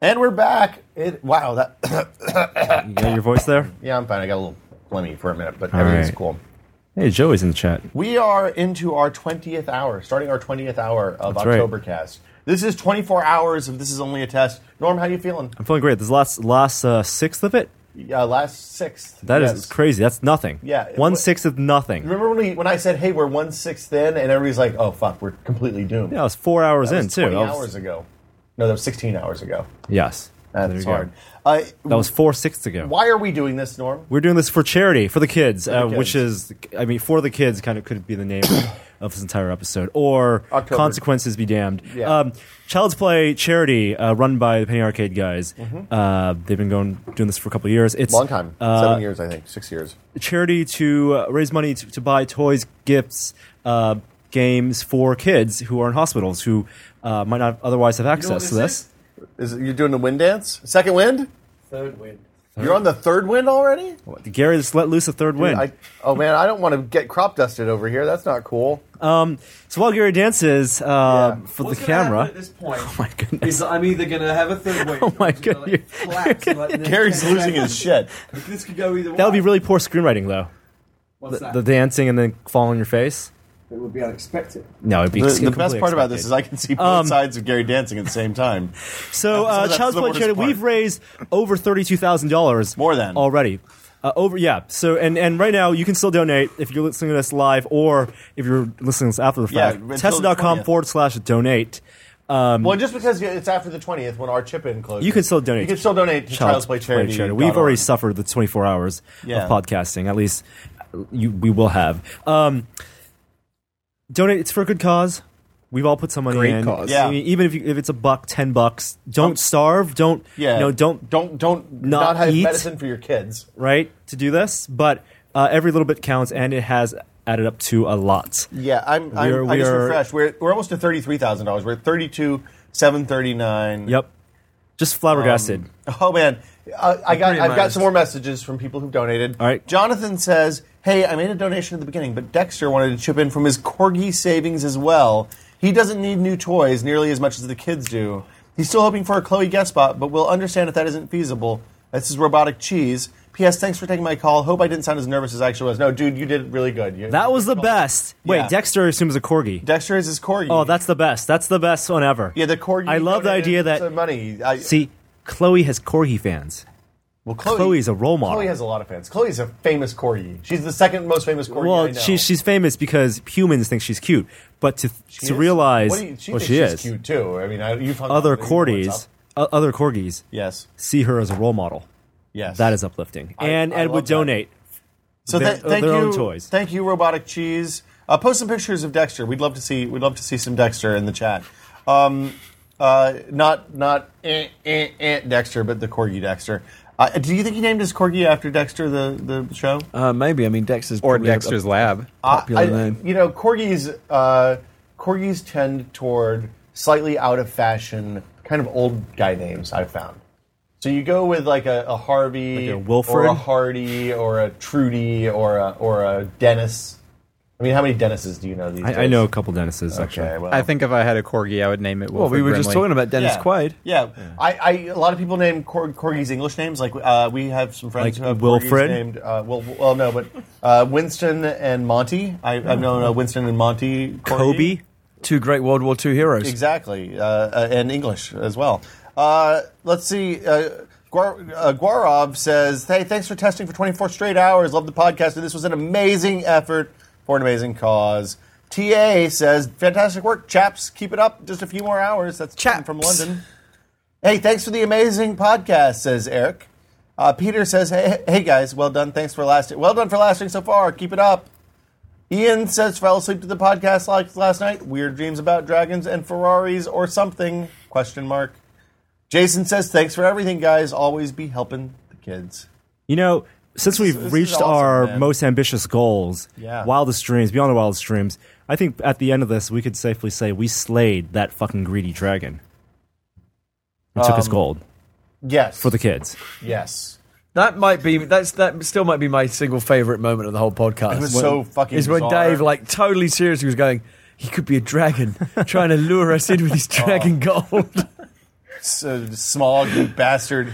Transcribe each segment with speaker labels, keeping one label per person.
Speaker 1: And we're back. It wow that
Speaker 2: You got your voice there?
Speaker 1: yeah I'm fine. I got a little phlegmy for a minute, but
Speaker 2: All
Speaker 1: everything's
Speaker 2: right.
Speaker 1: cool.
Speaker 2: Hey, Joey's in the chat.
Speaker 1: We are into our twentieth hour, starting our twentieth hour of
Speaker 2: That's right.
Speaker 1: Octobercast. This is 24 hours of this is only a test. Norm, how you feeling?
Speaker 2: I'm feeling great. This last last uh, sixth of it.
Speaker 1: Uh, last sixth.
Speaker 2: That is
Speaker 1: yes.
Speaker 2: crazy. That's nothing.
Speaker 1: Yeah, it
Speaker 2: one
Speaker 1: was-
Speaker 2: sixth of nothing.
Speaker 1: Remember when we when I said, "Hey, we're one sixth in," and everybody's like, "Oh fuck, we're completely doomed."
Speaker 2: Yeah, I was four hours
Speaker 1: that
Speaker 2: in
Speaker 1: was
Speaker 2: too.
Speaker 1: 20
Speaker 2: I was-
Speaker 1: hours ago. No, that was 16 hours ago.
Speaker 2: Yes, There
Speaker 1: That's
Speaker 2: you go.
Speaker 1: hard. Uh,
Speaker 2: That was four sixths ago.
Speaker 1: why are we doing this, Norm?
Speaker 2: We're doing this for charity for the kids, uh,
Speaker 1: kids.
Speaker 2: which is, I mean, for the kids kind of could be the name of this entire episode, or
Speaker 1: October.
Speaker 2: consequences be damned.
Speaker 1: Yeah.
Speaker 2: Um, Child's Play charity uh, run by the Penny Arcade guys. Uh, they've been going doing this for a couple of years. It's
Speaker 1: Mm-hmm. Long time,
Speaker 2: uh,
Speaker 1: seven years, I think, six years.
Speaker 2: charity to uh, raise money to, to buy toys, gifts, uh, games for kids who are in hospitals who uh, might not otherwise have access to this.
Speaker 1: Is it, you're doing the wind dance? Second wind?
Speaker 3: Third wind.
Speaker 1: You're on the third wind already?
Speaker 2: Gary just let loose a third wind.
Speaker 1: I, oh man, I don't want to get crop dusted over here. That's not cool.
Speaker 2: Um, so while Gary dances uh,
Speaker 1: Yeah.
Speaker 2: for
Speaker 3: What's
Speaker 2: the
Speaker 3: gonna happen
Speaker 2: camera.
Speaker 3: At this point, oh
Speaker 2: my goodness.
Speaker 3: is I'm either gonna have a third wave.
Speaker 2: Oh my
Speaker 3: god,
Speaker 2: goodness.
Speaker 3: like, collapse, like, in the
Speaker 1: Gary's
Speaker 3: next
Speaker 1: losing his
Speaker 3: second.
Speaker 1: shit.
Speaker 3: This could go either way.
Speaker 2: That would be really poor screenwriting, though.
Speaker 3: What's that?
Speaker 2: The dancing and then fall on your face.
Speaker 3: it would be unexpected.
Speaker 2: No, it'd be
Speaker 1: The,
Speaker 2: completely
Speaker 1: best part about
Speaker 2: expected.
Speaker 1: this is I can see both
Speaker 2: Um,
Speaker 1: sides of Gary dancing at the same time.
Speaker 2: so uh,
Speaker 1: that's
Speaker 2: Child's
Speaker 1: the
Speaker 2: Play
Speaker 1: worst
Speaker 2: Charity.
Speaker 1: part.
Speaker 2: We've raised over thirty-two thousand dollars,
Speaker 1: More than.
Speaker 2: already. Uh, over, yeah. So and and right now you can still donate if you're listening to this live or if you're listening to this after the
Speaker 1: Yeah,
Speaker 2: fact.
Speaker 1: until the
Speaker 2: Tesla.com
Speaker 1: 20th.
Speaker 2: forward slash donate. Um,
Speaker 1: Well, just because it's after the twentieth when our chip in closes,
Speaker 2: You can still donate.
Speaker 1: um, You can still donate to Child's, Play Charity.
Speaker 2: We've already suffered the 24 hours
Speaker 1: Yeah.
Speaker 2: of podcasting. At least uh, you, we will have. Um, donate. It's for a good cause. We've all put some money
Speaker 4: Great
Speaker 2: in.
Speaker 4: cause.
Speaker 1: Yeah. Um,
Speaker 2: I mean, even if, you, if it's a buck, ten bucks, don't starve. Don't
Speaker 1: Yeah.
Speaker 2: you know, don't
Speaker 1: don't don't not,
Speaker 2: not
Speaker 1: have
Speaker 2: eat.
Speaker 1: medicine for your kids.
Speaker 2: right to do this. But uh, every little bit counts, and it has added up to a lot.
Speaker 1: Yeah, I'm. I'm
Speaker 2: are-
Speaker 1: I
Speaker 2: we
Speaker 1: just
Speaker 2: are-
Speaker 1: refreshed. We're we're almost to thirty three thousand dollars. We're at thirty two seven thirty nine.
Speaker 2: Yep. Just flabbergasted.
Speaker 1: Oh man, uh, I got.
Speaker 3: pretty
Speaker 1: I've got
Speaker 3: amazed.
Speaker 1: some more messages from people who've donated.
Speaker 2: All right.
Speaker 1: Jonathan says, "Hey, I made a donation at the beginning, but Dexter wanted to chip in from his corgi savings as well. He doesn't need new toys nearly as much as the kids do. He's still hoping for a Chloe guest spot, but we'll understand if that isn't feasible. This is robotic cheese." P.S. Thanks for taking my call. Hope I didn't sound as nervous as I actually was. No, dude, you did really good. You- Oh.
Speaker 2: that was the best. Wait,
Speaker 1: Yeah.
Speaker 2: Dexter assumes a corgi.
Speaker 1: Dexter is his corgi.
Speaker 2: oh, that's the best. That's the best one ever.
Speaker 1: yeah. The corgi.
Speaker 2: I love the
Speaker 1: donated
Speaker 2: idea that-
Speaker 1: some money. I,
Speaker 2: See, Chloe has corgi fans.
Speaker 1: well, Chloe,
Speaker 2: Chloe's a role model.
Speaker 1: Chloe has a lot of fans. Chloe's a famous corgi. She's the second most famous corgi. I
Speaker 2: Well,
Speaker 1: know.
Speaker 2: she, she's famous because humans think she's cute, but to to
Speaker 1: is?
Speaker 2: realize,
Speaker 1: What do you- she
Speaker 2: well,
Speaker 1: thinks
Speaker 2: she
Speaker 1: she's
Speaker 2: is.
Speaker 1: cute too. I mean, I, you've hung
Speaker 2: Other
Speaker 1: out with her, you know what's
Speaker 2: corgis,
Speaker 1: up.
Speaker 2: uh, other corgis,
Speaker 1: Yes,
Speaker 2: see her as a role model.
Speaker 1: yes,
Speaker 2: That is uplifting, and
Speaker 1: I
Speaker 2: and
Speaker 1: love
Speaker 2: would
Speaker 1: that.
Speaker 2: donate.
Speaker 1: so.
Speaker 2: their-
Speaker 1: Th- thank
Speaker 2: their
Speaker 1: you,
Speaker 2: own toys.
Speaker 1: thank you, robotic cheese. Uh, post some pictures of Dexter. We'd love to see. We'd love to see some Dexter in the chat. Um, uh, not not eh, eh, eh, Dexter, but the corgi Dexter. Uh, do you think he named his corgi after Dexter, the the show?
Speaker 4: Uh, maybe I mean Dexter's
Speaker 5: or
Speaker 4: probably a-
Speaker 5: Dexter's Lab.
Speaker 4: a
Speaker 1: I-
Speaker 4: popular
Speaker 1: I-
Speaker 4: name.
Speaker 1: You know, corgis. Uh, corgis tend toward slightly out of fashion, kind of old guy names. I've found. So you go with like a, a Harvey,
Speaker 2: Like a Wilfred?
Speaker 1: or a Hardy, or a Trudy, or a or a Dennis. I mean, how many Dennises do you know these days?
Speaker 2: I, I know a couple dentists
Speaker 1: Okay,
Speaker 2: actually.
Speaker 1: well,
Speaker 5: I think if I had a corgi, I would name it.
Speaker 4: Well, we were just talking
Speaker 2: uh,
Speaker 4: about Dennis
Speaker 1: yeah,
Speaker 4: Quaid.
Speaker 1: Yeah, I, I a lot of people name cor- corgis English names. Like uh, we have some
Speaker 2: Like
Speaker 1: friends who have
Speaker 2: Wilfred?
Speaker 1: corgis named. Uh, well, well, no, but uh, Winston and Monty. I, I've
Speaker 2: Mm-hmm.
Speaker 1: known uh, Winston and Monty. corgi.
Speaker 2: Kobe,
Speaker 4: Two great World War II heroes.
Speaker 1: Exactly, uh, uh, and English as well. Uh, let's see. Uh, Guar- uh, Guarov says, "Hey, thanks for testing for 24 straight hours. Love the podcast. This was an amazing effort for an amazing cause." TA says, "Fantastic work, chaps. Keep it up. Just a few more hours." That's Tim from
Speaker 4: Chaps.
Speaker 1: London. Hey, thanks for the amazing podcast," says Eric. Uh, Peter says, "Hey, hey guys, well done. Thanks for lasting. Well done for lasting so far. Keep it up." Ian says fell asleep to the podcast like last night. Weird dreams about dragons and Ferraris or something? Question mark. Jason says thanks for everything, guys. Always be helping the kids.
Speaker 2: you know, since we've
Speaker 1: this is
Speaker 2: reached
Speaker 1: awesome,
Speaker 2: our
Speaker 1: man.
Speaker 2: most ambitious goals,
Speaker 1: Yeah.
Speaker 2: wildest dreams, beyond the wildest dreams, I think at the end of this we could safely say we slayed that fucking greedy dragon. And took his gold
Speaker 1: Um, Yes.
Speaker 2: for the kids.
Speaker 1: yes.
Speaker 4: That might be that's that still might be my single favorite moment of the whole podcast.
Speaker 1: It was
Speaker 4: When-
Speaker 1: so fucking
Speaker 4: Is when
Speaker 1: bizarre.
Speaker 4: Dave like totally seriously was going. He could be a dragon trying to lure us in with his dragon gold.
Speaker 1: so, smog, uh, you bastard.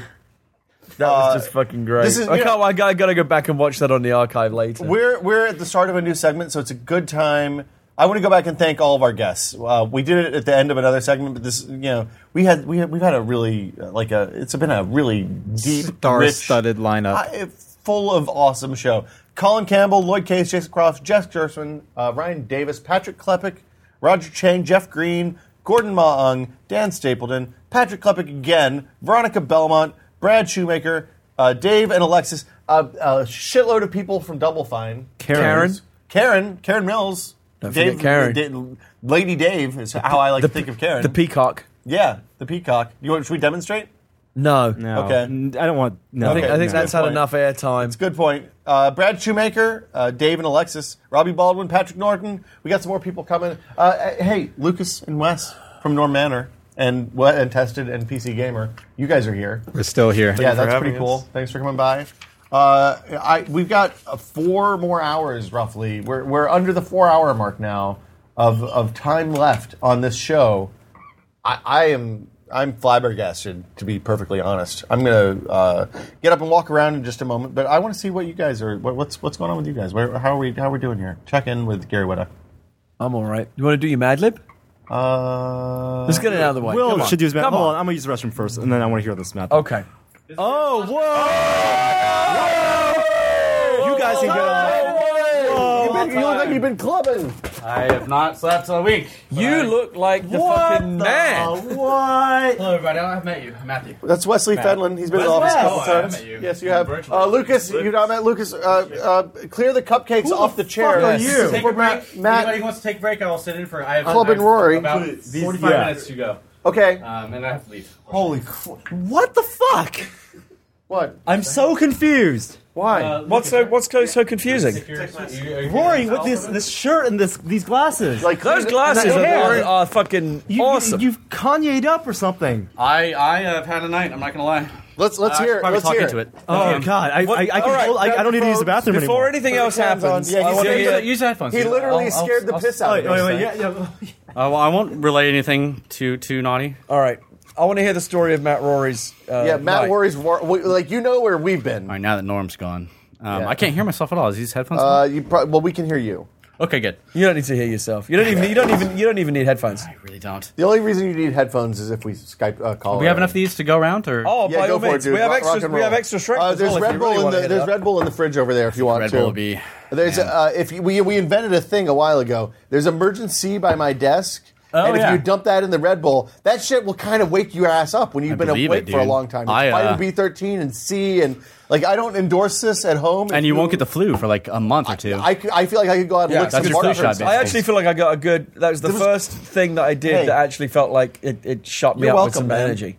Speaker 4: That was
Speaker 1: Uh,
Speaker 4: just fucking great.
Speaker 1: this is-
Speaker 4: I
Speaker 1: you
Speaker 4: can't.
Speaker 1: know-
Speaker 4: I gotta, gotta go back and watch that on the archive later.
Speaker 1: We're we're at the start of a new segment, so it's a good time. I want to go back and thank all of our guests. Uh, we did it at the end of another segment, but this, you know, we had we had, we've had a really uh, like a it's been a really deep, rich,
Speaker 5: Star-studded lineup.
Speaker 1: I, Uh, full of awesome show. Colin Campbell, Lloyd Case, Jason Croft, Jeff Gersman, uh, Ryan Davis, Patrick Klepek, Roger Chang, Jeff Green, Gordon Maung, Dan Stapleton, Patrick Klepek again, Veronica Belmont, Brad Shoemaker, uh, Dave and Alexis, uh, a shitload of people from Double Fine.
Speaker 2: Karen.
Speaker 1: Karen, Karen Mills.
Speaker 4: Don't forget Karen.
Speaker 1: Da- Lady Dave is how I like to think of Karen.
Speaker 4: The peacock.
Speaker 1: yeah, the peacock. You want, should we demonstrate?
Speaker 4: No.
Speaker 5: No.
Speaker 1: Okay.
Speaker 2: N- I don't want. No.
Speaker 4: I think,
Speaker 1: Okay,
Speaker 4: I think
Speaker 1: no.
Speaker 4: that's had
Speaker 1: Good
Speaker 4: enough airtime.
Speaker 1: It's a good point. Uh, Brad Shoemaker, uh, Dave and Alexis, Robbie Baldwin, Patrick Norton. We got some more people coming. Uh, Uh, hey, Lucas and Wes from Norm Manor and what and tested and PC Gamer. You guys are here.
Speaker 5: We're still here.
Speaker 1: yeah, that's
Speaker 2: having
Speaker 1: pretty
Speaker 2: us.
Speaker 1: cool. Thanks for coming by. Uh, I we've got uh, four more hours roughly. We're we're under the four hour mark now of of time left on this show. I, I am I'm flabbergasted to be perfectly honest. I'm gonna uh, get up and walk around in just a moment, but I want to see what you guys are. What, what's what's going on with you guys? Where, how are we how are we doing here? Check in with Gary Whitta.
Speaker 4: I'm all right. You want to do your Mad Lib?
Speaker 1: Uh,
Speaker 4: Let's get it out of the way.
Speaker 2: Will
Speaker 4: Come on.
Speaker 2: should do his math.
Speaker 4: Come
Speaker 2: Hold on.
Speaker 4: on.
Speaker 2: I'm gonna use the restroom first, and then I want to hear this math.
Speaker 4: Okay.
Speaker 2: Oh, whoa! You guys can get on.
Speaker 1: you, been, you look like you've been clubbing.
Speaker 6: I have not slept all week.
Speaker 4: You look like the fucking man.
Speaker 2: What?
Speaker 6: Hello, everybody. I have met you. I'm Matthew.
Speaker 1: That's Wesley Fedlin. He's been in the office a couple
Speaker 6: Oh, I
Speaker 1: times.
Speaker 6: haven't met you.
Speaker 1: Yes, you have.
Speaker 6: Virtually.
Speaker 1: Uh, Lucas, you've not met Lucas. Uh, uh, clear the cupcakes off the, chair.
Speaker 2: are you?
Speaker 6: Take
Speaker 1: For
Speaker 6: a
Speaker 1: Matt-
Speaker 6: break.
Speaker 1: Matt-
Speaker 6: Anybody who wants to take a break, I will sit in for. I have
Speaker 1: Club
Speaker 6: I
Speaker 1: and Rory.
Speaker 6: About
Speaker 1: Please.
Speaker 6: 45
Speaker 2: Yeah.
Speaker 6: minutes to go,
Speaker 1: Okay.
Speaker 6: um, and I have to leave.
Speaker 1: Holy crap.
Speaker 2: What the fuck?
Speaker 1: What?
Speaker 2: I'm so confused.
Speaker 1: Why?
Speaker 6: Uh,
Speaker 4: What's so What's so, so confusing?
Speaker 6: Secure- you- are you-
Speaker 2: Rory with this this shirt and this these glasses.
Speaker 1: like
Speaker 4: Those
Speaker 1: clear the-
Speaker 4: glasses
Speaker 2: that
Speaker 4: are,
Speaker 2: hair.
Speaker 4: are fucking
Speaker 2: you,
Speaker 4: awesome.
Speaker 2: You, have Kanye'd up or something.
Speaker 6: I I have had a night. I'm not gonna lie. Uh,
Speaker 1: Let's
Speaker 2: Uh,
Speaker 1: let's
Speaker 6: I
Speaker 1: hear.
Speaker 6: should probably
Speaker 1: Let's
Speaker 6: talk
Speaker 1: hear.
Speaker 6: into it. Um,
Speaker 2: Oh god, I
Speaker 4: What-
Speaker 2: I, I, can
Speaker 4: all right,
Speaker 2: hold, I, I don't need to use the bathroom
Speaker 4: Before
Speaker 2: anymore.
Speaker 4: anything else
Speaker 1: hands on.
Speaker 4: happens,
Speaker 1: Yeah,
Speaker 4: I
Speaker 1: he's
Speaker 4: want to
Speaker 1: saying
Speaker 4: hear
Speaker 1: that
Speaker 6: Use headphones. uh,
Speaker 1: He
Speaker 6: Yeah,
Speaker 1: literally
Speaker 6: I'll- I'll-
Speaker 1: scared the
Speaker 6: I'll-
Speaker 1: piss out
Speaker 2: Oh, Wait, wait,
Speaker 1: of
Speaker 2: wait,
Speaker 1: me.
Speaker 2: yeah, yeah.
Speaker 6: Uh, well, I won't relay anything too too naughty.
Speaker 4: All right. I want to hear the story of Matt Rory's. Uh,
Speaker 1: Yeah, Matt
Speaker 4: night.
Speaker 1: worries. War- we- like you know where we've been.
Speaker 6: All right, now that Norm's gone, um,
Speaker 1: Yeah.
Speaker 6: I can't hear myself at all. Is these headphones? on?
Speaker 1: Uh, you pro- well, we can hear you.
Speaker 6: okay, good.
Speaker 4: You don't need to hear yourself. You don't even. You don't even. You don't even need headphones.
Speaker 6: I really don't.
Speaker 1: The only reason you need headphones is if we Skype uh, call.
Speaker 6: Do we have
Speaker 1: her.
Speaker 6: enough of these to go around, or
Speaker 4: Oh,
Speaker 1: Yeah,
Speaker 4: by
Speaker 1: go
Speaker 4: all
Speaker 1: for it,
Speaker 4: means,
Speaker 1: dude.
Speaker 4: we have
Speaker 1: Rock- rock
Speaker 4: extra.
Speaker 1: and
Speaker 4: We have
Speaker 1: roll.
Speaker 4: extra Shrek.
Speaker 1: Uh,
Speaker 4: as
Speaker 1: there's
Speaker 4: well, if you
Speaker 1: Red Bull
Speaker 4: really
Speaker 1: in
Speaker 4: wanna
Speaker 1: the
Speaker 4: hit
Speaker 1: there's
Speaker 4: it
Speaker 1: Red
Speaker 4: up.
Speaker 1: Bull in the fridge over there if you want
Speaker 6: Red
Speaker 1: to.
Speaker 6: Bull will be-
Speaker 1: There's a, uh, if you, we we invented a thing a while ago. There's emergency by my desk.
Speaker 4: Oh,
Speaker 1: and if
Speaker 6: yeah.
Speaker 1: you dump that in the Red Bull, that shit will kind of wake your ass up when you've been
Speaker 6: believe
Speaker 1: awake
Speaker 6: it,
Speaker 1: for a
Speaker 6: dude.
Speaker 1: long time. It's
Speaker 6: I, uh,
Speaker 1: vitamin B13 and C and like I don't endorse this at home.
Speaker 6: and
Speaker 1: If
Speaker 6: you won't get the flu for like a month or two?
Speaker 1: I, could- I feel like I could go out and
Speaker 4: Yeah,
Speaker 1: lick
Speaker 4: that's
Speaker 1: some
Speaker 6: your flu
Speaker 1: bartenders.
Speaker 6: shot, man.
Speaker 4: I actually feel like I got a good. That was the
Speaker 1: was-
Speaker 4: first thing that I did
Speaker 1: Hey.
Speaker 4: that actually felt like it, it shot me
Speaker 1: You're
Speaker 4: up with
Speaker 1: welcome,
Speaker 4: some
Speaker 1: man.
Speaker 4: energy.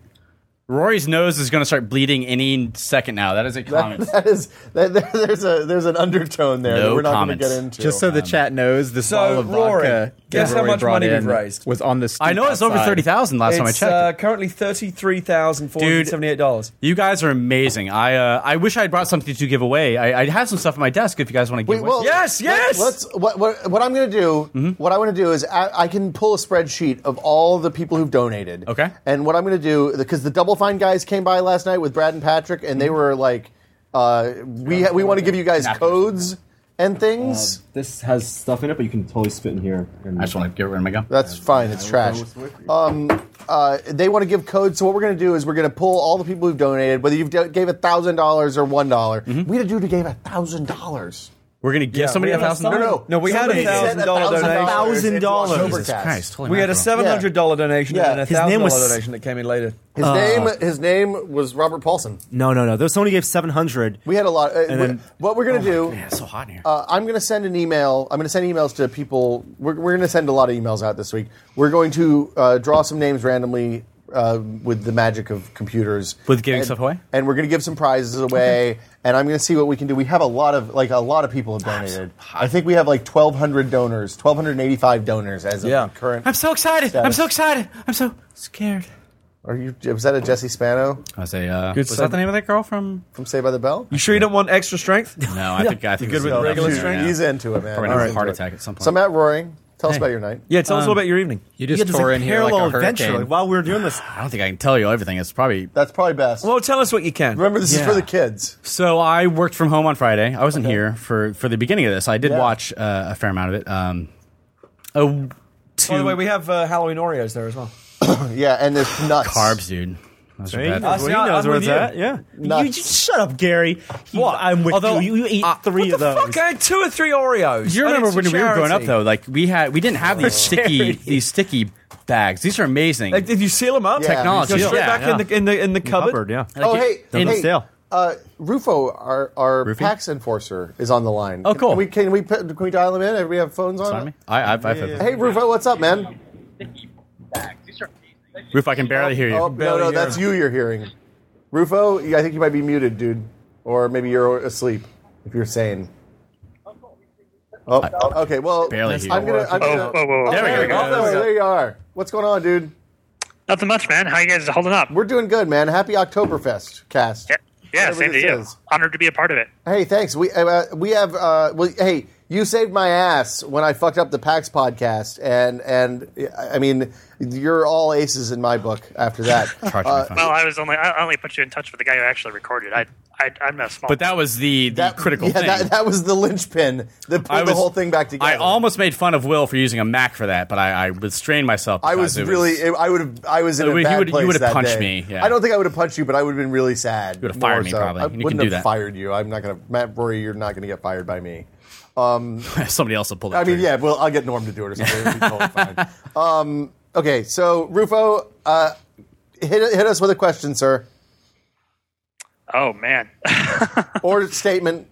Speaker 6: Rory's nose is going to start bleeding any second now. That is a comment.
Speaker 1: That is that, there- there's a there's an undertone there
Speaker 6: No
Speaker 1: that we're not going to
Speaker 6: comments.
Speaker 1: get into. um,
Speaker 5: Just so the chat knows, this
Speaker 4: So,
Speaker 5: bottle of
Speaker 4: Rory,
Speaker 5: vodka
Speaker 4: guess
Speaker 5: that
Speaker 4: how
Speaker 5: Rory
Speaker 4: much
Speaker 5: brought
Speaker 4: money we've
Speaker 5: in
Speaker 4: raised?
Speaker 5: was on the.
Speaker 6: I know it's over thirty thousand last time I
Speaker 4: It's
Speaker 6: checked.
Speaker 4: uh,
Speaker 6: it.
Speaker 4: currently thirty three thousand four hundred seventy eight dollars.
Speaker 6: You guys are amazing. I uh, I wish I had brought something to give away. I, I have some stuff on my desk if you guys want to give
Speaker 1: Wait,
Speaker 6: away.
Speaker 1: well,
Speaker 4: Yes,
Speaker 1: let-
Speaker 4: yes!
Speaker 1: Let's. What, what, what I'm going to do,
Speaker 6: Mm-hmm.
Speaker 1: what I want to do is I, I can pull a spreadsheet of all the people who've donated.
Speaker 6: Okay.
Speaker 1: And what I'm going to do, because the Double Fine guys came by last night with Brad and Patrick, and
Speaker 6: Mm-hmm.
Speaker 1: they were like, uh, we, we want to give you guys
Speaker 6: Napkins.
Speaker 1: codes and
Speaker 4: Uh,
Speaker 1: things.
Speaker 2: This has stuff in it, but you can totally spit in here.
Speaker 6: I just want to get rid of my gum.
Speaker 1: That's fine. It's trash. Um, uh, they want to give codes. So what we're going to do is we're going to pull all the people who've donated, whether you've do- gave thousand dollars or one
Speaker 4: Mm-hmm.
Speaker 1: We had a dude who gave thousand dollars.
Speaker 6: We're gonna give somebody
Speaker 4: we
Speaker 6: a
Speaker 4: have
Speaker 6: thousand.
Speaker 4: some-
Speaker 1: No, no,
Speaker 4: No, we had a
Speaker 1: Somebody sent
Speaker 4: $1,000 donation.
Speaker 1: $1,000 into
Speaker 2: Jesus
Speaker 1: Octobercast.
Speaker 6: Christ, holy
Speaker 4: We had a
Speaker 6: mackerel.
Speaker 4: seven hundred dollar donation
Speaker 1: Yeah.
Speaker 4: and a
Speaker 1: His
Speaker 4: thousand
Speaker 2: name
Speaker 4: dollar
Speaker 2: was-
Speaker 4: donation that came in later. Uh,
Speaker 1: His name, his name was Robert Paulson.
Speaker 2: No, no, no. There's someone who gave 700.
Speaker 1: We had a lot. Uh, we-
Speaker 2: then-
Speaker 1: what we're
Speaker 4: Oh
Speaker 1: gonna do?
Speaker 6: Man, it's so hot in here.
Speaker 1: Uh, I'm gonna send an email. I'm gonna send emails to people. We're, we're gonna send a lot of emails out this week. We're going to uh, draw some names randomly uh, with the magic of computers.
Speaker 6: With giving
Speaker 1: And-
Speaker 6: stuff away?
Speaker 1: and we're gonna give some prizes away. and I'm gonna see what we can do. We have a lot of like a lot of people have donated. I think we have like 1,200 donors, 1,285 donors as of
Speaker 4: Yeah.
Speaker 1: current.
Speaker 6: I'm so excited. I'm
Speaker 1: Status.
Speaker 6: so excited. I'm so scared.
Speaker 1: Are you? Was that a Jesse Spano
Speaker 6: I was a. Uh, was
Speaker 4: son.
Speaker 6: that the name of that girl from?
Speaker 1: from Saved by the Bell?
Speaker 4: You sure you don't want extra strength?
Speaker 6: No, I think I think
Speaker 4: good
Speaker 6: it was
Speaker 4: with
Speaker 6: the-
Speaker 4: regular
Speaker 6: yeah,
Speaker 1: Dude,
Speaker 4: strength?
Speaker 6: yeah.
Speaker 1: He's into it, man.
Speaker 6: Probably gonna have a
Speaker 1: He's
Speaker 6: heart
Speaker 1: into it.
Speaker 6: attack at some point. Uh,
Speaker 1: So Matt Roaring. Tell us about your night.
Speaker 4: Yeah, tell
Speaker 6: Um,
Speaker 4: us all about your evening.
Speaker 6: You
Speaker 2: You
Speaker 6: just
Speaker 2: get to
Speaker 6: tore
Speaker 2: say
Speaker 6: in here like a
Speaker 2: parallel adventure.
Speaker 6: hurricane.
Speaker 2: Like, while we were doing this,
Speaker 6: I don't think I can tell you everything. It's probably
Speaker 1: That's probably best.
Speaker 4: Well, tell us what you can.
Speaker 1: Remember, this is for
Speaker 6: yeah.
Speaker 1: the kids.
Speaker 6: So I worked from home on Friday. I wasn't here for, for the beginning of this. I did
Speaker 1: Yeah.
Speaker 6: watch uh, a fair amount of it. Um, oh, two
Speaker 4: By the way, we have uh, Halloween Oreos there as well.
Speaker 1: Yeah, and it's nuts.
Speaker 6: carbs, dude. Those are
Speaker 2: Hey,
Speaker 6: bad.
Speaker 2: well, he
Speaker 4: Oh, see, I-
Speaker 2: knows
Speaker 4: I'm
Speaker 2: where
Speaker 4: with
Speaker 2: it's
Speaker 4: you.
Speaker 2: at. Yeah.
Speaker 1: Nuts.
Speaker 2: You, just shut up, Gary. He-
Speaker 4: What?
Speaker 2: I'm with
Speaker 4: Although-
Speaker 2: you. You eat
Speaker 4: uh,
Speaker 2: three
Speaker 4: what
Speaker 2: of
Speaker 4: the
Speaker 2: those.
Speaker 4: Fuck, I had two or three Oreos.
Speaker 6: You
Speaker 4: And
Speaker 6: remember
Speaker 4: it's a
Speaker 6: when we were growing up
Speaker 4: charity.
Speaker 6: though? Like we had we didn't have these sticky these sticky bags. These are amazing.
Speaker 4: Like, if you seal them up,
Speaker 1: Yeah. Technology.
Speaker 4: go straight
Speaker 6: Yeah,
Speaker 4: back in the in the in the cupboard.
Speaker 2: Cupboard, yeah.
Speaker 1: Oh, hey,
Speaker 2: Don't
Speaker 1: hey,
Speaker 2: be stale.
Speaker 1: Uh, Rufo, our, our
Speaker 6: Rufy?
Speaker 1: PAX enforcer, is on the line.
Speaker 6: Oh, cool.
Speaker 1: Can we, can we, put- can we dial him in? Everybody have phones on?
Speaker 6: Sign me. I, I've, I've had-
Speaker 1: Hey, Rufo, what's up, man?
Speaker 6: Roof. I can barely hear you.
Speaker 1: Oh, no, no,
Speaker 4: Barely
Speaker 1: that's you you're hearing. Rufo, I think you might be muted, dude. Or maybe you're asleep, if you're sane. Oh, okay, well,
Speaker 6: Barely hear
Speaker 1: I'm
Speaker 6: you.
Speaker 1: going to... I'm gonna,
Speaker 7: Oh, whoa, whoa, whoa.
Speaker 6: There we
Speaker 1: there,
Speaker 6: go.
Speaker 1: oh, there, there you are. What's going on, dude?
Speaker 7: Nothing much, man. How you guys holding up?
Speaker 1: We're doing good, man. Happy Oktoberfest, cast.
Speaker 7: yeah, yeah
Speaker 1: Whatever
Speaker 7: same to
Speaker 1: this
Speaker 7: you.
Speaker 1: is.
Speaker 7: Honored to be a part of it.
Speaker 1: Hey, thanks. We uh, we have uh, well, hey, you saved my ass when I fucked up the PAX podcast, and and I mean, you're all aces in my book after that.
Speaker 6: Charge my
Speaker 1: Uh,
Speaker 6: phone.
Speaker 7: Well, I was only I only put you in touch with the guy who actually recorded. I I I'm a small.
Speaker 6: but that was the, the
Speaker 1: that-
Speaker 6: critical
Speaker 1: yeah,
Speaker 6: thing.
Speaker 1: That, that was the linchpin that put
Speaker 6: I
Speaker 1: the
Speaker 6: was-
Speaker 1: whole thing back together.
Speaker 6: I almost made fun of Will for using a Mac for that, but I, I restrained myself.
Speaker 1: I
Speaker 6: because
Speaker 1: was
Speaker 6: it
Speaker 1: really. I would have. I was in
Speaker 6: Uh,
Speaker 1: a
Speaker 6: he
Speaker 1: bad
Speaker 6: would- you
Speaker 1: place
Speaker 6: would have
Speaker 1: that
Speaker 6: punched
Speaker 1: day.
Speaker 6: me, yeah.
Speaker 1: I don't think I would have punched you, but I would have been really sad. You
Speaker 6: would have fired me, probably,
Speaker 1: I
Speaker 6: and you
Speaker 1: wouldn't
Speaker 6: can
Speaker 1: have
Speaker 6: do that.
Speaker 1: fired you. I'm not gonna. Matt Rory, you're not gonna get fired by me. Um,
Speaker 6: somebody else will pull that.
Speaker 1: I mean,
Speaker 6: trigger.
Speaker 1: yeah, well, I'll get Norm to do it or something. It'll be totally fine. Um, okay, so Rufo, uh, hit, hit us with a question, sir,
Speaker 7: oh man.
Speaker 1: or statement.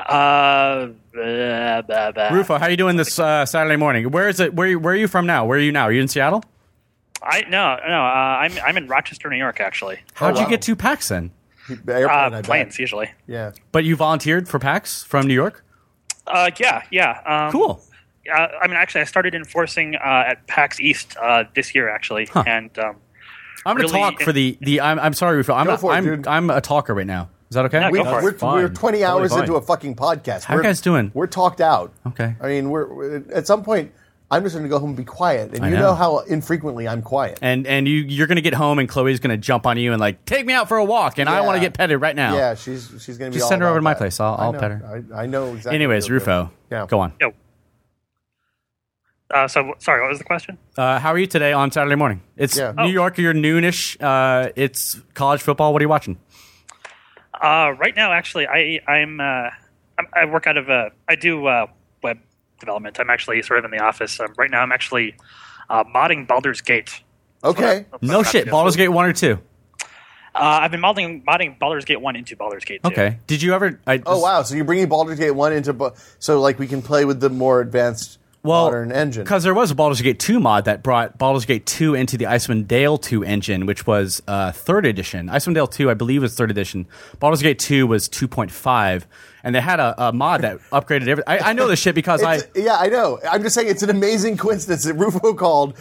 Speaker 7: uh, blah, blah, blah.
Speaker 6: Rufo, how you doing this uh, Saturday morning? Where is it? Where Where are you from now? Where are you now? Are you in Seattle?
Speaker 7: I no no. Uh, I'm I'm in Rochester, New York, actually.
Speaker 6: How'd
Speaker 1: Oh,
Speaker 6: you
Speaker 1: wow.
Speaker 6: get to PAX then?
Speaker 1: Airplane, I
Speaker 7: Uh,
Speaker 1: bet.
Speaker 7: planes usually.
Speaker 1: Yeah.
Speaker 6: But you volunteered for PAX from New York.
Speaker 7: Uh, yeah yeah. Um,
Speaker 6: Cool.
Speaker 7: uh, I mean, actually, I started enforcing uh, at PAX East uh, this year, actually, and um,
Speaker 6: I'm gonna
Speaker 7: Really-
Speaker 6: talk for the the. I'm, I'm sorry, Rufo. I'm
Speaker 1: Go
Speaker 6: a,
Speaker 1: for it,
Speaker 6: I'm,
Speaker 1: dude.
Speaker 6: I'm a talker right now. Is that okay?
Speaker 7: No,
Speaker 1: We,
Speaker 7: go for it.
Speaker 1: we're,
Speaker 6: Fine.
Speaker 1: we're 20
Speaker 6: Totally
Speaker 1: hours
Speaker 6: fine.
Speaker 1: into a fucking podcast.
Speaker 6: How you
Speaker 1: we're,
Speaker 6: guys doing?
Speaker 1: We're talked out.
Speaker 6: Okay.
Speaker 1: I mean, we're, we're at some point. I'm just going to go home and be quiet, and
Speaker 6: I
Speaker 1: you know.
Speaker 6: know.
Speaker 1: how infrequently I'm quiet.
Speaker 6: and and you you're gonna get home and Chloe's gonna jump on you and like take me out for a walk and I
Speaker 1: Yeah.
Speaker 6: want to get petted right now.
Speaker 1: Yeah, she's she's going to be.
Speaker 6: Just
Speaker 1: all
Speaker 6: send her
Speaker 1: about
Speaker 6: over to my
Speaker 1: that.
Speaker 6: place. I'll-
Speaker 1: I
Speaker 6: I'll
Speaker 1: know.
Speaker 6: pet her.
Speaker 1: I, I know exactly.
Speaker 6: Anyways,
Speaker 1: what you're doing.
Speaker 6: Rufo, go on.
Speaker 7: no. Uh, so sorry, what was the question?
Speaker 6: Uh, how are you today on Saturday morning? It's
Speaker 1: Yeah.
Speaker 6: New
Speaker 7: Oh.
Speaker 6: York. You're noonish. Uh, it's college football. What are you watching?
Speaker 7: Uh, right now, actually, I I'm, uh, I'm I work out of uh, I do uh, web development. I'm actually sort of in the office um, right now. I'm actually uh, modding Baldur's Gate.
Speaker 1: Okay.
Speaker 6: No shit. Baldur's Gate one or two.
Speaker 7: Uh, I've been modding modding Baldur's Gate one into Baldur's Gate two.
Speaker 6: Okay. Did you ever? I,
Speaker 1: Oh wow! So you're bringing Baldur's Gate one into Ba- so like we can play with the more advanced modern engine.
Speaker 6: Because there was a Baldur's Gate 2 mod that brought Baldur's Gate 2 into the Icewind Dale 2 engine, which was uh, third edition. Icewind Dale 2, I believe, was third edition. Baldur's Gate 2 was 2.5, and they had a, a mod that upgraded everything. I, I know this shit because I.
Speaker 1: It's- yeah, I know. I'm just saying it's an amazing coincidence that Rufo called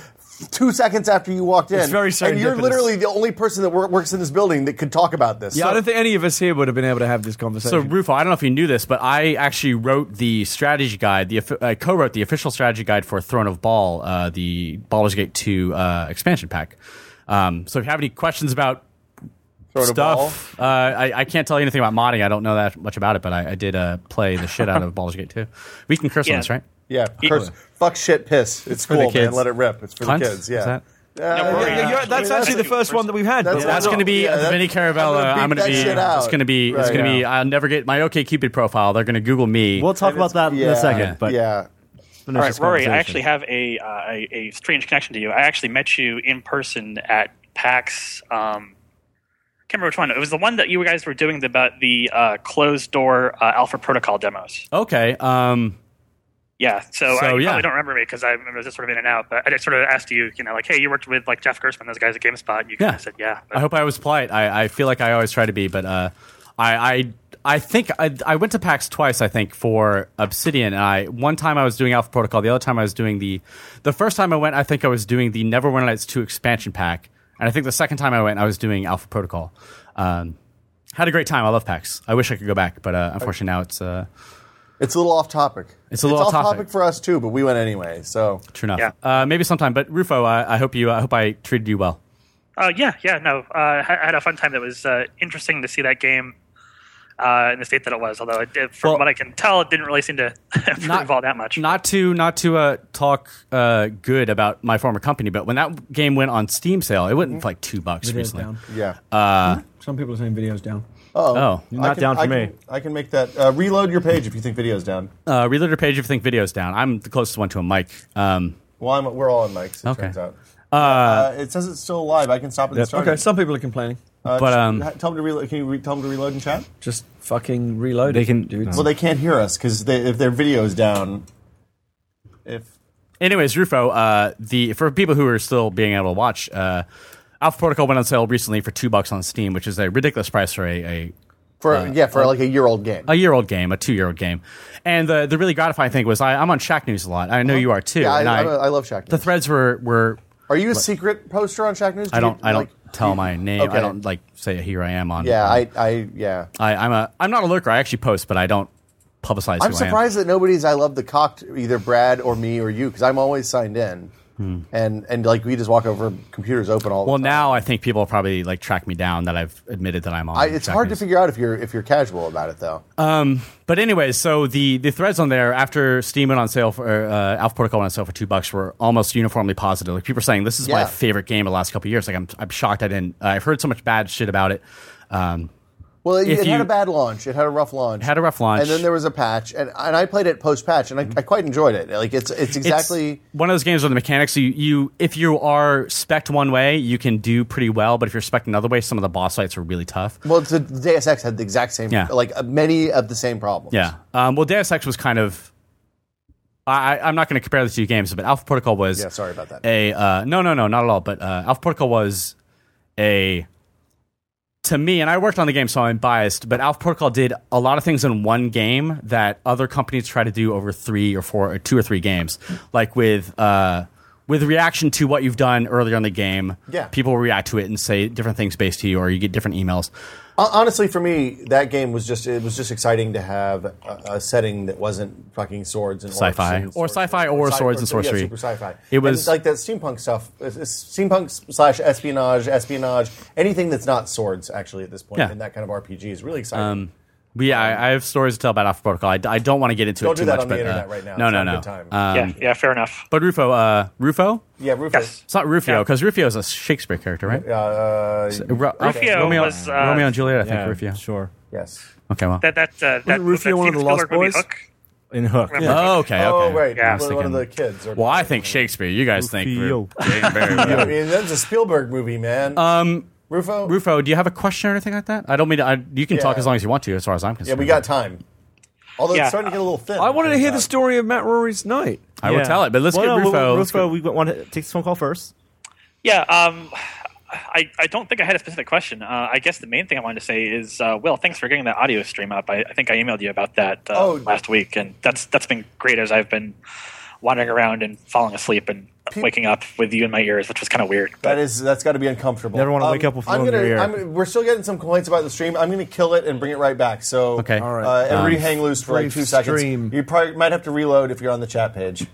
Speaker 1: two seconds after you walked in.
Speaker 4: It's very
Speaker 1: and you're
Speaker 4: serendipitous.
Speaker 1: literally the only person that wor- works in this building that could talk about this.
Speaker 4: I don't think any of us here would have been able to have this
Speaker 6: So,
Speaker 4: conversation.
Speaker 6: Rufo, I don't know if you knew this, but I actually wrote the strategy guide. The offi- I co-wrote the official strategy guide for Throne of Ball, uh, the Baldur's Gate 2 uh, expansion pack. Um, so, if you have any questions about
Speaker 1: Throw it a ball.
Speaker 6: stuff. Uh, I, I can't tell you anything about modding. I don't know that much about it, but I, I did uh, play the shit out of Baldur's Gate 2. We can curse
Speaker 7: Yeah.
Speaker 6: on this, right?
Speaker 1: Yeah, curse, fuck, shit, piss. It's,
Speaker 6: the
Speaker 1: cool, man.
Speaker 6: kids.
Speaker 1: Let it rip. It's for
Speaker 6: Cunts?
Speaker 1: the kids. Yeah.
Speaker 6: Is that-
Speaker 1: Uh,
Speaker 7: No, we're-
Speaker 4: Yeah, yeah, yeah, that's
Speaker 1: I mean,
Speaker 4: actually the first one that we've had.
Speaker 1: That's-
Speaker 4: But
Speaker 6: That's
Speaker 1: not-
Speaker 6: going to be
Speaker 1: yeah, that-
Speaker 6: Vinny Caravella. uh,
Speaker 1: I'm gonna
Speaker 6: I'm going
Speaker 1: beat
Speaker 6: to
Speaker 1: that
Speaker 6: be.
Speaker 1: shit
Speaker 6: It's
Speaker 1: out.
Speaker 6: going to be. It's
Speaker 1: Right.
Speaker 6: going to be.
Speaker 1: Yeah.
Speaker 6: I'll never get my OK Cupid profile. They're going to Google me.
Speaker 2: We'll talk about that in
Speaker 1: yeah,
Speaker 2: a second. But
Speaker 1: yeah.
Speaker 7: All right, Rory. I actually have a, uh, a a strange connection to you. I actually met you in person at PAX. Um, can't remember which one. It was the one that you guys were doing the- about the uh, closed door uh, Alpha Protocol demos.
Speaker 6: okay. Um,
Speaker 7: Yeah, so,
Speaker 6: So,
Speaker 7: I
Speaker 6: yeah.
Speaker 7: probably don't remember me because I remember just sort of in and out. But I just sort of asked you, you know, like, hey, you worked with like Jeff Gersman, those guys at GameSpot. And you
Speaker 6: Yeah.
Speaker 7: kind of said, yeah. But-
Speaker 6: I hope I was polite. I, I feel like I always try to be, but uh, I, I I think I, I went to PAX twice. I think for Obsidian, and I one time I was doing Alpha Protocol, the other time I was doing the the first time I went, I think I was doing the Neverwinter Nights two expansion pack, and I think the second time I went, I was doing Alpha Protocol. Um, had a great time. I love PAX. I wish I could go back, but uh, unfortunately now it's uh,
Speaker 1: It's a little off topic.
Speaker 6: It's a little off topic.
Speaker 1: for us too, but we went anyway. So
Speaker 6: True enough.
Speaker 7: Yeah.
Speaker 6: Uh, maybe sometime. But Rufo, I, I hope you. I hope I treated you well.
Speaker 7: Uh, yeah, yeah, no. Uh, I I had a fun time. That was uh, interesting to see that game uh, in the state that it was. Although, it did, from
Speaker 6: Well-
Speaker 7: what I can tell, it didn't really seem to improve
Speaker 6: Not-
Speaker 7: all that much.
Speaker 6: Not to not to uh, talk uh, good about my former company, but when that game went on Steam sale, it went for like two bucks
Speaker 3: Mm-hmm. Video's
Speaker 6: recently. Uh,
Speaker 3: down.
Speaker 1: yeah.
Speaker 3: Some people are saying videos down.
Speaker 6: Oh,
Speaker 1: I
Speaker 2: not
Speaker 1: can-
Speaker 2: down for
Speaker 1: I
Speaker 2: me.
Speaker 1: Can, I can make that. Uh, reload your page if you think video's down.
Speaker 6: uh, reload your page if you think video's down. I'm the closest one to a mic. Um,
Speaker 1: Well, I'm, we're all on mics. It
Speaker 6: Okay.
Speaker 1: turns out.
Speaker 6: uh,
Speaker 1: Uh, it says it's still live. I can stop it and start.
Speaker 4: Okay,
Speaker 1: it.
Speaker 4: some people are complaining.
Speaker 1: Uh,
Speaker 6: but,
Speaker 1: just
Speaker 6: um,
Speaker 1: ha- tell them to reload. Can you re- tell them to reload in chat?
Speaker 4: Just fucking reload.
Speaker 2: They
Speaker 4: it,
Speaker 2: can-
Speaker 4: dudes.
Speaker 2: no.
Speaker 1: Well, they can't hear us because if their video's down, if
Speaker 6: anyways, Rufo, uh, the for people who are still being able to watch, uh, Alpha Protocol went on sale recently for two bucks on Steam, which is a ridiculous price for a, a
Speaker 1: for yeah for like a year old game.
Speaker 6: a year old game, a two year old game. And the the really gratifying thing was I, I'm on Shack News a lot. I know you are too.
Speaker 1: Uh-huh. yeah, I,
Speaker 6: and
Speaker 1: I, I love Shaq.
Speaker 6: the
Speaker 1: News.
Speaker 6: threads were were
Speaker 1: Are you a secret poster on Shaq News? Do
Speaker 6: I don't
Speaker 1: you,
Speaker 6: I don't
Speaker 1: like-
Speaker 6: tell my name.
Speaker 1: okay.
Speaker 6: I don't like say here I am on.
Speaker 1: Yeah,
Speaker 6: on-
Speaker 1: I, I yeah.
Speaker 6: I I'm a I'm not a lurker. I actually post, but I don't publicize.
Speaker 1: I'm
Speaker 6: who
Speaker 1: surprised that nobody's I love the cocked either Brad or me or you because I'm always signed in, and and like we just walk over computers open all.
Speaker 6: I am. Hmm. Well,
Speaker 1: the time.
Speaker 6: now I think people will probably like track me down that I've admitted that I'm on.
Speaker 1: I, it's
Speaker 6: Jack
Speaker 1: hard to
Speaker 6: News.
Speaker 1: figure out if you're if you're casual about it though.
Speaker 6: Um, But anyway, so the the threads on there after Steam went on sale for uh, Alpha Protocol went on sale for two bucks were almost uniformly positive. Like people are saying this is my
Speaker 1: Yeah.
Speaker 6: favorite game of the last couple of years. Like I'm I'm shocked I didn't. I've heard so much bad shit about it. Um,
Speaker 1: well, it,
Speaker 6: if
Speaker 1: it had
Speaker 6: you-
Speaker 1: a bad launch. It had a rough launch.
Speaker 6: had a rough launch. Mm-hmm.
Speaker 1: and then there was a patch, and, and I played it post patch, and I, I quite enjoyed it. Like it's it's exactly.
Speaker 6: It's one of those games where the mechanics you, you if you are spec'd one way you can do pretty well but if you're spec'd another way some of the boss fights are really tough
Speaker 1: well, it's a, Deus Ex had the exact same,
Speaker 6: Yeah.
Speaker 1: like uh, many of the same problems.
Speaker 6: yeah um, well deus ex was kind of I, I- I'm not going to compare the two games, but Alpha Protocol was
Speaker 1: Yeah, sorry about that.
Speaker 6: a uh, no, no, no, not at all. But uh, Alpha Protocol was a to me, and I worked on the game, so I'm biased. But Alpha Protocol did a lot of things in one game that other companies try to do over three or four or two or three games, like with uh, with reaction to what you've done earlier in the game.
Speaker 1: Yeah.
Speaker 6: people react to it and say different things based to you, or you get different emails.
Speaker 1: Hon- Honestly, for me, that game was just it was just exciting to have a, a setting that wasn't fucking swords and
Speaker 6: Sci-fi.
Speaker 1: orcs and
Speaker 6: Or
Speaker 1: sorcery.
Speaker 6: sci-fi or
Speaker 1: sci-
Speaker 6: swords and sorcery.
Speaker 1: Yeah, super sci-fi.
Speaker 6: It was-
Speaker 1: And, like that steampunk stuff, it's- it's steampunk s- slash espionage, espionage, anything that's not swords actually at this point,
Speaker 6: Yeah. Um,
Speaker 1: and that kind of RPG is really exciting.
Speaker 6: But yeah, I, I have stories to tell about Alpha Protocol. I, I don't want to get into it
Speaker 1: Um, Don't
Speaker 6: too
Speaker 1: do that
Speaker 6: much,
Speaker 1: on the
Speaker 6: but, uh,
Speaker 1: internet right now.
Speaker 6: No,
Speaker 1: It's
Speaker 6: no,
Speaker 1: not a
Speaker 6: no.
Speaker 1: good time.
Speaker 6: Um,
Speaker 7: yeah, yeah, fair enough.
Speaker 6: But Rufo, uh, Rufo,
Speaker 1: yeah, Rufus.
Speaker 7: Yes.
Speaker 6: It's not Rufio
Speaker 7: Yeah.
Speaker 6: because Rufio is a Shakespeare character, right?
Speaker 1: Uh,
Speaker 6: Ru-
Speaker 7: Rufio
Speaker 6: Romeo,
Speaker 7: was, uh,
Speaker 6: Romeo and Juliet, I think.
Speaker 2: Yeah,
Speaker 6: Rufio.
Speaker 2: Sure.
Speaker 1: yes.
Speaker 6: Okay, well.
Speaker 7: That that uh, that,
Speaker 2: Rufio
Speaker 7: that
Speaker 2: one of
Speaker 7: Steven
Speaker 2: the Lost
Speaker 7: Spielberg movie
Speaker 2: Boys?
Speaker 7: Hook.
Speaker 2: In Hook.
Speaker 7: Remember?
Speaker 6: Oh, okay.
Speaker 1: Oh,
Speaker 6: okay.
Speaker 1: right.
Speaker 7: Yeah.
Speaker 1: Yeah, one of the kids. Or
Speaker 6: Well, I think Shakespeare. You guys think Ru-
Speaker 2: Rufio.
Speaker 1: I mean, that was a Spielberg movie, man. Um, Rufo.
Speaker 6: Rufo? Do you have a question or anything like that? I don't mean to. I, you can talk
Speaker 1: Yeah.
Speaker 6: as long as you want to, as far as I'm
Speaker 1: yeah,
Speaker 6: concerned.
Speaker 1: we got time. Although
Speaker 7: Yeah.
Speaker 1: it's starting to get a little thin.
Speaker 4: I wanted to
Speaker 1: turns
Speaker 4: hear the
Speaker 1: out.
Speaker 4: story of Matt Rory's night.
Speaker 6: I will tell it, but let's
Speaker 2: well,
Speaker 6: get
Speaker 2: no,
Speaker 6: Rufo.
Speaker 2: Well,
Speaker 6: let's
Speaker 2: Rufo,
Speaker 6: get-
Speaker 2: we want to take this phone call first.
Speaker 7: Yeah, um, I, I don't think I had a specific question. Uh, I guess the main thing I wanted to say is, uh, Will, thanks for getting that audio stream up. I, I think I emailed you about that uh,
Speaker 1: Oh.
Speaker 7: last week, and that's that's been great as I've been wandering around and falling asleep and waking up with you in my ears, which was kind of weird.
Speaker 1: That
Speaker 7: But
Speaker 1: is that's got to be uncomfortable. Um,
Speaker 2: Never wanna wake up with
Speaker 1: I'm
Speaker 2: phone in
Speaker 1: gonna,
Speaker 2: your ear.
Speaker 1: I'm, we're still getting some complaints about the stream. I'm going to kill it and bring it right back. So
Speaker 6: Okay. All
Speaker 1: uh,
Speaker 6: right.
Speaker 1: everybody
Speaker 6: Um,
Speaker 1: hang loose for like
Speaker 4: brief
Speaker 1: two seconds.
Speaker 4: stream.
Speaker 1: You probably might have to reload if you're on the chat page.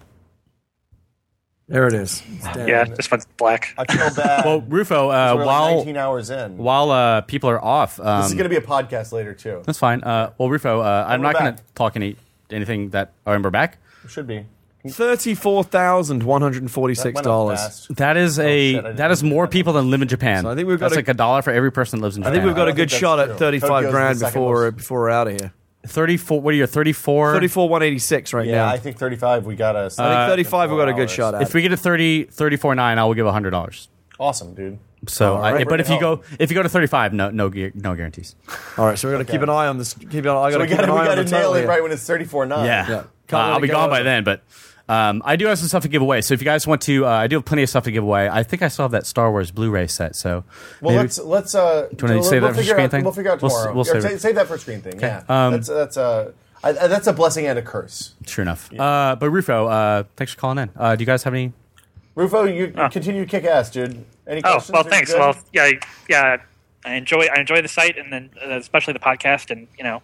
Speaker 4: There it is.
Speaker 7: yeah, this one's black.
Speaker 1: I feel bad.
Speaker 6: well, Rufo, uh,
Speaker 1: we're like
Speaker 6: while
Speaker 1: 19 hours in.
Speaker 6: while uh, people are off, um,
Speaker 1: this is going to be a podcast later too.
Speaker 6: that's fine. Uh, well, Rufo, uh, I'm
Speaker 1: we're
Speaker 6: not going to
Speaker 1: back.
Speaker 6: talk any anything that. Oh, and we're back.
Speaker 1: Should be.
Speaker 4: Thirty-four thousand one hundred
Speaker 1: That
Speaker 4: forty-six
Speaker 1: went up
Speaker 4: dollars.
Speaker 1: fast.
Speaker 6: That is a
Speaker 1: shit, I didn't
Speaker 6: that is
Speaker 1: think
Speaker 6: more
Speaker 1: about that.
Speaker 6: people than live in Japan.
Speaker 4: So I think we've got
Speaker 6: that's
Speaker 4: a-
Speaker 6: like a dollar for every person that lives in
Speaker 4: I
Speaker 6: Japan.
Speaker 4: think we've got a
Speaker 1: don't
Speaker 4: good
Speaker 1: think
Speaker 4: shot
Speaker 1: that's
Speaker 4: at
Speaker 1: true.
Speaker 4: thirty-five
Speaker 1: Tokyo's
Speaker 4: grand
Speaker 1: the second
Speaker 4: before
Speaker 1: most-
Speaker 4: before we're out of here.
Speaker 6: 34 what are you 34
Speaker 4: Thirty-four one eighty-six right
Speaker 1: Yeah,
Speaker 4: now.
Speaker 1: I think 35. We got us.
Speaker 4: I think thirty-five. We got a good shot at.
Speaker 6: Uh, if we get to 30 34 9 i will give $100
Speaker 1: Awesome, dude.
Speaker 6: so I,
Speaker 1: right.
Speaker 6: but if you
Speaker 1: Bring it
Speaker 6: go if you go to 35 no no gu- no guarantees
Speaker 4: All right, so we got to keep an eye on this. Keep an eye. I got
Speaker 1: So
Speaker 4: to
Speaker 1: we
Speaker 4: keep
Speaker 1: got
Speaker 4: an eye on
Speaker 1: to
Speaker 4: the
Speaker 1: nail
Speaker 4: total
Speaker 1: it
Speaker 4: here.
Speaker 1: right when it's 34 9.
Speaker 6: yeah,
Speaker 4: Yeah.
Speaker 6: Uh,
Speaker 4: Can't let
Speaker 6: i'll
Speaker 4: it
Speaker 6: be
Speaker 4: go
Speaker 6: gone by
Speaker 4: over.
Speaker 6: then but um, i do have some stuff to give away so if you guys want to uh, i do have plenty of stuff to give away i think i still have that star wars blu-ray set so
Speaker 1: Well,
Speaker 6: maybe-
Speaker 1: let's let's. Uh,
Speaker 6: you wanna
Speaker 1: we'll-
Speaker 6: save that
Speaker 1: we'll
Speaker 6: for
Speaker 1: figure
Speaker 6: screen
Speaker 1: out,
Speaker 6: thing?
Speaker 1: We'll figure out
Speaker 6: We'll s-
Speaker 1: tomorrow.
Speaker 6: we'll
Speaker 1: Yeah,
Speaker 6: save
Speaker 1: sa-
Speaker 6: it.
Speaker 1: that for screen thing. Yeah,
Speaker 6: Um,
Speaker 1: that's that's a I, I- that's a blessing and a curse.
Speaker 6: true enough uh, but rufo uh, thanks for calling in uh, do you guys have any
Speaker 1: Rufo, you continue to kick ass, dude. Any
Speaker 7: Oh,
Speaker 1: questions?
Speaker 7: well,
Speaker 1: Are you
Speaker 7: thanks.
Speaker 1: good?
Speaker 7: Well, yeah, yeah, I enjoy I enjoy the site and then uh, especially the podcast, and you know,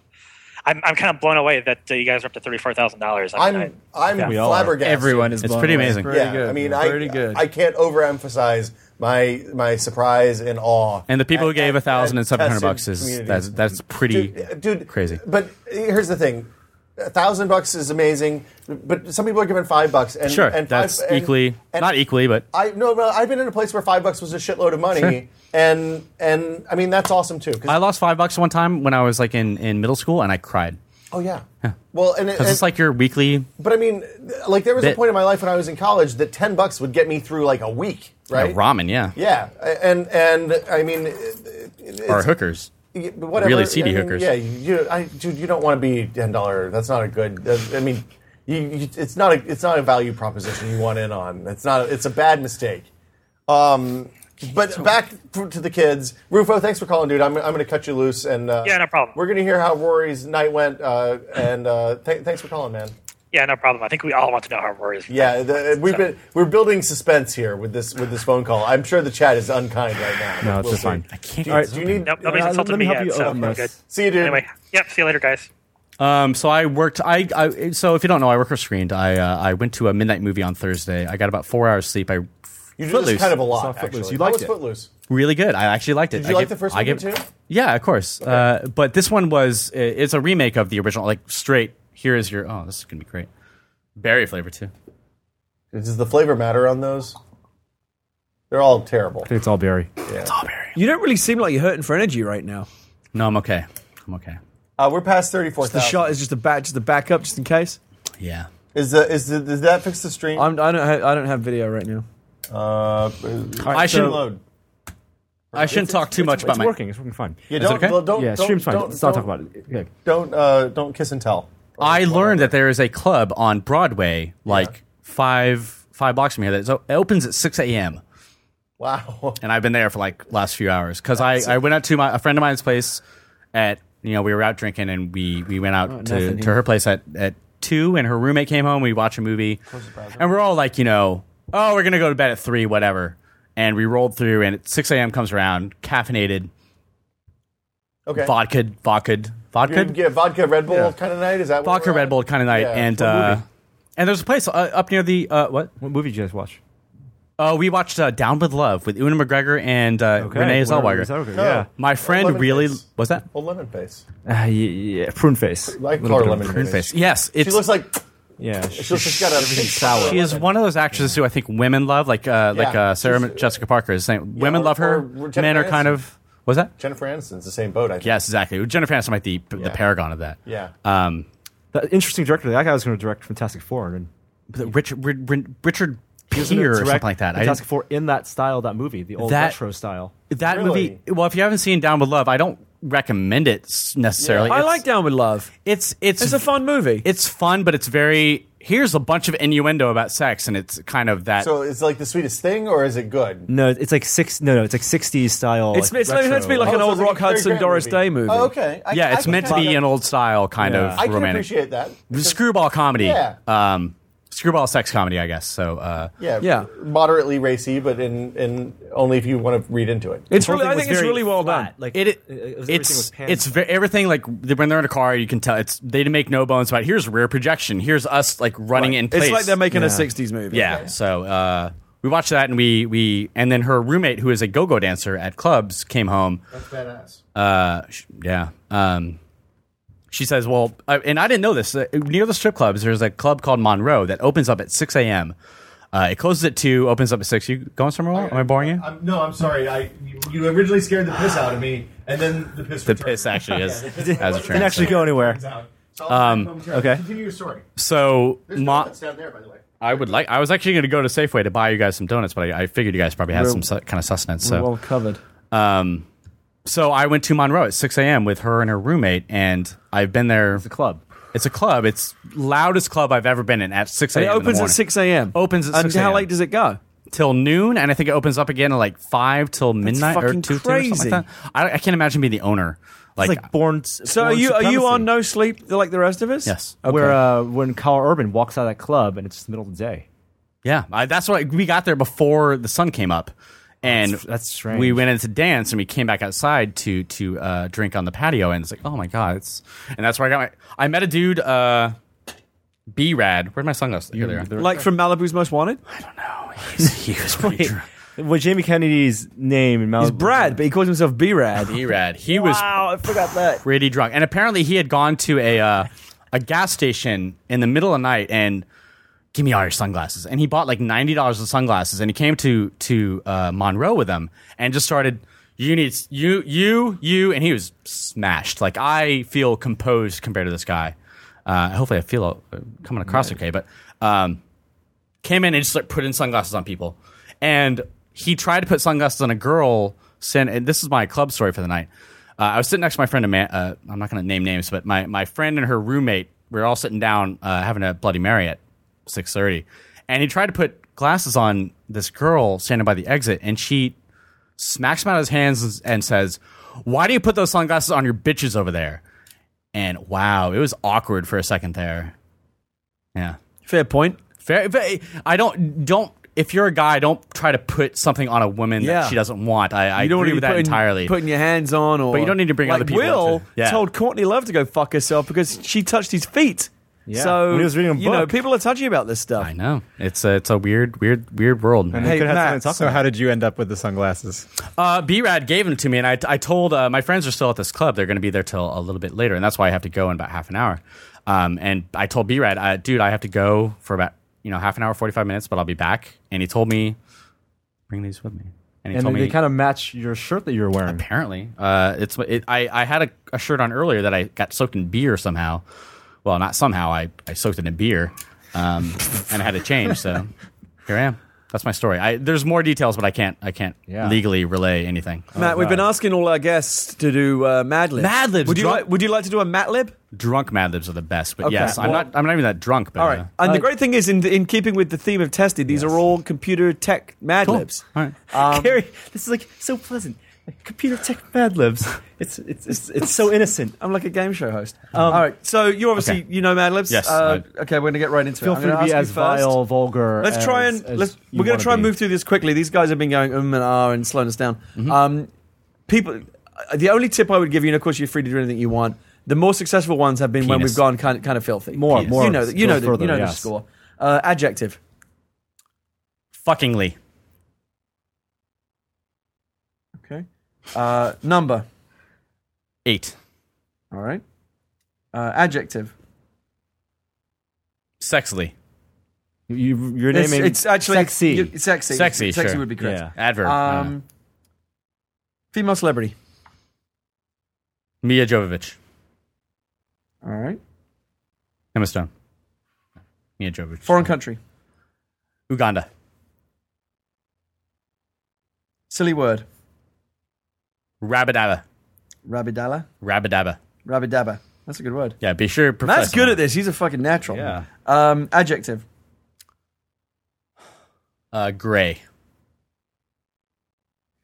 Speaker 7: I'm, I'm kind of blown away that uh, you guys are up to thirty four thousand dollars.
Speaker 1: I'm I'm
Speaker 2: We all are.
Speaker 1: flabbergasted.
Speaker 5: Everyone is
Speaker 6: It's
Speaker 5: blown
Speaker 6: pretty
Speaker 5: away.
Speaker 6: amazing.
Speaker 5: Pretty
Speaker 1: Yeah,
Speaker 5: good.
Speaker 1: I mean,
Speaker 5: Pretty
Speaker 1: I
Speaker 5: good.
Speaker 1: I can't overemphasize my my surprise and awe.
Speaker 6: And the people who
Speaker 1: at-
Speaker 6: gave
Speaker 1: at-
Speaker 6: a thousand
Speaker 1: at
Speaker 6: and seven hundred
Speaker 1: tested
Speaker 6: bucks is
Speaker 1: communities.
Speaker 6: that's that's pretty
Speaker 1: dude, dude,
Speaker 6: crazy.
Speaker 1: But here's the thing: a thousand bucks is amazing, but some people are given five bucks, and
Speaker 6: Sure,
Speaker 1: and five-
Speaker 6: that's
Speaker 1: and-
Speaker 6: equally
Speaker 1: and
Speaker 6: not e- equally, but
Speaker 1: I no, no, I've been in a place where five bucks was a shitload of money,
Speaker 6: Sure.
Speaker 1: and and I mean that's awesome too. 'cause-
Speaker 6: I lost five bucks one time when I was like in, in middle school, and I cried
Speaker 1: oh yeah. Well, and, it,
Speaker 6: because it's
Speaker 1: and-
Speaker 6: like your weekly.
Speaker 1: but I mean, like there was a
Speaker 6: Bit.
Speaker 1: point in my life when I was in college that ten bucks would get me through like a week, right?
Speaker 6: Yeah, ramen, yeah.
Speaker 1: Yeah, and and I mean,
Speaker 6: Or hookers.
Speaker 1: y- whatever.
Speaker 6: Really seedy
Speaker 1: I mean,
Speaker 6: hookers.
Speaker 1: Yeah, you, I, dude, you don't want to be ten dollar. That's not a good. that's- I mean, you, you, it's not a it's not a value proposition you want in on. It's not. It's a bad mistake. Um, but back f- to the kids. Rufo, thanks for calling, dude. I'm, I'm going to cut you loose and uh,
Speaker 7: Yeah, no problem.
Speaker 1: We're going to hear how Rory's night went, uh, and uh, th- thanks for calling, man.
Speaker 7: yeah, no problem. I think we all want to know how Rory is.
Speaker 1: Yeah, the, uh, we've been we're building suspense here with this with this phone call. I'm sure the chat is unkind right now.
Speaker 2: No, it's
Speaker 1: We'll
Speaker 2: just
Speaker 1: see.
Speaker 2: fine.
Speaker 6: I can't.
Speaker 1: Do you, do you need?
Speaker 7: Nope, nobody's
Speaker 2: Uh,
Speaker 7: insulted
Speaker 2: let me
Speaker 7: me
Speaker 2: help
Speaker 7: yet,
Speaker 2: you
Speaker 7: so
Speaker 2: open
Speaker 7: we're
Speaker 2: this.
Speaker 7: good.
Speaker 1: See you, dude.
Speaker 7: Anyway, yep. See you later, guys.
Speaker 6: Um, so I worked. I, I so if you don't know, I work for Screened. I uh, I went to a midnight movie on Thursday. I got about four hours sleep. I
Speaker 1: You did
Speaker 6: Footloose.
Speaker 1: this kind of a
Speaker 2: Saw
Speaker 1: lot.
Speaker 2: Footloose.
Speaker 1: Actually,
Speaker 2: You
Speaker 1: How
Speaker 2: liked
Speaker 1: was
Speaker 2: it.
Speaker 1: Footloose?
Speaker 6: really good. I actually liked it.
Speaker 1: Did you like the first
Speaker 6: I
Speaker 1: movie
Speaker 6: give-
Speaker 1: too?
Speaker 6: Yeah, of course. Uh, but this one was i- it's a remake of the original. Like straight here is your oh this is gonna be great. Berry flavor too.
Speaker 1: Does the flavor matter on those? They're all terrible.
Speaker 2: think it's all Barry.
Speaker 4: You don't really seem like you're hurting for energy right now.
Speaker 6: No, I'm okay. I'm okay.
Speaker 1: Uh, we're past thirty-four
Speaker 4: The
Speaker 1: thousand.
Speaker 4: shot is just a back, just a backup, just in case.
Speaker 6: Yeah.
Speaker 1: Is the is the, does that fix the stream?
Speaker 4: I'm, I don't, have, I don't have video right now.
Speaker 1: uh,
Speaker 6: I shouldn't.
Speaker 1: load.
Speaker 6: I shouldn't talk too much
Speaker 2: it's,
Speaker 6: about
Speaker 2: it's
Speaker 6: my.
Speaker 2: working. It's working fine.
Speaker 1: Yeah,
Speaker 6: Is it
Speaker 1: don't,
Speaker 6: okay?
Speaker 1: don't, don't
Speaker 2: yeah, stream's fine.
Speaker 1: Don't,
Speaker 2: Let's not
Speaker 1: don't-
Speaker 2: talk about it. Yeah.
Speaker 1: Don't uh, don't kiss and tell.
Speaker 6: I learned that there is a club on Broadway, like five five blocks from here, that is, it opens at six a.m.
Speaker 1: Wow.
Speaker 6: and I've been there for like last few hours because I, I went out to my a friend of mine's place at you know we were out drinking and we we went
Speaker 1: Oh,
Speaker 6: out to, to her place at at two and her roommate came home we watched a movie and we're all like you know oh we're gonna go to bed at three whatever and we rolled through and at six a.m. comes around caffeinated
Speaker 1: Okay.
Speaker 6: vodka vodka
Speaker 1: You
Speaker 6: vodka
Speaker 1: didn't get vodka Red Bull kind of night. Is that what
Speaker 6: vodka
Speaker 1: we're
Speaker 6: Red
Speaker 1: at?
Speaker 6: Bull kind of night
Speaker 1: Yeah.
Speaker 6: and uh, and there's a place uh, up near the uh, what
Speaker 2: What movie did you guys watch?
Speaker 6: uh, we watched uh, Down with Love with Una McGregor and uh, Renee
Speaker 2: Whatever.
Speaker 6: Zellweger.
Speaker 2: Zellweger,
Speaker 1: No.
Speaker 2: Yeah.
Speaker 6: My friend
Speaker 1: Lemon
Speaker 6: really
Speaker 1: Face.
Speaker 6: was that
Speaker 1: Old lemon face.
Speaker 2: Uh, yeah, yeah. Prune face.
Speaker 1: Like
Speaker 2: Little
Speaker 1: Carl
Speaker 2: bit of
Speaker 1: Lemon
Speaker 2: prune
Speaker 1: Face.
Speaker 6: face. Yes, it's
Speaker 1: She looks like
Speaker 2: Yeah. sh-
Speaker 1: she looks like she's got a pink sour.
Speaker 6: She is one of those actresses who I think women love, like uh, like
Speaker 1: Yeah.
Speaker 6: uh, Sarah
Speaker 1: She's-
Speaker 6: Jessica Parker is saying women
Speaker 1: or-
Speaker 6: love her.
Speaker 1: or Jennifer
Speaker 6: Men are kind
Speaker 1: Aniston.
Speaker 6: of was that?
Speaker 1: Jennifer Aniston's the same boat. I think.
Speaker 6: Yes, exactly. Jennifer Aniston might be p-
Speaker 1: Yeah.
Speaker 6: the paragon of that.
Speaker 1: Yeah.
Speaker 6: Um,
Speaker 2: that interesting director. That guy was going to direct Fantastic Four and
Speaker 6: but Richard Richard, Richard
Speaker 2: Isn't it
Speaker 6: Peer or
Speaker 2: direct
Speaker 6: something like that. I
Speaker 2: Fantastic
Speaker 6: didn't-
Speaker 2: Four in that style, that movie, the old
Speaker 6: That-
Speaker 2: retro style.
Speaker 6: that
Speaker 1: Really?
Speaker 6: movie. Well, if you haven't seen Down with Love, I don't recommend it s- necessarily.
Speaker 4: I
Speaker 6: It's-
Speaker 4: like Down with Love.
Speaker 6: It's it's
Speaker 4: It's a fun movie.
Speaker 6: It's fun, but it's very. Here's a bunch of innuendo about sex, and it's kind of that.
Speaker 1: So it's like the sweetest thing, or is it good?
Speaker 2: No, it's like six. No, no, it's like sixties style.
Speaker 4: It's,
Speaker 2: like
Speaker 4: it's like- it's meant to be like
Speaker 1: Oh,
Speaker 4: an
Speaker 1: so
Speaker 4: old
Speaker 1: it's like
Speaker 4: Rock
Speaker 1: a Cary
Speaker 4: Hudson,
Speaker 1: Grant
Speaker 4: Doris
Speaker 1: movie.
Speaker 4: Day movie.
Speaker 1: Oh, okay. I-
Speaker 6: yeah,
Speaker 1: I
Speaker 6: it's
Speaker 1: can
Speaker 6: meant to be
Speaker 1: kinda-
Speaker 6: an old style kind
Speaker 2: Yeah.
Speaker 6: of
Speaker 1: I can
Speaker 6: romantic.
Speaker 1: appreciate that.
Speaker 6: screwball comedy.
Speaker 1: Yeah.
Speaker 6: Um, screwball sex comedy, I guess. So uh,
Speaker 1: Yeah,
Speaker 4: Yeah.
Speaker 1: moderately racy, but in in only if you want to read into it.
Speaker 4: It's
Speaker 2: whole
Speaker 4: really,
Speaker 2: thing
Speaker 4: I
Speaker 2: was
Speaker 4: think it's
Speaker 2: very
Speaker 4: really well
Speaker 2: flat.
Speaker 4: done.
Speaker 2: Like
Speaker 6: it, it-
Speaker 2: was- everything was
Speaker 6: it's
Speaker 2: pan-
Speaker 6: it's ve- everything like when they're in a car, you can tell it's they didn't make no bones about here's rear projection, here's us like running in place.
Speaker 4: It's like they're making
Speaker 2: Yeah.
Speaker 4: a '60s movie.
Speaker 6: yeah. So uh, we watched that, and we we and then her roommate, who is a go-go dancer at clubs, came home.
Speaker 1: Badass.
Speaker 6: Uh, sh- yeah. Um, she says, "Well," I, and I didn't know this. Uh, near the strip clubs, there's a club called Monroe that opens up at 6 a.m. Uh, it closes at two, opens up at six. You going somewhere? Will? Am I boring you?
Speaker 1: I'm, no, I'm sorry. I you, you originally scared the piss out of me, and then the piss.
Speaker 6: the piss actually is as a
Speaker 2: didn't actually go anywhere.
Speaker 1: Um,
Speaker 2: okay.
Speaker 1: Continue your story.
Speaker 6: So Ma-
Speaker 1: down there, by the way.
Speaker 6: I would like. I was actually going to go to Safeway to buy you guys some donuts, but I, I figured you guys probably had some su- kind of sustenance. So
Speaker 4: well covered.
Speaker 6: um, so I went to Monroe at 6 a.m. with her and her roommate, and I've been there. It's a
Speaker 2: club.
Speaker 6: It's a club. It's loudest club I've ever been in at 6 a.m.
Speaker 4: It
Speaker 6: in the
Speaker 4: opens at
Speaker 6: morning.
Speaker 4: 6 a.m.
Speaker 6: Opens at
Speaker 4: and
Speaker 6: 6
Speaker 4: how
Speaker 6: a.m..
Speaker 4: late does it go?
Speaker 6: till noon, and I think it opens up again at like five till midnight or
Speaker 4: fucking
Speaker 6: two, two or something
Speaker 4: crazy.
Speaker 6: like that. I, I can't imagine being the owner. Like,
Speaker 2: It's like born.
Speaker 6: Oh,
Speaker 4: So are you are you on no sleep like the rest of us?
Speaker 6: Yes.
Speaker 2: Where uh, when Carl Urban walks out of that club and it's the middle of the day.
Speaker 6: yeah, I, that's what we got there before the sun came up, And
Speaker 2: That's- that's strange.
Speaker 6: We went into dance and we came back outside to to uh, drink on the patio, and it's like, oh my god, it's and that's where I got my. I met a dude, uh, B Rad. Where's my sunglasses? Here they are.
Speaker 4: Like from Malibu's Most Wanted?
Speaker 6: he was pretty drunk.
Speaker 2: Well, Jamie Kennedy's name in Malibu.
Speaker 4: He's Brad, but he calls himself B Rad.
Speaker 6: B Rad. He was
Speaker 4: Wow, I forgot that.
Speaker 6: pretty drunk, and apparently he had gone to a uh, a gas station in the middle of the night and give me all your sunglasses. And he bought like ninety dollars of sunglasses, and he came to to uh, Monroe with them and just started. You need you you you, and he was smashed. Like I feel composed compared to this guy. Uh, hopefully, I feel uh, coming across okay, but um, came in and just like put in sunglasses on people. And he tried to put sunglasses on a girl. Sent, and this is my club story for the night. Uh, I was sitting next to my friend. Ama- uh, I'm not going to name names, but my, my friend and her roommate. We were all sitting down uh, having a Bloody Mary at 6:30, and he tried to put glasses on this girl standing by the exit, and she smacks him out of his hands and says, "Why do you put those sunglasses on your bitches over there?" And wow, it was awkward for a second there. Yeah.
Speaker 4: Fair point.
Speaker 6: Fair, but I don't don't. If you're a guy, don't try to put something on a woman
Speaker 4: Yeah.
Speaker 6: that she doesn't want. I, I
Speaker 4: You don't
Speaker 6: agree
Speaker 4: need
Speaker 6: with
Speaker 4: to
Speaker 6: that
Speaker 4: be putting,
Speaker 6: entirely.
Speaker 4: Putting your hands on, or
Speaker 6: But you don't need to bring
Speaker 4: like
Speaker 6: other people
Speaker 4: Will
Speaker 6: into it. Yeah.
Speaker 4: told Courtney Love to go fuck herself because she touched his feet.
Speaker 2: Yeah.
Speaker 4: So
Speaker 2: When he was reading a
Speaker 4: you know,
Speaker 2: book.
Speaker 4: people are touchy about this stuff.
Speaker 6: I know it's a
Speaker 4: Uh,
Speaker 6: it's a weird weird weird world.
Speaker 5: They
Speaker 4: Hey,
Speaker 5: could have
Speaker 4: Matt,
Speaker 5: something to talk so how did you end up with the sunglasses?
Speaker 6: Uh, B Rad gave them to me, and I I told uh, my friends are still at this club. They're going to be there till a little bit later, and that's why I have to go in about half an hour. Um, and I told B Rad, uh, dude, I have to go for about you know half an hour, forty five minutes, but I'll be back. And he told me bring these with me. And he
Speaker 2: And
Speaker 6: told
Speaker 2: they
Speaker 6: me
Speaker 2: kind of match your shirt that you're wearing.
Speaker 6: Apparently, uh, it's it, I I had a, a shirt on earlier that I got soaked in beer somehow. Well, not somehow. I, I soaked it in beer, um, and I had to change. So here I am. That's my story. I, there's more details, but I can't I can't
Speaker 2: Yeah.
Speaker 6: legally relay anything.
Speaker 4: Matt, we've been asking all our guests to do uh, Mad Libs.
Speaker 6: Mad Libs,
Speaker 4: Would you,
Speaker 6: drunk-
Speaker 4: like, would you like to do a Mad Lib?
Speaker 6: Drunk Mad Libs are the best, but
Speaker 4: Okay.
Speaker 6: yes, I'm
Speaker 4: Well-
Speaker 6: not I'm not even that drunk. But
Speaker 4: All right.
Speaker 6: uh,
Speaker 4: and the great thing is, in, in keeping with the theme of Tested, these are all computer tech Mad Libs.
Speaker 6: all right.
Speaker 2: Gary, this is like so pleasant. Like, computer tech Mad Libs. It's it's it's, it's so innocent.
Speaker 4: I'm like a game show host. all right. So you
Speaker 6: Um,
Speaker 4: obviously
Speaker 6: okay.
Speaker 4: you know Mad Libs.
Speaker 6: Yes,
Speaker 4: Uh,
Speaker 6: I-
Speaker 4: okay, we're gonna get right into
Speaker 2: Feel
Speaker 4: it. I'm
Speaker 2: free to
Speaker 4: gonna
Speaker 2: be
Speaker 4: ask
Speaker 2: as
Speaker 4: you first.
Speaker 2: vile, vulgar.
Speaker 4: Let's try
Speaker 2: as-
Speaker 4: and
Speaker 2: as
Speaker 4: let's,
Speaker 2: you
Speaker 4: we're going
Speaker 2: wanna
Speaker 4: to try and
Speaker 2: be.
Speaker 4: move through this quickly. These guys have been going um and ah and slowing us down.
Speaker 6: Mm-hmm.
Speaker 4: Um, people, uh, the only tip I would give you, and of course you're free to do anything you want. The more successful ones have been when
Speaker 6: Penis.
Speaker 4: we've gone kind of, kind of filthy.
Speaker 2: More, Penis. more
Speaker 4: You know, the, you know,
Speaker 2: goes
Speaker 4: the,
Speaker 2: further,
Speaker 4: you know the
Speaker 2: yes.
Speaker 4: score. Uh, adjective.
Speaker 6: fuckingly
Speaker 4: Okay. Uh, number.
Speaker 6: eight
Speaker 4: All right. Uh, adjective.
Speaker 6: sexily
Speaker 2: You- You, your name
Speaker 4: It's,
Speaker 2: is
Speaker 4: it's actually
Speaker 2: sexy.
Speaker 4: you- it's sexy.
Speaker 6: Sexy,
Speaker 4: Sexy
Speaker 6: sure.
Speaker 4: would be correct.
Speaker 6: adverb I don't know.
Speaker 4: Um, female celebrity.
Speaker 6: Mia Jovovich
Speaker 4: All right.
Speaker 6: Emma Stone Mia Jovovich
Speaker 4: Foreign country.
Speaker 6: Uganda
Speaker 4: Silly word.
Speaker 6: Rabadaba
Speaker 4: Rabidala.
Speaker 6: Rabadaba
Speaker 4: Rabidaba. That's a good word.
Speaker 6: Yeah, be sure.
Speaker 4: Matt's good at this. He's a fucking natural.
Speaker 6: Yeah.
Speaker 4: Um, adjective.
Speaker 6: Uh, gray.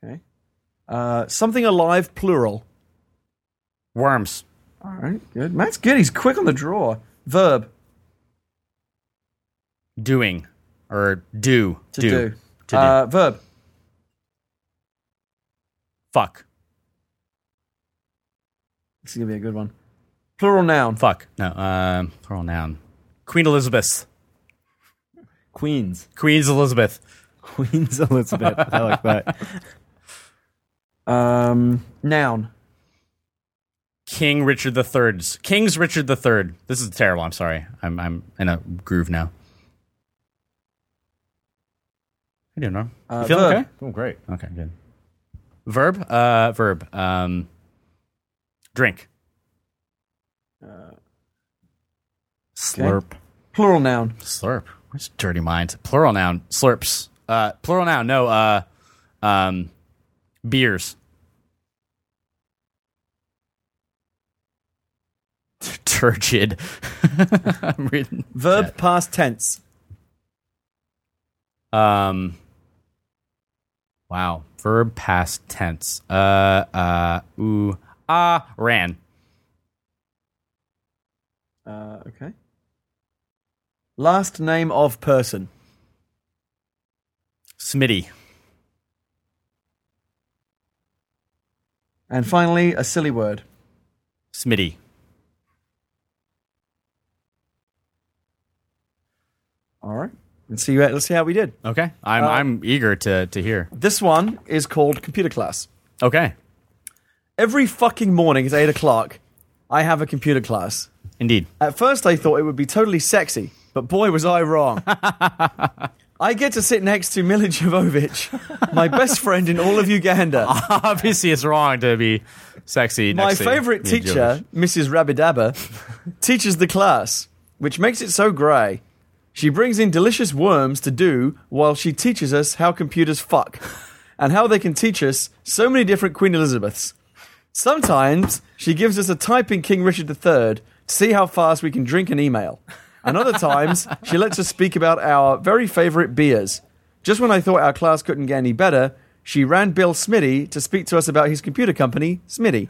Speaker 4: Okay. Uh, something alive, plural.
Speaker 6: Worms.
Speaker 4: All right, good. Matt's good. He's quick on the draw. Verb
Speaker 6: Doing. Or do.
Speaker 4: to
Speaker 6: do.
Speaker 4: do.
Speaker 6: To
Speaker 4: uh,
Speaker 6: do.
Speaker 4: Verb.
Speaker 6: Fuck.
Speaker 4: This is gonna be a good one. Plural noun.
Speaker 6: Fuck. No. Um, plural noun. Queen Elizabeth.
Speaker 2: Queens.
Speaker 6: Queen's Elizabeth.
Speaker 2: Queens Elizabeth. I like that.
Speaker 4: Um, noun.
Speaker 6: King Richard the Third's. King's Richard the Third. This is terrible. I'm sorry. I'm I'm in a groove now. How you doing, Norm?
Speaker 4: Uh,
Speaker 6: you feeling
Speaker 4: verb.
Speaker 6: okay?
Speaker 2: Oh, great.
Speaker 6: Okay, good. Verb. Uh, verb. Um, drink.
Speaker 4: Uh,
Speaker 2: Slurp.
Speaker 4: Plural noun.
Speaker 6: Slurp. Where's dirty minds? Plural noun. Slurps. Uh, plural noun. No. Uh, um, beers. Turgid. I'm reading.
Speaker 4: Verb past tense.
Speaker 6: Um. Wow. Verb past tense. Uh. Uh. Ooh. Ah. ran.
Speaker 4: Uh, okay. Last name of person.
Speaker 6: Smitty.
Speaker 4: And finally, a silly word.
Speaker 6: Smitty.
Speaker 4: All right. Let's see, let's see how we did.
Speaker 6: Okay,
Speaker 4: Uh,
Speaker 6: I'm I'm eager to to hear.
Speaker 4: This one is called computer class.
Speaker 6: Okay,
Speaker 4: Every fucking morning at 8 o'clock, I have a computer class.
Speaker 6: indeed.
Speaker 4: At first, I thought it would be totally sexy, but boy, was I wrong. I get to sit next to Mila Jovovich, my best friend in all of Uganda.
Speaker 6: Obviously, it's wrong to be sexy.
Speaker 4: My
Speaker 6: next to
Speaker 4: favorite
Speaker 6: Mila
Speaker 4: teacher, Mrs. Rabidaba, teaches the class, which makes it so grey. She brings in delicious worms to do while she teaches us how computers fuck and how they can teach us so many different Queen Elizabeths. Sometimes she gives us a type in King Richard III to see how fast we can drink an email. And other times she lets us speak about our very favourite beers. Just when I thought our class couldn't get any better, she ran Bill Smitty to speak to us about his computer company, Smitty.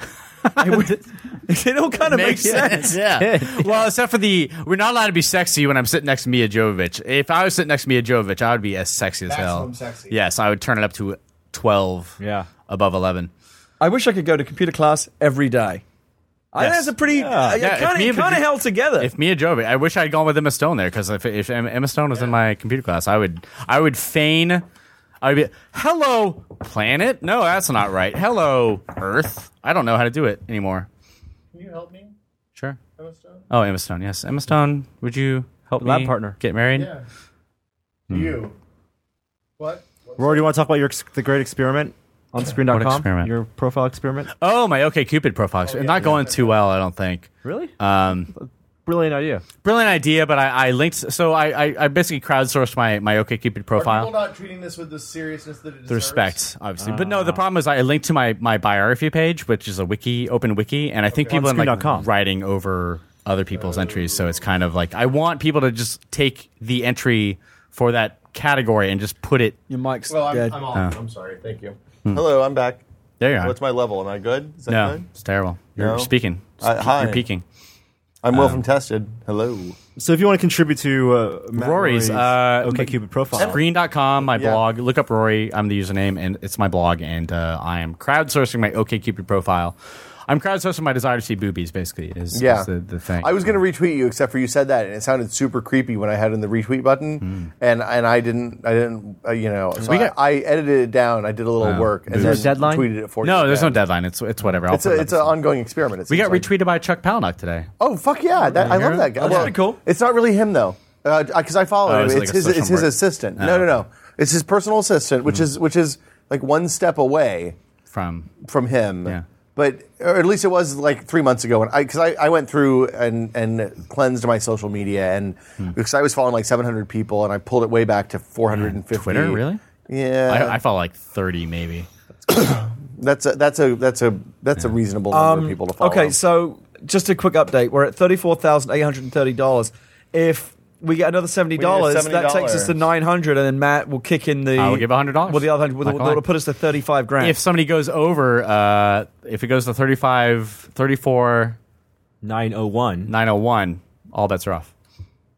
Speaker 4: It, would- it all kind of makes, sense.
Speaker 6: Jovovich. yeah. Well, except for the we're not allowed to be sexy when I'm sitting next to Mia Jovovich. If I was sitting next to Mia Jovovich, I would be as sexy as hell.
Speaker 1: Maximum sexy.
Speaker 6: Yes, I would turn it up to twelve.
Speaker 5: Yeah.
Speaker 6: above eleven.
Speaker 4: I wish I could go to computer class every day. I think
Speaker 6: Yes.
Speaker 4: that's a pretty uh,
Speaker 6: Yeah, if
Speaker 4: kind
Speaker 6: me
Speaker 4: of
Speaker 6: and
Speaker 4: kind of
Speaker 6: Vijay-
Speaker 4: held together.
Speaker 6: If Mia Jovovich, I wish I'd gone with Emma Stone there because if, if Em- Emma Stone was in my computer class, I would I would feign. I would be hello planet. No, that's not right. Hello Earth. I don't know how to do it anymore.
Speaker 1: Can you help me,
Speaker 6: Sure.
Speaker 1: Emma Stone?
Speaker 6: Oh, Emma Stone. Yes, Emma Stone. Would you help
Speaker 2: Lab
Speaker 6: me
Speaker 2: partner.
Speaker 6: get married?
Speaker 1: Yeah.
Speaker 6: Hmm.
Speaker 1: You. What?
Speaker 2: Rory, do you want to talk about your ex- the great experiment on
Speaker 6: What
Speaker 2: Screen.com?
Speaker 6: experiment?
Speaker 2: Your profile experiment.
Speaker 6: Oh my. Okay, Cupid profile. It's not going too well. I don't think.
Speaker 2: Really?
Speaker 6: Um,
Speaker 2: Brilliant idea.
Speaker 6: brilliant idea, but I, I linked. So I, I, I basically crowdsourced my my OkCupid profile.
Speaker 1: People not treating this with the seriousness that it deserves.
Speaker 6: the respect, obviously. but no, the
Speaker 2: Ah.
Speaker 6: problem is I linked to my, my biography page, which is a wiki, open wiki, and I think people
Speaker 2: On
Speaker 6: are like
Speaker 2: screen.com.
Speaker 6: writing over other people's entries. So it's kind of like I want people to just take the entry for that category and just put it Oh.
Speaker 4: Your mic's
Speaker 1: Well, I'm,
Speaker 4: dead.
Speaker 1: I'm off. I'm sorry. Thank you. Hello, I'm back.
Speaker 6: Hmm. there. You are.
Speaker 1: What's my level? Am I good? Is that
Speaker 6: no,
Speaker 1: good?
Speaker 6: it's terrible. You're
Speaker 1: No?
Speaker 6: speaking.
Speaker 1: Uh, hi.
Speaker 6: You're peaking.
Speaker 1: I'm well from tested. Hello.
Speaker 2: So if you want to contribute to uh, Matt
Speaker 6: Rory's, uh,
Speaker 2: OK Cupid profile,
Speaker 6: Screen.com, my
Speaker 1: Yeah.
Speaker 6: blog. Look up Rory. I'm the username, and it's my blog. And uh, I am crowdsourcing my OKCupid profile. I'm crowdsourcing my desire to see boobies. Basically, is,
Speaker 1: Yeah.
Speaker 6: is the, the thing.
Speaker 1: I was going to retweet you, except for you said that, and it sounded super creepy when I had in the retweet button, and and I didn't, I didn't, uh, you know, so
Speaker 6: Hmm. We got-
Speaker 1: I, I edited it down. I did a little work, and
Speaker 2: Is there a
Speaker 1: then
Speaker 2: deadline?
Speaker 1: tweeted it for you.
Speaker 6: Uh, No, there's
Speaker 1: Yeah.
Speaker 6: no deadline. It's it's whatever. I'll
Speaker 1: It's
Speaker 6: put
Speaker 1: a
Speaker 6: it
Speaker 1: it's
Speaker 6: up
Speaker 1: an
Speaker 6: as-
Speaker 1: ongoing experiment. It
Speaker 6: we got
Speaker 1: seems like.
Speaker 6: retweeted by Chuck Palahniuk today.
Speaker 1: Oh fuck yeah! That, I love that guy.
Speaker 6: That's
Speaker 1: Well,
Speaker 4: pretty cool.
Speaker 1: It's not really him though, because I follow
Speaker 6: Oh,
Speaker 1: him.
Speaker 6: is
Speaker 1: It's,
Speaker 6: it like a
Speaker 1: his
Speaker 6: social Ah.
Speaker 1: it's his
Speaker 6: work?
Speaker 1: assistant. No, no, no. It's his personal assistant, which is which is like one step away
Speaker 6: From
Speaker 1: from him.
Speaker 6: Yeah.
Speaker 1: But or at least it was like three months ago when I because I, I went through and and cleansed my social media and
Speaker 6: Hmm.
Speaker 1: because I was following like 700 people and I pulled it way back to 450.
Speaker 6: Twitter, really?
Speaker 1: Yeah,
Speaker 6: I, I follow like 30 maybe.
Speaker 1: that's a that's a that's a that's a reasonable number of people to follow.
Speaker 4: Um, okay, so just a quick update. We're at thirty-four thousand eight hundred and thirty dollars. If we get another seventy dollars, that takes us to
Speaker 1: $70.
Speaker 4: nine hundred, and then Matt will kick in the.
Speaker 6: I will give $100.
Speaker 4: Well, the other hundred will
Speaker 6: Not gonna
Speaker 4: will
Speaker 6: lie.
Speaker 4: put us to thirty-five grand.
Speaker 6: If somebody goes over, uh, if it goes to 35, 34,
Speaker 2: 901.
Speaker 6: 901, all bets are off.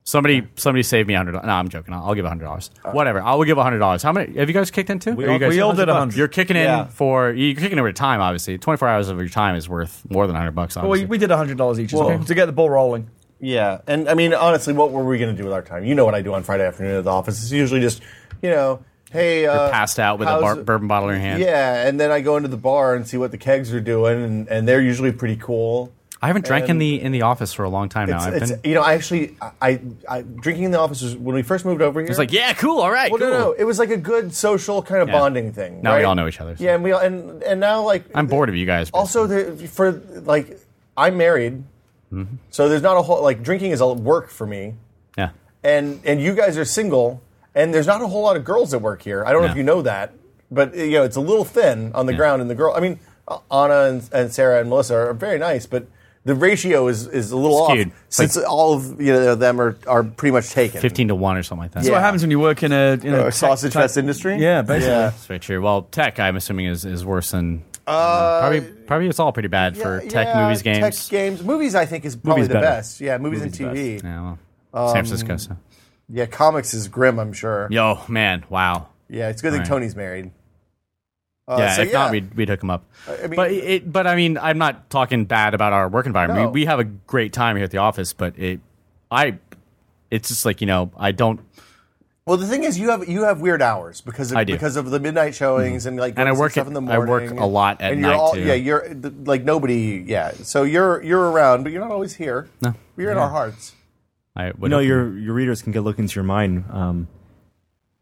Speaker 6: Somebody, somebody save me hundred. No, I'm joking. I'll, I'll give hundred dollars. Whatever. I will give hundred dollars. How many have you guys kicked into?
Speaker 2: We
Speaker 6: Are
Speaker 2: all-
Speaker 6: you guys,
Speaker 4: we all did 100.
Speaker 6: You're kicking in
Speaker 1: Yeah.
Speaker 6: for you're kicking over time. Obviously, 24 hours of your time is worth more than hundred bucks.
Speaker 4: well, we,
Speaker 6: Obviously.
Speaker 4: we did hundred dollars each as well, to get the ball rolling.
Speaker 1: Yeah, and I mean, honestly, what were we going to do with our time? You know what I do on Friday afternoon at the office? It's usually just, you know, hey, uh,
Speaker 6: passed out with a
Speaker 1: how's-
Speaker 6: bar- bourbon bottle in your hand.
Speaker 1: Yeah, and then I go into the bar and see what the kegs are doing, and, and they're usually pretty cool.
Speaker 6: I haven't drank in
Speaker 1: And-
Speaker 6: the in the office for a long time now.
Speaker 1: It's,
Speaker 6: I've
Speaker 1: it's-
Speaker 6: been.
Speaker 1: you know, I actually, I, I, I drinking in the office was when we first moved over here.
Speaker 6: It's like yeah, cool. All right,
Speaker 1: Well,
Speaker 6: cool.
Speaker 1: no, no, it was like a good social kind of
Speaker 6: Yeah.
Speaker 1: bonding thing.
Speaker 6: Now we
Speaker 1: right?
Speaker 6: all know each other, so.
Speaker 1: Yeah, and we all, and and now like
Speaker 6: I'm bored of you guys.
Speaker 1: also there, for like I'm married,
Speaker 6: Mm-hmm.
Speaker 1: so there's not a whole like drinking is a work for me.
Speaker 6: yeah.
Speaker 1: and and you guys are single, and there's not a whole lot of girls that work here. I don't know if
Speaker 6: No.
Speaker 1: you know that, but uh, you know it's a little thin on the ground. And the girl, I mean, uh, Anna and, and Sarah and Melissa are very nice, but the ratio is is a little
Speaker 6: Skewed.
Speaker 1: off since all of you know them are are pretty much taken.
Speaker 6: 15 to 1 or something like that.
Speaker 1: Yeah.
Speaker 4: What happens when you work in a, in a
Speaker 1: Uh,
Speaker 4: tech-
Speaker 1: sausage
Speaker 4: tech-
Speaker 1: fest industry.
Speaker 4: Yeah, basically.
Speaker 1: Yeah.
Speaker 6: That's very true. Well, tech, I'm assuming, is, is worse than.
Speaker 1: Uh,
Speaker 6: Probably, probably it's all pretty bad for
Speaker 1: Yeah,
Speaker 6: tech,
Speaker 1: yeah,
Speaker 6: movies,
Speaker 1: tech
Speaker 6: games.
Speaker 1: games. Movies, I think, is probably
Speaker 2: Movies
Speaker 1: the
Speaker 2: better.
Speaker 1: best. Yeah, movies, and TV. Yeah.
Speaker 6: Yeah, well, San Francisco. So.
Speaker 1: comics is grim. I'm sure.
Speaker 6: Yo, man, wow.
Speaker 1: Yeah, it's a good thing
Speaker 6: Right.
Speaker 1: Tony's married. Uh,
Speaker 6: yeah,
Speaker 1: so
Speaker 6: if not, we'd, we'd hook them up.
Speaker 1: I mean-
Speaker 6: but it, but I mean, I'm not talking bad about our work environment.
Speaker 1: No.
Speaker 6: We, we have a great time here at the office, but it, I, it's just like you know, I don't,
Speaker 1: Well, the thing is, you have you have weird hours because of,
Speaker 6: I do. Mm-hmm.
Speaker 1: because of the midnight showings and like
Speaker 6: And I
Speaker 1: doing
Speaker 6: work
Speaker 1: stuff
Speaker 6: at-
Speaker 1: in the
Speaker 6: I
Speaker 1: morning.
Speaker 6: work a lot at
Speaker 1: and you're
Speaker 6: night,
Speaker 1: all,
Speaker 6: too.
Speaker 1: Yeah, you're th- like nobody. Yeah, so you're you're around, but you're not always here.
Speaker 6: No.
Speaker 1: you're in our hearts.
Speaker 6: I would
Speaker 2: You know, your your readers can get look into your mind um,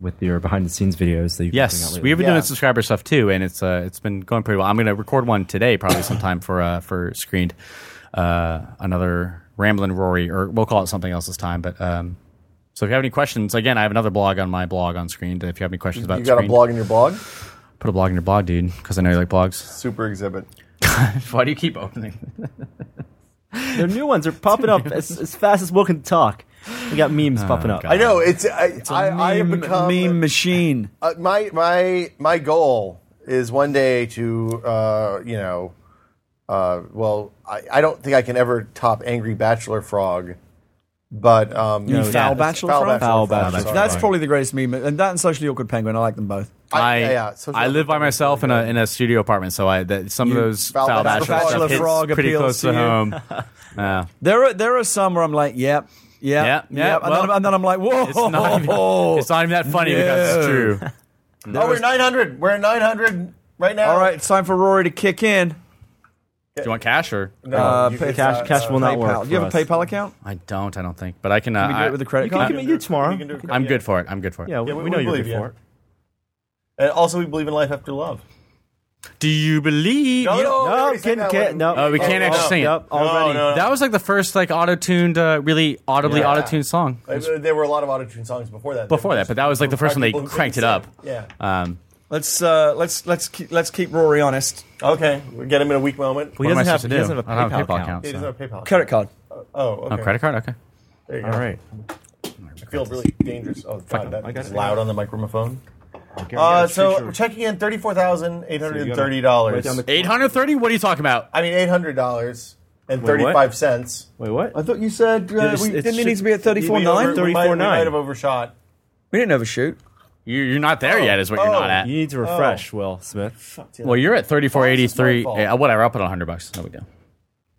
Speaker 2: with your behind the scenes videos that you
Speaker 6: Yes, we have been
Speaker 1: Yeah.
Speaker 6: doing subscriber stuff too, and it's uh, it's been going pretty well. I'm going to record one today, probably sometime for uh, for screened. Uh, another rambling Rory, or we'll call it something else this time. But um, so if you have any questions, again, I have another blog on my blog on screened. If you have any questions about
Speaker 1: You got a
Speaker 6: Screened,
Speaker 1: blog in your blog,
Speaker 6: put a blog in your blog, dude, because I know you like blogs.
Speaker 1: super exhibit.
Speaker 6: Why do you keep opening?
Speaker 2: their new ones are popping up as, as fast as Will can talk. We got memes popping up.
Speaker 6: Oh, God.
Speaker 1: I know it's. I I, I have
Speaker 4: meme,
Speaker 1: become
Speaker 4: meme machine.
Speaker 1: uh, my my my goal is one day to uh, you know, uh, well, I, I don't think I can ever top Angry Bachelor Frog, but um,
Speaker 4: You mean Foul
Speaker 2: yeah.
Speaker 4: Bachelor
Speaker 1: Foul
Speaker 4: Frog?
Speaker 1: Bachelor
Speaker 2: Foul
Speaker 1: Frog,
Speaker 2: Bachelor
Speaker 1: sorry.
Speaker 2: Frog.
Speaker 4: That's probably the greatest meme. And that and Socially Awkward Penguin. I like them both.
Speaker 6: I
Speaker 1: yeah, yeah, social
Speaker 6: I live by
Speaker 1: networking.
Speaker 6: myself in a in a studio apartment, so I that, some
Speaker 4: You-
Speaker 6: of those
Speaker 1: Foul
Speaker 6: foul
Speaker 1: Bachelor
Speaker 6: bachelor
Speaker 1: Frog.
Speaker 6: stuff hits
Speaker 4: Frog
Speaker 6: pretty
Speaker 4: appeals
Speaker 6: close
Speaker 4: to
Speaker 6: to
Speaker 4: you.
Speaker 6: home. Yeah.
Speaker 4: There are there are some where I'm like, yep, yep,
Speaker 6: Yeah,
Speaker 4: yep.
Speaker 6: yeah,
Speaker 4: and,
Speaker 6: well,
Speaker 4: then, I'm- and then I'm like, whoa,
Speaker 6: It's not, even, it's not even that funny because it's
Speaker 4: No.
Speaker 6: true.
Speaker 1: Oh, we're 900. We're at 900 right now.
Speaker 4: All right, it's time for Rory to kick in.
Speaker 6: Do you want cash or?
Speaker 1: No,
Speaker 4: Uh,
Speaker 1: you-
Speaker 4: pay-
Speaker 1: it's
Speaker 2: Cash
Speaker 1: not-
Speaker 2: cash will not work.
Speaker 4: PayPal. Do you
Speaker 2: for
Speaker 4: have a
Speaker 2: us.
Speaker 4: PayPal account?
Speaker 6: I don't. I don't think. But I can. Uh,
Speaker 4: Can we do
Speaker 6: I,
Speaker 4: it with a credit
Speaker 2: You can
Speaker 4: card?
Speaker 2: give me you tomorrow.
Speaker 1: We can do it.
Speaker 6: I'm good for it. I'm good for it.
Speaker 2: Yeah, we,
Speaker 1: Yeah, we-
Speaker 2: we know
Speaker 1: we
Speaker 2: you're good
Speaker 1: believe you.
Speaker 2: for it.
Speaker 1: And also, we believe in life after love.
Speaker 6: Do you believe? you-
Speaker 1: no, we
Speaker 2: No,
Speaker 1: already
Speaker 2: can,
Speaker 1: said that
Speaker 2: can,
Speaker 1: one.
Speaker 2: no.
Speaker 6: Oh, we can't
Speaker 1: Oh,
Speaker 6: actually
Speaker 1: no.
Speaker 6: sing it.
Speaker 2: Yep, already.
Speaker 1: No, no, no.
Speaker 6: That was like the first like auto-tuned, uh, really audibly
Speaker 1: Yeah.
Speaker 6: auto-tuned song.
Speaker 1: Uh, There were a lot of auto-tune songs before that.
Speaker 6: Before that, but that was like the first one they
Speaker 1: People who
Speaker 6: cranked it
Speaker 1: couldn't
Speaker 6: up.
Speaker 1: sing. Yeah.
Speaker 6: Um,
Speaker 4: Let's uh, let's let's keep, let's keep Rory honest.
Speaker 1: Okay, we get him in a weak moment.
Speaker 2: He
Speaker 6: what am I
Speaker 2: doesn't have-
Speaker 6: supposed to
Speaker 2: he
Speaker 6: do?
Speaker 2: doesn't have a
Speaker 6: I don't
Speaker 2: PayPal account.
Speaker 1: It
Speaker 6: so-
Speaker 1: is not a PayPal.
Speaker 4: Credit card.
Speaker 1: Oh, okay.
Speaker 6: Oh, credit card. Okay.
Speaker 1: There you go.
Speaker 2: All right.
Speaker 1: I feel really dangerous. Oh, God,
Speaker 2: I
Speaker 1: that
Speaker 2: got
Speaker 1: is
Speaker 2: it.
Speaker 1: loud on the microphone.
Speaker 2: Okay,
Speaker 1: Uh,
Speaker 2: yeah, sure,
Speaker 1: so we're
Speaker 2: sure.
Speaker 1: checking in thirty-four thousand eight hundred and thirty
Speaker 2: Write
Speaker 1: dollars.
Speaker 2: down the-
Speaker 6: Eight hundred thirty. What are you talking about?
Speaker 1: I mean, eight hundred dollars and
Speaker 2: Wait, what?
Speaker 1: thirty-five cents.
Speaker 2: Wait, what?
Speaker 1: I thought you said uh,
Speaker 2: It's-
Speaker 1: we,
Speaker 2: it's
Speaker 4: Didn't it
Speaker 2: shit-
Speaker 4: need to be at
Speaker 1: we,
Speaker 4: 34.9?
Speaker 1: over- we might- we
Speaker 2: 34.9.
Speaker 1: might have overshot.
Speaker 4: We didn't overshoot.
Speaker 6: You, you're not there yet. Is what you're
Speaker 1: oh,
Speaker 6: not at.
Speaker 2: You need to refresh,
Speaker 4: Oh.
Speaker 2: Will Smith.
Speaker 6: Well, you're at thirty-four eighty-three.
Speaker 1: fault.
Speaker 6: Yeah, whatever. I'll put on hundred bucks. No big deal.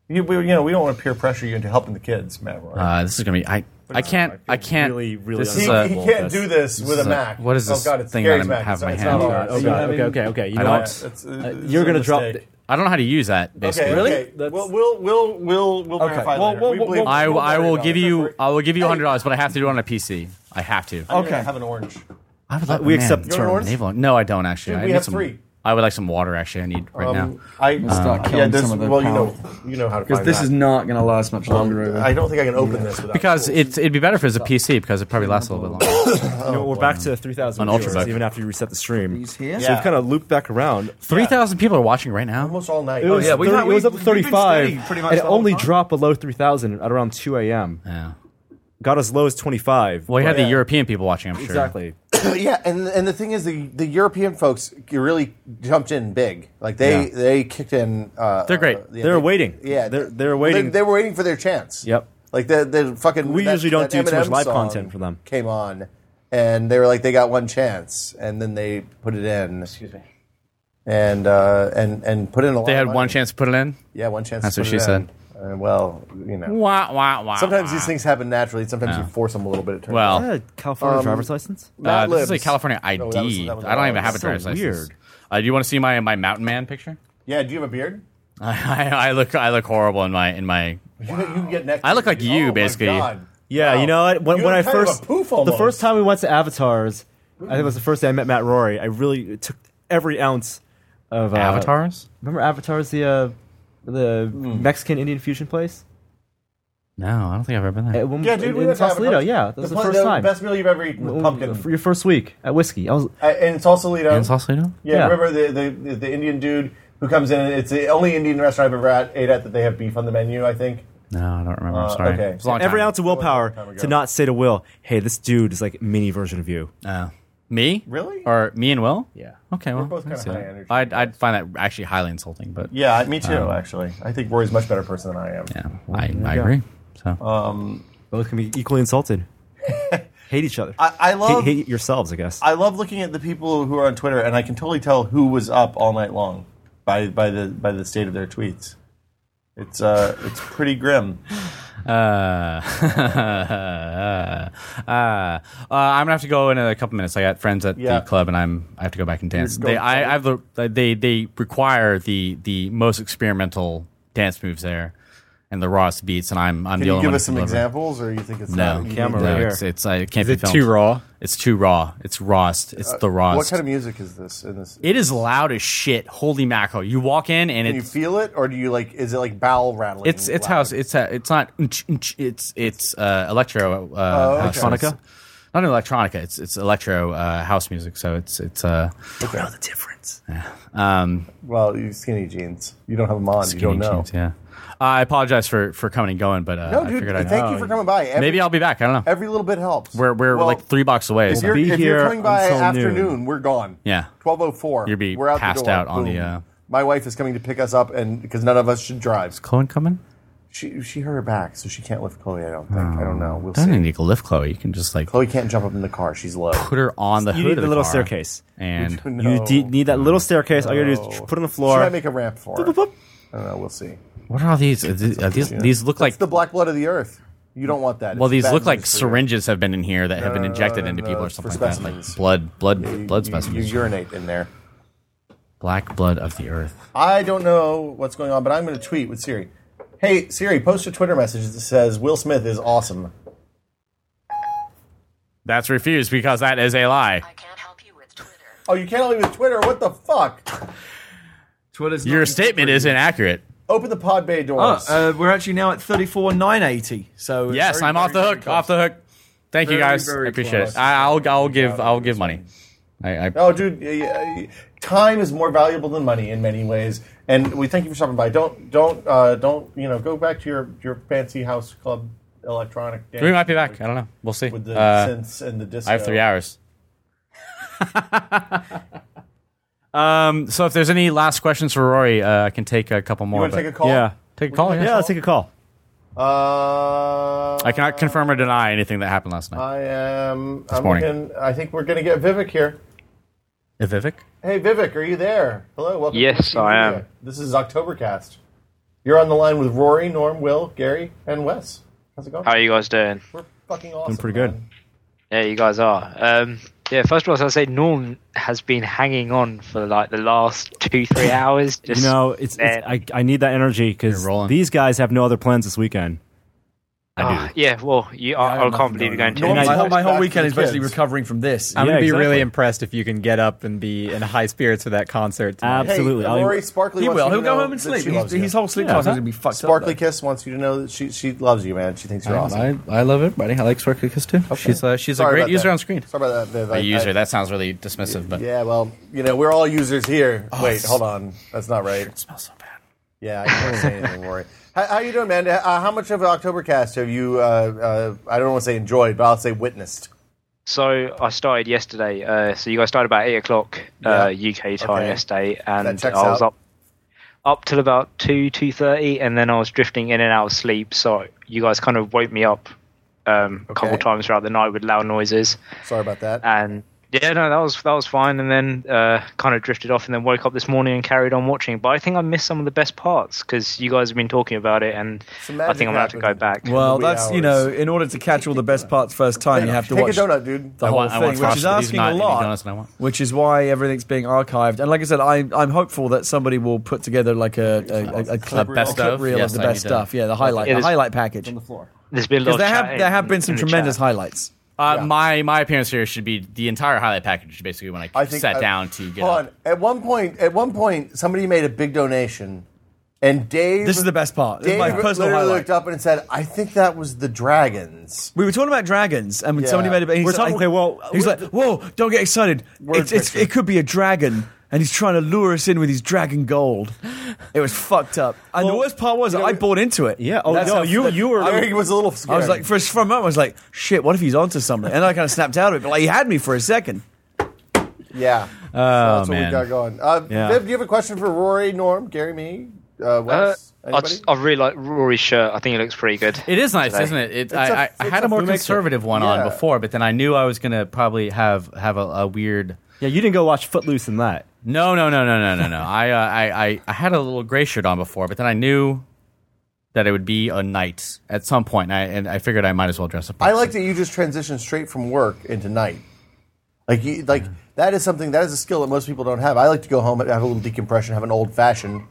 Speaker 1: You, we, you know, we don't want to peer pressure you into helping the kids, Matt. Roy.
Speaker 6: Uh, this is gonna be. I. I can't. I can't.
Speaker 2: really, really
Speaker 6: This
Speaker 1: he,
Speaker 6: is
Speaker 1: he
Speaker 6: a.
Speaker 2: unacceptable.
Speaker 1: can't do this with a
Speaker 6: is a-
Speaker 1: Mac.
Speaker 6: what is this
Speaker 1: oh, God, it's
Speaker 6: thing
Speaker 1: Gary's
Speaker 6: I
Speaker 1: Mac.
Speaker 6: have
Speaker 1: it's,
Speaker 6: in my
Speaker 1: it's
Speaker 6: hand?
Speaker 1: Not
Speaker 6: Oh,
Speaker 1: ours.
Speaker 2: Oh,
Speaker 1: Yeah,
Speaker 2: God. Okay, okay, okay. You
Speaker 6: I
Speaker 2: know
Speaker 6: don't-
Speaker 2: what?
Speaker 1: it's- it's
Speaker 2: you're
Speaker 1: a
Speaker 2: gonna drop
Speaker 1: mistake.
Speaker 6: I don't know how to use that. Basically.
Speaker 1: Okay, okay.
Speaker 2: That's-
Speaker 1: We'll we'll we'll we'll, we'll
Speaker 4: Okay.
Speaker 1: verify
Speaker 4: Well,
Speaker 1: later.
Speaker 4: well,
Speaker 1: we
Speaker 4: well,
Speaker 1: believe-
Speaker 4: well,
Speaker 6: I,
Speaker 1: we'll
Speaker 6: I will
Speaker 1: verify
Speaker 6: give
Speaker 1: later.
Speaker 6: you I will give you hundred dollars, but I have to do it on a PC. I have to.
Speaker 1: I'm gonna
Speaker 4: Okay.
Speaker 1: Have an orange.
Speaker 6: I would like,
Speaker 2: we accept the
Speaker 6: turn on
Speaker 1: terms.
Speaker 6: navel- No, I don't actually.
Speaker 1: Dude,
Speaker 6: I
Speaker 1: we
Speaker 6: need
Speaker 1: have
Speaker 6: some,
Speaker 1: three.
Speaker 6: I would like some water. Actually, I need right now.
Speaker 1: I
Speaker 4: start
Speaker 1: yeah.
Speaker 4: killing
Speaker 1: This,
Speaker 4: some of the
Speaker 1: well, you know
Speaker 4: power.
Speaker 1: you know how to find that.
Speaker 4: not going to last much longer.
Speaker 1: I don't think I can open this without
Speaker 6: Because
Speaker 1: tools.
Speaker 6: it's it'd be better if it was a PC because it probably lasts a little bit longer.
Speaker 2: You know, we're back to 3,000
Speaker 6: Oh, On
Speaker 2: viewers,
Speaker 6: Ultrabook.
Speaker 2: even after you reset the stream.
Speaker 4: He's here?
Speaker 2: So we've kind of looped back around.
Speaker 6: Three thousand people are watching right now.
Speaker 1: almost all night.
Speaker 2: It was,
Speaker 4: Oh, yeah, we
Speaker 2: 30
Speaker 4: got-
Speaker 2: it was
Speaker 4: we-
Speaker 2: up to
Speaker 4: we've been
Speaker 2: 35,
Speaker 4: steady pretty much
Speaker 2: and it
Speaker 4: the whole
Speaker 2: only
Speaker 4: time.
Speaker 2: dropped below 3,000 at around 2 a.m.
Speaker 6: Yeah.
Speaker 2: Got as low as 25.
Speaker 6: Well, you had
Speaker 1: Yeah.
Speaker 6: the European people watching. I'm sure.
Speaker 2: exactly.
Speaker 1: yeah, and and the thing is, the the European folks really jumped in big. Like they
Speaker 2: Yeah.
Speaker 1: they kicked in. Uh,
Speaker 6: They're great.
Speaker 1: uh,
Speaker 2: They're waiting.
Speaker 1: Yeah,
Speaker 2: They're- they're waiting.
Speaker 1: They, they were waiting for their chance.
Speaker 2: Yep.
Speaker 1: Like the the fucking.
Speaker 2: We
Speaker 1: that-
Speaker 2: usually don't
Speaker 1: that
Speaker 2: do too much
Speaker 1: Eminem
Speaker 2: live
Speaker 1: song
Speaker 2: content for them.
Speaker 1: Came on, and they were like, they got one chance, and then they put it in. Excuse me. And uh, and and put in a lot.
Speaker 6: They
Speaker 1: of
Speaker 6: had
Speaker 1: money.
Speaker 6: one chance to put it in.
Speaker 1: Yeah, one chance.
Speaker 6: That's
Speaker 1: to
Speaker 6: what
Speaker 1: put
Speaker 6: she
Speaker 1: it in. Uh, well, you know.
Speaker 6: Wah wah wah.
Speaker 1: Sometimes
Speaker 6: wah.
Speaker 1: these things happen naturally. Sometimes
Speaker 6: Yeah.
Speaker 1: you force them a little bit. It turns out.
Speaker 6: Well,
Speaker 2: I had a California driver's license.
Speaker 6: uh,
Speaker 1: Matt
Speaker 6: this is a
Speaker 1: Libs.
Speaker 6: California ID.
Speaker 1: Um, No, that was- that was
Speaker 6: I don't even
Speaker 1: ours.
Speaker 6: have a
Speaker 2: So
Speaker 6: driver's license.
Speaker 2: weird.
Speaker 6: Uh, do you want to see my my mountain man picture?
Speaker 1: yeah. Do you have a beard?
Speaker 6: I, I look I look horrible in my in my
Speaker 1: You, you can get neck.
Speaker 6: I look like
Speaker 1: surgery.
Speaker 6: you,
Speaker 1: Oh, my
Speaker 6: basically.
Speaker 1: God.
Speaker 2: Yeah,
Speaker 1: Wow.
Speaker 2: you know what? When,
Speaker 1: You
Speaker 2: when I
Speaker 1: look kind of
Speaker 2: first
Speaker 1: a poof
Speaker 2: the
Speaker 1: almost. Mm.
Speaker 2: first time we went to Avatars, I think it was the first day I met Matt Rory. I really it took every ounce of uh,
Speaker 6: avatars.
Speaker 2: Remember Avatars, the uh, the
Speaker 1: Mm.
Speaker 2: Mexican Indian fusion place?
Speaker 6: No, I don't think I've ever been there.
Speaker 2: At one-
Speaker 1: Yeah, dude, we
Speaker 2: in
Speaker 1: went to
Speaker 2: Sausalito.
Speaker 1: Avatar.
Speaker 2: Yeah, that was the,
Speaker 1: pla-
Speaker 2: first time. Mm,
Speaker 1: Best meal you've ever eaten with pumpkin,
Speaker 2: For your first week at whiskey, I was
Speaker 1: Uh, and it's also Lido.
Speaker 6: In Sausalito?
Speaker 1: yeah,
Speaker 2: yeah.
Speaker 1: remember the, the the Indian dude who comes in? It's the only Indian restaurant I've ever at, ate at that they have beef on the menu. I think.
Speaker 6: No, I don't remember. I'm
Speaker 1: Uh,
Speaker 6: sorry.
Speaker 1: okay.
Speaker 6: It was a long
Speaker 2: every
Speaker 6: time.
Speaker 2: ounce of willpower
Speaker 1: ago.
Speaker 2: to not say to Will, "Hey, this dude is like a mini version of you."
Speaker 6: Uh, me?
Speaker 1: Really?
Speaker 6: Or me and Will?
Speaker 2: Yeah.
Speaker 6: Okay. Well,
Speaker 1: both
Speaker 6: I
Speaker 1: kinda
Speaker 6: see
Speaker 1: high
Speaker 6: that.
Speaker 1: energy
Speaker 6: I'd, I'd find that actually highly insulting, but um, yeah,
Speaker 1: Yeah, me too. actually, I think Rory's a much better person than I am.
Speaker 6: I, I
Speaker 2: go.
Speaker 6: agree. So
Speaker 1: Um,
Speaker 2: Both can be equally insulted. hate each other.
Speaker 1: I, I
Speaker 2: hate,
Speaker 1: love
Speaker 2: hate yourselves, I guess.
Speaker 1: I love looking at the people who are on Twitter, and I can totally tell who was up all night long by by the by the state of their tweets. It's uh, it's pretty grim.
Speaker 6: Uh, uh, uh, I'm gonna have to go in a couple minutes. I got friends at
Speaker 1: Yeah.
Speaker 6: the club, and I'm I have to go back and dance.
Speaker 1: You're going
Speaker 6: They, I, I have the they they require the the most experimental dance moves there, and the rawest beats. And I'm I'm
Speaker 1: Can
Speaker 6: the
Speaker 1: you
Speaker 6: only
Speaker 1: give
Speaker 6: one
Speaker 1: us
Speaker 6: who
Speaker 1: some
Speaker 6: can deliver.
Speaker 1: examples, or you think it's
Speaker 6: No,
Speaker 1: not,
Speaker 2: camera
Speaker 6: no,
Speaker 2: right
Speaker 6: it's,
Speaker 2: here.
Speaker 6: it's I it can't
Speaker 5: Is
Speaker 6: be
Speaker 5: it
Speaker 6: filmed.
Speaker 5: too raw?
Speaker 6: It's too raw. It's rawest. It's
Speaker 1: Uh,
Speaker 6: the rawest.
Speaker 1: What kind of music is this? In this,
Speaker 6: it is loud as shit. Holy mackerel! You walk in and
Speaker 1: can you
Speaker 6: it's
Speaker 1: feel it, or do you like? Is it like bowel rattling?
Speaker 6: it's it's
Speaker 1: loud?
Speaker 6: house. It's uh, it's not. unch- unch- It's it's uh, electro. Uh,
Speaker 1: okay.
Speaker 6: electronica. Not electronica. It's it's electro uh, house music. So it's it's. Uh,
Speaker 1: Okay.
Speaker 6: the difference. Yeah. Um,
Speaker 1: Well, you skinny jeans. You don't have them on. You don't know.
Speaker 6: jeans, yeah. I apologize for for coming and going, but uh,
Speaker 1: No,
Speaker 6: I
Speaker 1: dude.
Speaker 6: figured I'd
Speaker 1: thank you for coming by. Every,
Speaker 6: Maybe I'll be back. I don't know.
Speaker 1: every little bit helps.
Speaker 6: we're we're
Speaker 1: Well,
Speaker 6: like three blocks away.
Speaker 1: If
Speaker 6: so-
Speaker 1: you're,
Speaker 2: be
Speaker 1: if
Speaker 2: here
Speaker 1: you're coming by
Speaker 2: until
Speaker 1: afternoon,
Speaker 2: noon.
Speaker 1: we're gone.
Speaker 6: Yeah.
Speaker 1: twelve oh four.
Speaker 6: You'll be
Speaker 1: we're out the
Speaker 6: passed
Speaker 1: door.
Speaker 6: out on
Speaker 1: Boom.
Speaker 6: the, uh,
Speaker 1: My wife is coming to pick us up, and because none of us should drive.
Speaker 6: Chloe coming?
Speaker 1: She she hurt her back, so she can't lift Chloe. I don't think. I don't know. We'll
Speaker 6: I don't
Speaker 1: see.
Speaker 6: need to lift Chloe. Oh. You can just like
Speaker 1: Chloe can't jump up in the car. She's low.
Speaker 6: put her on the
Speaker 2: you
Speaker 6: hood
Speaker 2: need
Speaker 6: of
Speaker 2: the little
Speaker 6: car
Speaker 2: staircase.
Speaker 6: and
Speaker 2: You
Speaker 1: No.
Speaker 2: de- need that little staircase. All you gotta do is
Speaker 1: No.
Speaker 2: put it on the
Speaker 1: Should
Speaker 2: floor.
Speaker 1: I make a ramp for her?
Speaker 2: boop.
Speaker 1: I don't know. We'll see.
Speaker 6: what are all these? Are these, are these, these look like
Speaker 1: It's the black blood of the earth. You don't want that.
Speaker 6: Well,
Speaker 1: It's
Speaker 6: these
Speaker 1: bad
Speaker 6: look like
Speaker 1: news for you.
Speaker 6: syringes have been in here that have been injected into people
Speaker 1: no,
Speaker 6: or
Speaker 1: for
Speaker 6: something like that.
Speaker 1: specimens.
Speaker 6: Like blood, blood,
Speaker 1: You-
Speaker 6: blood
Speaker 1: you-
Speaker 6: specimens.
Speaker 1: You urinate in there.
Speaker 6: Black blood of the earth.
Speaker 1: I don't know what's going on, but I'm going to tweet with Siri. Hey Siri, post a Twitter message that says Will Smith is awesome.
Speaker 6: That's refused because that is a lie.
Speaker 8: I can't help you with Twitter.
Speaker 1: Oh, you can't leave with Twitter. What the fuck?
Speaker 4: Twitter's
Speaker 6: Your
Speaker 4: not-
Speaker 6: statement is inaccurate.
Speaker 1: Open the pod bay
Speaker 4: Oh,
Speaker 1: doors.
Speaker 4: uh, we're actually now at thirty-four nine eighty. So it's
Speaker 6: Yes,
Speaker 4: very,
Speaker 6: I'm off the
Speaker 4: very, very
Speaker 6: hook. Off the hook. Thank you
Speaker 4: Very,
Speaker 6: guys. I
Speaker 4: very
Speaker 6: appreciate
Speaker 4: close.
Speaker 6: it. I, I'll I'll give I'll give money. I, I
Speaker 1: oh, dude, y- y- time is more valuable than money in many ways. And we thank you for stopping by. Don't don't uh, don't you know go back to your your fancy house club electronic. Dance
Speaker 6: we might be back. I don't know. We'll see.
Speaker 1: with the
Speaker 6: Uh,
Speaker 1: synths and the disco.
Speaker 6: I have three hours. um. So if there's any last questions for Rory, uh, I can take a couple more.
Speaker 1: You want
Speaker 6: but-
Speaker 1: to take a call?
Speaker 2: Yeah.
Speaker 6: Take a call.
Speaker 2: Yeah, let's take a call.
Speaker 1: Uh,
Speaker 6: I cannot confirm or deny anything that happened last night.
Speaker 1: I am. I'm
Speaker 6: morning.
Speaker 1: looking, I think we're going to get Vivek here.
Speaker 6: Vivek?
Speaker 1: Hey, Vivek, are you there? Hello, welcome.
Speaker 9: Yes,
Speaker 1: to
Speaker 9: I am.
Speaker 1: Media. This is Octobercast. You're on the line with Rory, Norm, Will, Gary, and Wes. How's it going?
Speaker 9: How are you guys doing?
Speaker 1: We're fucking awesome.
Speaker 2: pretty good.
Speaker 1: man.
Speaker 9: Yeah, you guys are. Um, yeah, first of all, so I say Norm has been hanging on for like the last two, three hours. Just,
Speaker 2: You know, it's, it's
Speaker 9: Man.
Speaker 2: I, I need that energy because
Speaker 6: You're rolling.
Speaker 2: these guys have no other plans this weekend.
Speaker 9: Ah, yeah, well, you, I, I can't believe you're going to.
Speaker 2: on.
Speaker 4: My,
Speaker 2: And I-
Speaker 4: whole, my whole
Speaker 1: Back to the
Speaker 4: weekend is basically
Speaker 1: kids.
Speaker 4: recovering from this.
Speaker 5: I'm
Speaker 2: Yeah,
Speaker 5: gonna be
Speaker 2: exactly.
Speaker 5: really impressed if you can get up and be in high spirits for that concert. tonight.
Speaker 1: Hey,
Speaker 2: Absolutely. I'll-
Speaker 1: Rory Sparkly
Speaker 4: he
Speaker 1: wants
Speaker 4: will.
Speaker 1: you to
Speaker 4: He'll go
Speaker 1: know
Speaker 4: home and
Speaker 1: that
Speaker 4: sleep.
Speaker 1: she
Speaker 4: His,
Speaker 1: loves you.
Speaker 4: his whole sleep classes is going to be fucked
Speaker 1: Sparkly
Speaker 4: up. though.
Speaker 1: Kiss wants you to know that she, she loves you, man. She thinks you're awesome.
Speaker 5: I love everybody. I like Sparkly Kiss too.
Speaker 6: She's, uh, she's a
Speaker 1: Sorry
Speaker 6: great
Speaker 1: about
Speaker 6: user
Speaker 1: that.
Speaker 6: on screen.
Speaker 1: Sorry about that, Viv. I-
Speaker 6: A user.
Speaker 1: I-
Speaker 6: That sounds really dismissive, but
Speaker 1: yeah, well, you know, we're all users here.
Speaker 4: Oh,
Speaker 1: Wait, hold on. That's not right.
Speaker 6: it smells so bad.
Speaker 1: Yeah, I can't say anything, Rory. How, how you doing, man? Uh, how much of Octobercast have you? Uh, uh, I don't want to say enjoyed, but I'll say witnessed.
Speaker 9: So I started yesterday. Uh, so you guys started about eight o'clock uh,
Speaker 1: Yeah.
Speaker 9: UK time
Speaker 1: Okay.
Speaker 9: yesterday, and I
Speaker 1: That
Speaker 9: was
Speaker 1: checks out.
Speaker 9: up up till about two, two thirty, and then I was drifting in and out of sleep. So you guys kind of woke me up um, a couple
Speaker 1: Okay.
Speaker 9: times throughout the night with loud noises.
Speaker 1: Sorry about that.
Speaker 9: and yeah, no, that was that was fine. And then uh, kind of drifted off, and then woke up this morning and carried on watching. But I think I missed some of the best parts because you guys have been talking about it, and
Speaker 1: Some
Speaker 9: I
Speaker 1: magic
Speaker 9: think I'm gonna have to go
Speaker 1: happened.
Speaker 9: back.
Speaker 4: Well,
Speaker 1: Wee
Speaker 4: that's you
Speaker 1: hours.
Speaker 4: know, in order to catch all the best parts first time, you have to
Speaker 1: Take
Speaker 4: watch
Speaker 1: a donut, dude.
Speaker 4: the
Speaker 6: I
Speaker 4: whole
Speaker 6: want- I want
Speaker 4: thing, which
Speaker 6: frosted.
Speaker 4: is
Speaker 6: These
Speaker 4: asking
Speaker 6: not
Speaker 4: a
Speaker 6: any
Speaker 4: lot.
Speaker 6: donuts that I want.
Speaker 4: Which is why everything's being archived. And like I said, I'm I'm hopeful that somebody will put together like a a, a, a clip,
Speaker 6: best
Speaker 4: a clip
Speaker 6: of?
Speaker 4: reel
Speaker 6: Yes,
Speaker 4: of the
Speaker 6: I
Speaker 4: best
Speaker 6: need to-
Speaker 4: stuff. Yeah, the highlight,
Speaker 9: Yeah,
Speaker 4: the
Speaker 9: there's-
Speaker 4: highlight package. Because
Speaker 9: There's been a lot.
Speaker 4: there
Speaker 9: of
Speaker 4: have
Speaker 9: chat
Speaker 4: there have
Speaker 9: in-
Speaker 4: been some
Speaker 9: in the
Speaker 4: tremendous
Speaker 9: chat.
Speaker 4: highlights.
Speaker 6: Uh,
Speaker 1: Yeah.
Speaker 6: My my appearance here should be the entire highlight package, basically, when I,
Speaker 1: I think
Speaker 6: sat
Speaker 1: I-
Speaker 6: down to get
Speaker 1: Hold
Speaker 6: up.
Speaker 1: on. At one point, at one point, somebody made a big donation, and Dave.
Speaker 4: This is the best part. This is
Speaker 1: Dave
Speaker 4: my personal
Speaker 1: literally
Speaker 4: highlight.
Speaker 1: looked up and said, "I think that was the dragons."
Speaker 4: We were talking about dragons, and
Speaker 1: Yeah.
Speaker 4: somebody made a. He's
Speaker 2: We're talking-
Speaker 4: like,
Speaker 2: okay, well,
Speaker 4: he's
Speaker 2: we-
Speaker 4: like, "Whoa, don't get excited! It's, it's,
Speaker 1: picture.
Speaker 4: it could be a dragon." And he's trying to lure us in with his dragon gold. It was fucked up. And the
Speaker 2: Well,
Speaker 4: worst part was I bought into it.
Speaker 2: Yeah, oh,
Speaker 4: That's
Speaker 2: no,
Speaker 4: how-
Speaker 2: you- you were-
Speaker 4: I,
Speaker 1: Eric was a little scared.
Speaker 4: I was like, for, for a moment, I was like, "Shit, what if he's onto something?" And I kind of snapped out of it, but like he had me for a second.
Speaker 1: "Yeah." so that's what
Speaker 6: Oh, man.
Speaker 1: we got going. Uh,
Speaker 2: Yeah.
Speaker 1: Viv, do you have a question for Rory, Norm, Gary, me? Uh, Wes?
Speaker 9: I,
Speaker 1: Anybody?
Speaker 9: I really like Rory's shirt. I think it looks pretty good.
Speaker 6: It is nice,
Speaker 9: today.
Speaker 6: isn't it? it
Speaker 1: a-
Speaker 6: I I- I
Speaker 1: it's
Speaker 6: had
Speaker 1: a
Speaker 6: a more
Speaker 1: who makes it.
Speaker 6: conservative one on
Speaker 1: Yeah.
Speaker 6: before, but then I knew I was going to probably have have a, a weird.
Speaker 2: Yeah, you didn't go watch Footloose in that.
Speaker 6: No, no, no, no, no, no, no. I, uh, I, I, I had a little gray shirt on before, but then I knew that it would be a night at some point, and I, and I figured I might as well dress up.
Speaker 1: I like that you just transition straight from work into night. Like, you, like that is something that is a skill that most people don't have. I like to go home and have a little decompression, have an old fashioned,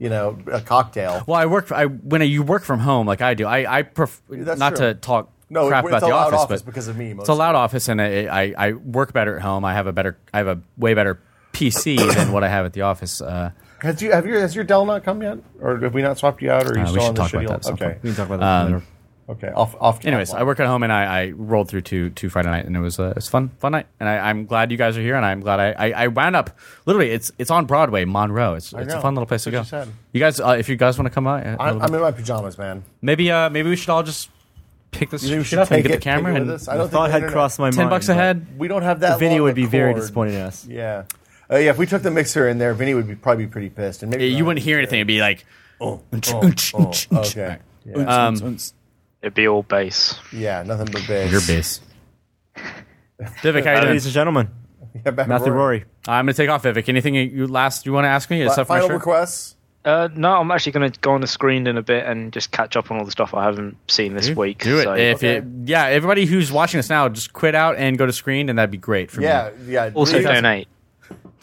Speaker 1: you know, a cocktail.
Speaker 6: Well, I work. I when you work from home, like I do, I, I pref-
Speaker 1: That's
Speaker 6: not
Speaker 1: true.
Speaker 6: to talk
Speaker 1: No,
Speaker 6: crap
Speaker 1: it's
Speaker 6: about
Speaker 1: a
Speaker 6: the
Speaker 1: loud
Speaker 6: office,
Speaker 1: office
Speaker 6: but
Speaker 1: because of me
Speaker 6: It's a
Speaker 1: mostly.
Speaker 6: loud office, and I, I, I work better at home. I have a better, I have a way better PC than what I have at the office. Uh,
Speaker 1: Has you have your has your Dell not come yet, or have we not swapped you out, or are you
Speaker 6: Uh, we
Speaker 1: still
Speaker 6: should
Speaker 1: on the
Speaker 6: talk
Speaker 1: shitty
Speaker 6: about
Speaker 1: old?
Speaker 6: that at
Speaker 1: Okay, Um,
Speaker 6: some Um,
Speaker 2: We can talk about that later.
Speaker 1: okay, off off.
Speaker 6: Anyways,
Speaker 1: offline.
Speaker 6: I work at home and I, I rolled through to, to Friday night and it was a it was fun fun night and I, I'm glad you guys are here and I'm glad I, I, I wound up literally it's it's on Broadway Monroe it's, it's
Speaker 1: know.
Speaker 6: a fun little place to go
Speaker 1: That's what you said.
Speaker 6: you guys uh, if you guys want to come out uh, a
Speaker 1: I'm,
Speaker 6: little
Speaker 1: I'm
Speaker 6: bit-
Speaker 1: in my pajamas, man.
Speaker 6: maybe uh, maybe we should all just pick this
Speaker 1: You think we
Speaker 6: shit
Speaker 1: should
Speaker 6: up and
Speaker 1: take
Speaker 6: get the
Speaker 1: it-
Speaker 6: camera
Speaker 1: take it
Speaker 6: and
Speaker 1: with us? I don't
Speaker 2: The thought
Speaker 1: think
Speaker 2: had
Speaker 1: the
Speaker 2: crossed my mind.
Speaker 6: ten bucks
Speaker 2: but
Speaker 6: a head
Speaker 1: We don't have that.
Speaker 2: Vinny
Speaker 1: long
Speaker 2: would be
Speaker 1: a
Speaker 2: very
Speaker 1: cord.
Speaker 2: disappointed in us.
Speaker 1: Yeah, uh, yeah. If we took the mixer in there, Vinny would be probably be pretty pissed, and maybe
Speaker 6: you wouldn't hear anything it'd be like
Speaker 1: Oh,
Speaker 6: Unch,
Speaker 1: oh,
Speaker 6: unch,
Speaker 1: oh,
Speaker 6: unch, unch.
Speaker 1: okay. Yeah.
Speaker 6: um
Speaker 9: It'd be all base.
Speaker 1: yeah, nothing but bass.
Speaker 6: your bass Vivek how you
Speaker 2: Ladies
Speaker 6: doing?
Speaker 2: and gentlemen,
Speaker 1: Yeah, back
Speaker 2: Matthew
Speaker 1: Rory.
Speaker 2: Rory.
Speaker 6: I'm gonna take off Vivek anything you- you last you want to ask me
Speaker 1: Fi-
Speaker 6: except for my
Speaker 1: Final
Speaker 6: shirt?
Speaker 1: requests.
Speaker 9: Uh, no, I'm actually going to go on the screen in a bit and just catch up on all the stuff I haven't seen this week.
Speaker 6: Do it.
Speaker 9: so-
Speaker 6: if it, yeah, everybody who's watching us now, just quit out and go to screened, and that'd be great for
Speaker 1: Yeah,
Speaker 6: me.
Speaker 1: yeah.
Speaker 9: also
Speaker 1: Really-
Speaker 9: donate.